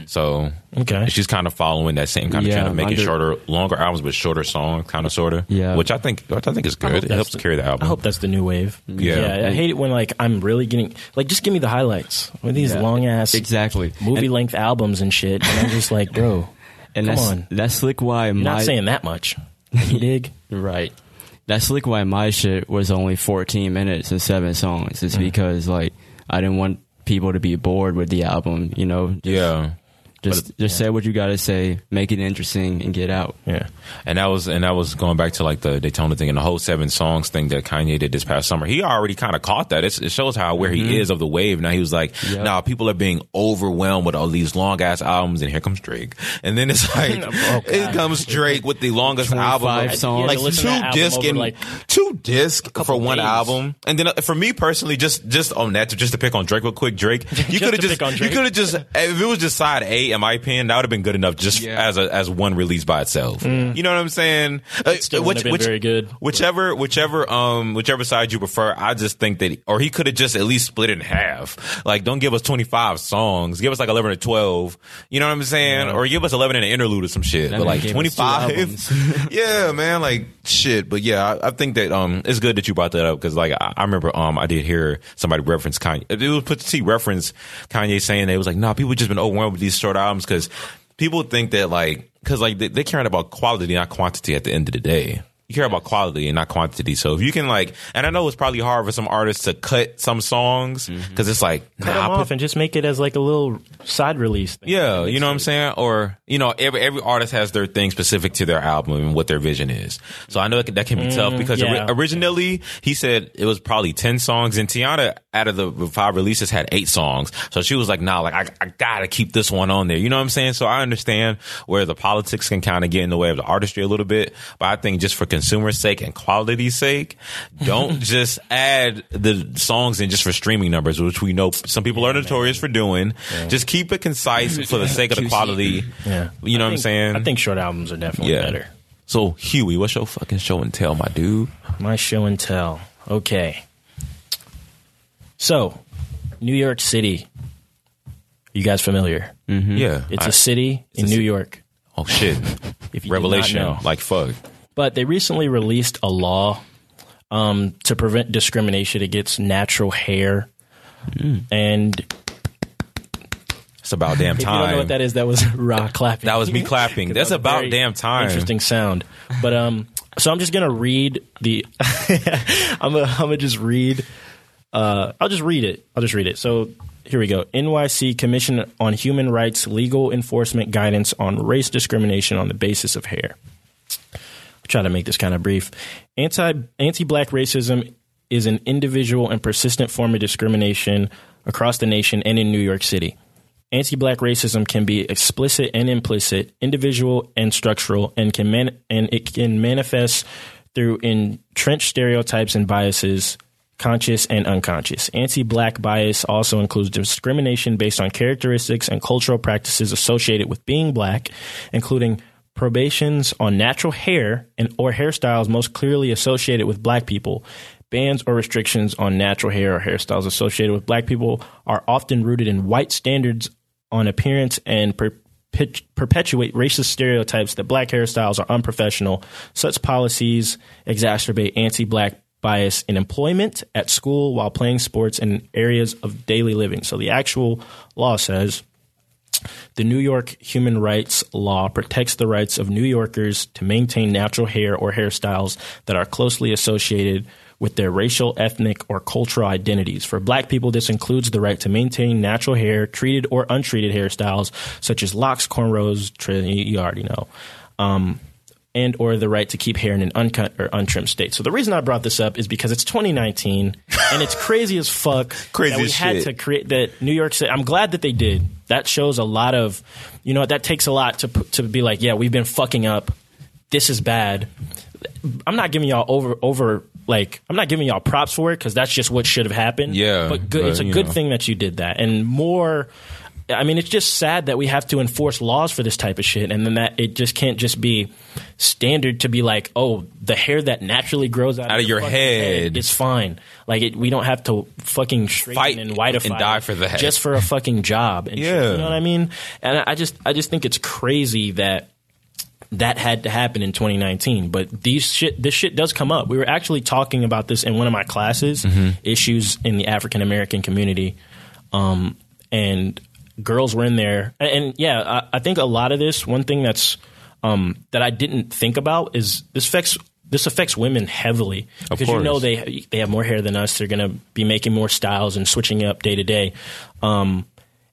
Speaker 3: So
Speaker 1: Okay.
Speaker 3: she's kind of following that same kind of
Speaker 2: Yeah,
Speaker 3: trend of making
Speaker 2: under-
Speaker 3: shorter, longer albums but shorter songs, kind of sorta.
Speaker 2: Yeah.
Speaker 3: which I think which I think is good. It
Speaker 1: that's
Speaker 3: helps
Speaker 1: the-
Speaker 3: carry the album.
Speaker 1: I hope that's the new wave.
Speaker 3: Yeah.
Speaker 1: I hate it when like I'm really getting like just give me the highlights with these
Speaker 2: Yeah.
Speaker 1: long ass
Speaker 2: Exactly.
Speaker 1: movie length albums and shit. And I'm just like, bro, come
Speaker 2: And that's
Speaker 1: on,
Speaker 2: that's slick why
Speaker 1: you're
Speaker 2: my
Speaker 1: not saying that much. You dig?
Speaker 2: right. That's slick why my shit was only 14 minutes and seven songs.
Speaker 1: Mm.
Speaker 2: It's because like I didn't want people to be bored with the album, you know. Just
Speaker 3: yeah,
Speaker 2: Just just say what you got to say, make it interesting, and get out.
Speaker 3: Yeah, and that was and that was going back to like the Daytona thing and the whole seven songs thing that Kanye did this past summer. He already kind of caught that. It's, it shows how where
Speaker 1: Mm-hmm.
Speaker 3: he is of the wave. Now he was like,
Speaker 2: Yep.
Speaker 3: now people are being overwhelmed with all these long ass albums, and here comes Drake, and then it's like
Speaker 1: Oh,
Speaker 3: it comes Drake with the longest album,
Speaker 2: 25
Speaker 3: like,
Speaker 2: songs.
Speaker 3: like
Speaker 1: had to
Speaker 2: You
Speaker 1: listen to that
Speaker 3: two
Speaker 1: album over,
Speaker 3: disc and
Speaker 1: like,
Speaker 3: two disc for one
Speaker 1: days.
Speaker 3: album, and then uh, for me personally, just just on that, just to pick on Drake real quick, Drake, you
Speaker 1: Just
Speaker 3: could
Speaker 1: to
Speaker 3: have just,
Speaker 1: pick on
Speaker 3: you
Speaker 1: Drake.
Speaker 3: could have just if it was just side A in my opinion, that would have been good enough just
Speaker 2: Yeah.
Speaker 3: as a, as one release by itself. You know what I'm saying? Uh,
Speaker 1: Mm. still wouldn't have been very good.
Speaker 3: Whichever whichever um whichever side you prefer, I just think that or he could have just at least split it in half. Like don't give us 25 songs, give us like 11 or 12. You know what I'm saying? Or give us 11 and an interlude or some shit.
Speaker 2: That man
Speaker 3: But like
Speaker 2: gave us two
Speaker 3: 25
Speaker 2: albums.
Speaker 3: yeah, man, like shit. But yeah, I, I think that um, it's good that you brought that up because like I, I remember um, I did hear somebody reference Kanye. It was put see reference Kanye saying they was like, nah, people just been overwhelmed with these short albums because people think that like because like they, they caring about quality not quantity at the end of the day. You care about quality and not quantity. So if you can like, and I know it's probably hard for some artists to cut some songs because it's like,
Speaker 1: Mm-hmm. Cut
Speaker 3: nah,
Speaker 1: them
Speaker 3: put-
Speaker 1: off and just make it as like a little side release. Thing.
Speaker 3: yeah, you know what I'm saying? Or, you know, every every artist has their thing specific to their album and what their vision is. So I know that can, that can be tough because
Speaker 1: yeah.
Speaker 3: ori- originally he said it was probably 10 songs and Tiana out of the five releases had eight songs. So she was like, nah, like I, I gotta keep this one on there. You know what I'm saying? So I understand where the politics can kind of get in the way of the artistry a little bit. But I think just for consumer's sake and quality's sake, don't just add the songs in just for streaming numbers, which we know some people are notorious for doing. Just keep it concise for the sake of the quality.
Speaker 1: Yeah.
Speaker 3: You know
Speaker 1: I
Speaker 3: what I'm
Speaker 1: think-
Speaker 3: saying?
Speaker 1: I think short albums are definitely
Speaker 3: yeah.
Speaker 1: better.
Speaker 3: So Huey, what's your fucking show and tell, my dude?
Speaker 1: My show and tell. Okay. So, New York City. You guys familiar?
Speaker 3: Yeah,
Speaker 1: Mm-hmm. It's
Speaker 3: I-
Speaker 1: a city in New York.
Speaker 3: oh shit,
Speaker 1: If you did not
Speaker 3: revelation,
Speaker 1: know.
Speaker 3: like fuck.
Speaker 1: But they recently released a law um, to prevent discrimination against natural hair. Mm. And if
Speaker 3: It's about damn
Speaker 1: you don't know
Speaker 3: time.
Speaker 1: what that is, that was raw clapping.
Speaker 3: That was me clapping. That's
Speaker 1: a
Speaker 3: about
Speaker 1: very
Speaker 3: damn time.
Speaker 1: Interesting sound. But um, so I'm just gonna read the. I'm gonna I'm gonna just read. Uh, I'll just read it. I'll just read it. So here we go. NYC Commission on Human Rights Legal Enforcement Guidance on Race Discrimination on the Basis of Hair try to make this kind of brief. Anti anti black racism is an individual and persistent form of discrimination across the nation and in New York City. Anti black racism can be explicit and implicit, individual and structural, and can man- and it can manifest through entrenched stereotypes and biases conscious and unconscious. Anti black bias also includes discrimination based on characteristics and cultural practices associated with being black, including probations on natural hair and or hairstyles most clearly associated with black people. Bans or restrictions on natural hair or hairstyles associated with black people are often rooted in white standards on appearance and per- pit- perpetuate racist stereotypes that black hairstyles are unprofessional. Such policies exacerbate anti black bias in employment, at school, while playing sports, and in areas of daily living. So the actual law says. The New York Human Rights Law protects the rights of New Yorkers to maintain natural hair or hairstyles that are closely associated with their racial, ethnic, or cultural identities. For black people, this includes the right to maintain natural hair, treated or untreated hairstyles, such as locks, cornrows, tri- you already know. Um, and or the right to keep hair in an uncut or untrimmed state. So the reason I brought this up is because it's 2019 and it's crazy as fuck
Speaker 3: Crazy
Speaker 1: that we
Speaker 3: as
Speaker 1: had
Speaker 3: shit.
Speaker 1: to create that New York City. I'm glad that they did. That shows a lot of, you know, what, that takes a lot to put- to be like, yeah, we've been fucking up. This is bad. I'm not giving y'all over over like I'm not giving y'all props for it because that's just what should have happened.
Speaker 3: Yeah,
Speaker 1: but good,
Speaker 3: but,
Speaker 1: it's a
Speaker 3: you
Speaker 1: good
Speaker 3: know.
Speaker 1: thing that you did that, and more. I mean, it's just sad that we have to enforce laws for this type of shit, and then that it just can't just be standard to be like, oh, the hair that naturally grows out,
Speaker 3: Out of
Speaker 1: the
Speaker 3: your
Speaker 1: fucking
Speaker 3: head.
Speaker 1: is fine. Like it, we don't have to fucking straighten
Speaker 3: Fight
Speaker 1: and whiteify
Speaker 3: and die
Speaker 1: it
Speaker 3: for that.
Speaker 1: just for a fucking job. And shit,
Speaker 3: Yeah.
Speaker 1: you know what I mean. And I- I just, I just think it's crazy that that had to happen in 2019. But these shit, this shit does come up. We were actually talking about this in one of my classes,
Speaker 3: Mm-hmm.
Speaker 1: issues in the African American community, um, and girls were in there. And, and yeah, I, I think a lot of this. One thing that's um, that I didn't think about is this affects this affects women heavily because you
Speaker 3: course.
Speaker 1: know they they have more hair than us. They're going to be making more styles and switching up day to day. Um,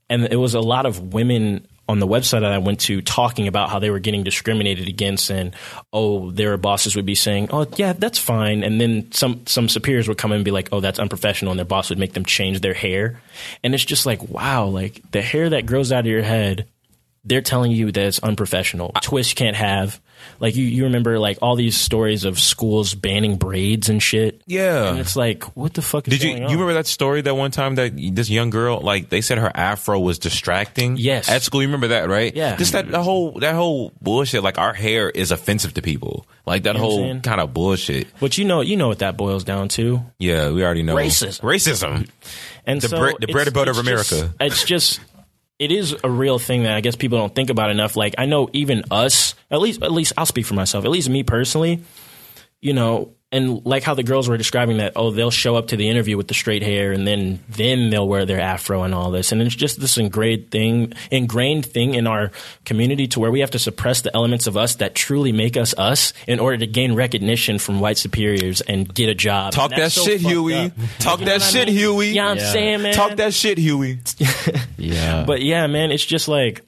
Speaker 1: and it was a lot of women on the website that I went to talking about how they were getting discriminated against and oh their bosses would be saying oh yeah that's fine and then some some superiors would come in and be like oh that's unprofessional and their boss would make them change their hair and it's just like wow like the hair that grows out of your head they're telling you that it's unprofessional twist can't have like you you remember like all these stories of schools banning braids and shit
Speaker 3: Yeah.
Speaker 1: and it's like what the fuck is
Speaker 3: Did you
Speaker 1: going
Speaker 3: you
Speaker 1: on?
Speaker 3: remember that story that one time that this young girl like they said her afro was distracting?
Speaker 1: Yes.
Speaker 3: At school, you remember that, right?
Speaker 1: Yeah.
Speaker 3: Just that, that whole that whole bullshit. Like our hair is offensive to people. Like that
Speaker 1: You know what I'm
Speaker 3: whole
Speaker 1: saying?
Speaker 3: kind of bullshit.
Speaker 1: But you know, you know what that boils down to,
Speaker 3: Yeah, we already know
Speaker 1: Racism.
Speaker 3: Racism.
Speaker 1: and
Speaker 3: The
Speaker 1: so
Speaker 3: bread- the bread and butter of
Speaker 1: it's just-
Speaker 3: America.
Speaker 1: it's just, it is a real thing that I guess people don't think about enough. Like I know even us, at least, at least I'll speak for myself. At least me personally, you know, and like how the girls were describing that, oh, they'll show up to the interview with the straight hair, and then then they'll wear their afro and all this, and it's just this ingrained thing, ingrained thing in our community to where we have to suppress the elements of us that truly make us us in order to gain recognition from white superiors and get a job. And
Speaker 3: Talk that
Speaker 1: that's so
Speaker 3: shit,
Speaker 1: fucked
Speaker 3: Huey.
Speaker 1: up.
Speaker 3: Talk that
Speaker 1: what I
Speaker 3: shit,
Speaker 1: mean?
Speaker 3: Huey.
Speaker 1: You know what I'm saying, man?
Speaker 3: Talk that shit, Huey.
Speaker 2: Yeah.
Speaker 1: But yeah, man, it's just like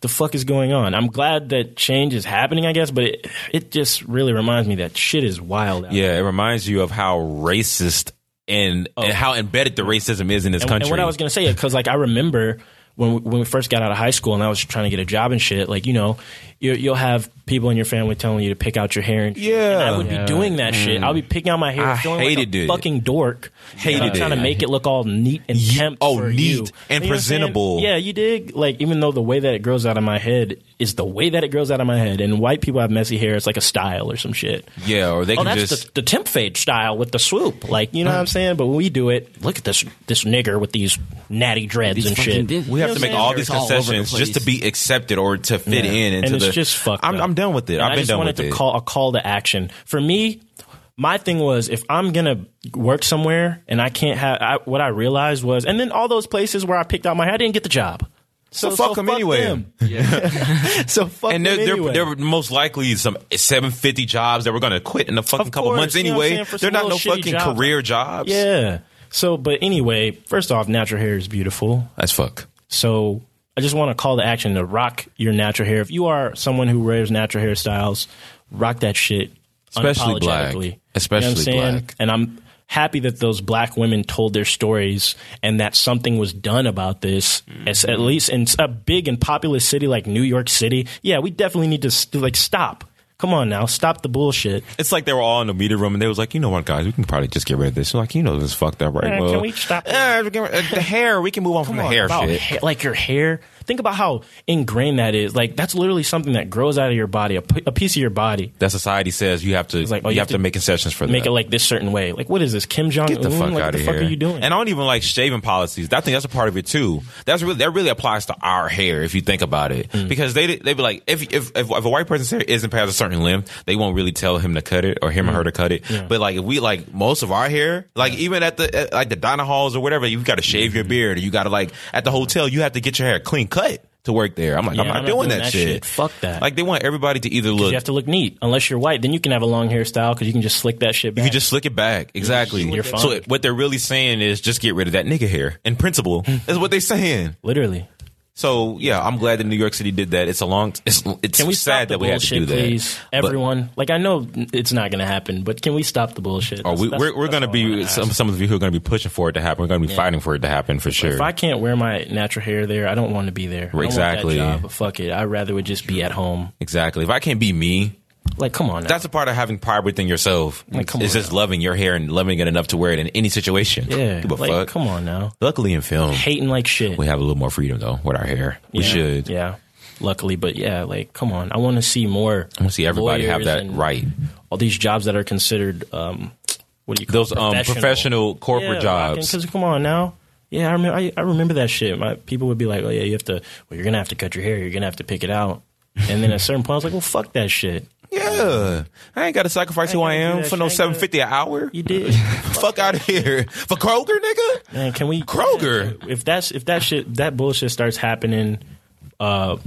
Speaker 1: the fuck is going on. I'm glad that change is happening, I guess, but it, it just really reminds me that shit is wild. Out
Speaker 3: Yeah, it reminds you of how racist and, and how embedded the racism is in this
Speaker 1: Oh. and,
Speaker 3: country.
Speaker 1: and what I was gonna say, because like I remember when we, when we first got out of high school and I was trying to get a job and shit. Like you know, you, you'll have people in your family telling you to pick out your hair. And shit,
Speaker 3: Yeah. Mm.
Speaker 1: and I would
Speaker 2: Yeah.
Speaker 1: be doing that shit. I'll be picking out my hair,
Speaker 3: I
Speaker 1: feeling
Speaker 3: hated
Speaker 1: like a
Speaker 3: it.
Speaker 1: fucking dork,
Speaker 3: Hated
Speaker 1: I'm trying
Speaker 3: it.
Speaker 1: to make it look all neat and
Speaker 3: Ye-
Speaker 1: temp.
Speaker 3: oh,
Speaker 1: for
Speaker 3: neat
Speaker 1: you.
Speaker 3: and
Speaker 1: You know what I'm saying?
Speaker 3: presentable.
Speaker 1: Yeah, you dig. Like even though the way that it grows out of my head is the way that it grows out of my head, and white people have messy hair, it's like a style or some shit.
Speaker 3: yeah, or they
Speaker 1: Oh,
Speaker 3: can
Speaker 1: that's
Speaker 3: just
Speaker 1: the, the temp fade style with the swoop. Like, you know what I'm saying? But when we do it, look at this this nigger with these natty dreads
Speaker 2: These
Speaker 1: and
Speaker 2: fucking
Speaker 1: shit.
Speaker 2: dis-
Speaker 3: we have
Speaker 2: You know what
Speaker 3: to make
Speaker 2: I'm
Speaker 3: all
Speaker 2: saying?
Speaker 3: these
Speaker 2: It's all over the
Speaker 3: concessions just to
Speaker 2: place.
Speaker 3: be accepted or to fit in into
Speaker 1: and it's
Speaker 3: the.
Speaker 1: just fucked.
Speaker 3: I'm,
Speaker 1: up.
Speaker 3: I'm done with it.
Speaker 1: And
Speaker 3: I've
Speaker 1: I
Speaker 3: been
Speaker 1: just
Speaker 3: done
Speaker 1: wanted to
Speaker 3: with it.
Speaker 1: call a call to action for me. My thing was if I'm gonna work somewhere and I can't have I, what I realized was, and then all those places where I picked out my hair, I didn't get the job.
Speaker 3: So fuck 'em anyway.
Speaker 1: them. so fuck
Speaker 3: and
Speaker 1: them
Speaker 3: there,
Speaker 1: anyway.
Speaker 3: there, there were most likely some 750 jobs that were going to quit in a fucking
Speaker 1: Of
Speaker 3: couple
Speaker 1: course,
Speaker 3: months
Speaker 1: you know what I'm
Speaker 3: anyway.
Speaker 1: saying, for
Speaker 3: They're
Speaker 1: some
Speaker 3: not no
Speaker 1: little shitty
Speaker 3: fucking
Speaker 1: jobs.
Speaker 3: career jobs.
Speaker 1: yeah. So, but anyway, first off, natural hair is beautiful.
Speaker 3: That's fuck.
Speaker 1: So I just want to call to action to rock your natural hair. If you are someone who wears natural hairstyles, rock that shit.
Speaker 3: Especially black.
Speaker 1: unapologetically.
Speaker 3: Especially
Speaker 1: you know what I'm saying?
Speaker 3: black.
Speaker 1: And I'm happy that those black women told their stories and that something was done about this. As, at least in a big and populous city like New York City, yeah, we definitely need to st- like stop. Come on now, stop the bullshit.
Speaker 3: It's like they were all in the meeting room and they was like, you know what, guys, we can probably just get rid of this. They're like, you know, this is fucked up, right?
Speaker 1: Man,
Speaker 3: well,
Speaker 1: can we stop-
Speaker 3: eh, we can- uh, the hair, we can move on from
Speaker 1: Come
Speaker 3: the
Speaker 1: on,
Speaker 3: hair
Speaker 1: about
Speaker 3: shit.
Speaker 1: ha- like your hair. Think about how ingrained that is. Like that's literally something that grows out of your body, a, p- a piece of your body.
Speaker 3: That society says you have to,
Speaker 1: like, oh,
Speaker 3: you, have to, make concessions for
Speaker 1: make
Speaker 3: that.
Speaker 1: it like this certain way. Like, what is this, Kim Jong Un?
Speaker 3: Get the fuck
Speaker 1: Mm, like,
Speaker 3: out
Speaker 1: what the
Speaker 3: of
Speaker 1: fuck
Speaker 3: here!
Speaker 1: are you doing?
Speaker 3: And I don't even like shaving policies. I think that's a part of it too. That's really that really applies to our hair if you think about it,
Speaker 1: Mm.
Speaker 3: because they they be like if if if, if a white person's hair isn't past a certain length, they won't really tell him to cut it or him
Speaker 1: Mm.
Speaker 3: or her to cut it. But like if we like most of our hair, like even at the at, like the diner halls or whatever, you got to shave
Speaker 1: Mm-hmm.
Speaker 3: your beard or you got to like at the hotel you have to get your hair clean cut to work there. I'm like
Speaker 1: Yeah,
Speaker 3: I'm not doing, that, shit.
Speaker 1: Fuck that.
Speaker 3: Like they want everybody to either look.
Speaker 1: you
Speaker 3: You,
Speaker 1: have to look neat. Unless you're white, then you can have a long hairstyle because you can just slick that shit back.
Speaker 3: can just slick it back. Exactly.
Speaker 1: You're
Speaker 3: So
Speaker 1: fine.
Speaker 3: it- what they're really saying is just get rid of that nigga hair. In principle, is what they're saying.
Speaker 1: literally.
Speaker 3: So yeah, I'm glad that New York City did that. It's a long. It's it's
Speaker 1: Can we stop
Speaker 3: sad
Speaker 1: the
Speaker 3: that we had to
Speaker 1: bullshit,
Speaker 3: do that.
Speaker 1: please?
Speaker 3: But-
Speaker 1: Everyone, like I know it's not going to happen, but can we stop the bullshit?
Speaker 3: Oh, we,
Speaker 1: That's-
Speaker 3: we're we're
Speaker 1: that's
Speaker 3: going to
Speaker 1: all I wanna
Speaker 3: be
Speaker 1: ask.
Speaker 3: some some of you who are going to be pushing for it to happen. We're going to be fighting for it to happen for sure.
Speaker 1: If I can't wear my natural hair there, I don't want to be there. I don't want that
Speaker 3: Exactly.
Speaker 1: job, but fuck it, I rather would just be at home.
Speaker 3: exactly. If I can't be me,
Speaker 1: Like, come on, now.
Speaker 3: that's a part of having pride within yourself.
Speaker 1: Like, come
Speaker 3: it's
Speaker 1: on
Speaker 3: just loving your hair and loving it enough to wear it in any situation.
Speaker 1: yeah.
Speaker 3: Give a
Speaker 1: Like,
Speaker 3: fuck.
Speaker 1: come on now,
Speaker 3: Luckily, in film,
Speaker 1: hating like shit.
Speaker 3: we have a little more freedom though with our hair. We
Speaker 1: Yeah.
Speaker 3: should.
Speaker 1: Yeah. Luckily, but yeah, like, come on. I want to see more. I
Speaker 3: wanna see everybody have that right.
Speaker 1: All these jobs that are considered, um, what do you call
Speaker 3: Those um, professional corporate jobs.
Speaker 1: Because come on now. Yeah, I remember, I, I remember that shit. My people would be like, oh, yeah, you have to, well, you're going to have to cut your hair. You're going to have to pick it out. And then at a certain point, I was like, well, fuck that shit.
Speaker 3: Yeah, I ain't got to sacrifice who I
Speaker 1: I ain't gotta
Speaker 3: am
Speaker 1: do that
Speaker 3: for no
Speaker 1: shit. I ain't
Speaker 3: seven fifty an hour.
Speaker 1: You did.
Speaker 3: Fuck out of here for Kroger, nigga.
Speaker 1: Man, can we
Speaker 3: Kroger.
Speaker 1: If that's if that shit that bullshit starts happening, uh,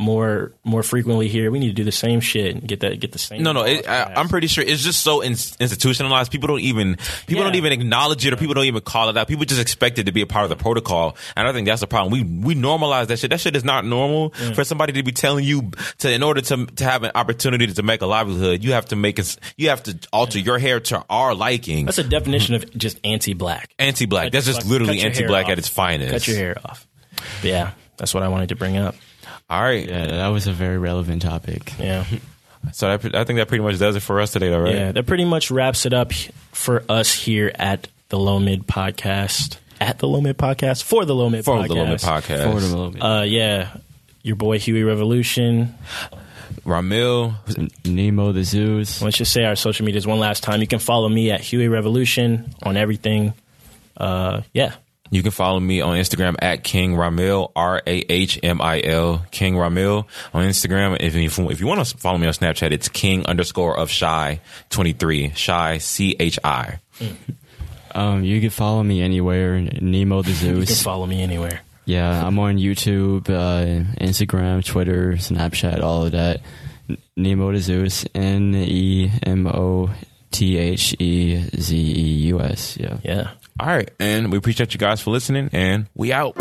Speaker 1: more more frequently here. We need to do the same shit and get that get the same.
Speaker 3: No, no, it, I, I'm pretty sure it's just so in, institutionalized. People don't even people
Speaker 1: Yeah.
Speaker 3: don't even acknowledge it, or people don't even call it out. People just expect it to be a part of the protocol, and I think that's the problem. We we normalize that shit. That shit is not normal for somebody to be telling you to in order to to have an opportunity to make a livelihood, you have to make it. You have to alter your hair to our liking.
Speaker 1: That's a definition of just anti-black.
Speaker 3: anti-black.
Speaker 1: Cut
Speaker 3: That's
Speaker 1: your
Speaker 3: just
Speaker 1: fuck-
Speaker 3: literally
Speaker 1: cut your hair
Speaker 3: anti-black at
Speaker 1: off.
Speaker 3: its finest.
Speaker 1: Cut your hair off. Yeah, that's what I wanted to bring up.
Speaker 3: All right.
Speaker 2: Yeah, that was a very relevant topic.
Speaker 1: Yeah.
Speaker 3: So that, I think that pretty much does it for us today, though, right?
Speaker 1: Yeah, that pretty much wraps it up h- for us here at the Low Mid Podcast. At the Low Mid Podcast for the Low Mid
Speaker 3: For
Speaker 1: Podcast.
Speaker 3: the Little Bit Podcast.
Speaker 2: Forward a little bit.
Speaker 1: Uh, yeah, your boy Huey Revolution.
Speaker 3: Ramil.
Speaker 2: Nemo the Zeus.
Speaker 1: Let's just say our social medias one last time. You can follow me at Huey Revolution on everything. Uh, yeah,
Speaker 3: You can follow me on Instagram at King Ramil, R A H M I L, King Ramil on Instagram. If you, if you want to follow me on Snapchat, it's King underscore of Shy 23, Shy, C H I.
Speaker 2: Um, you can follow me anywhere. Nemo the
Speaker 1: you can
Speaker 2: Zeus.
Speaker 1: follow me anywhere.
Speaker 2: Yeah, I'm on YouTube, uh, Instagram, Twitter, Snapchat, all of that. N- Nemo to Zeus, N E M O T H E Z E U S. Yeah.
Speaker 1: Yeah.
Speaker 3: All right. And we appreciate you guys for listening, and we out.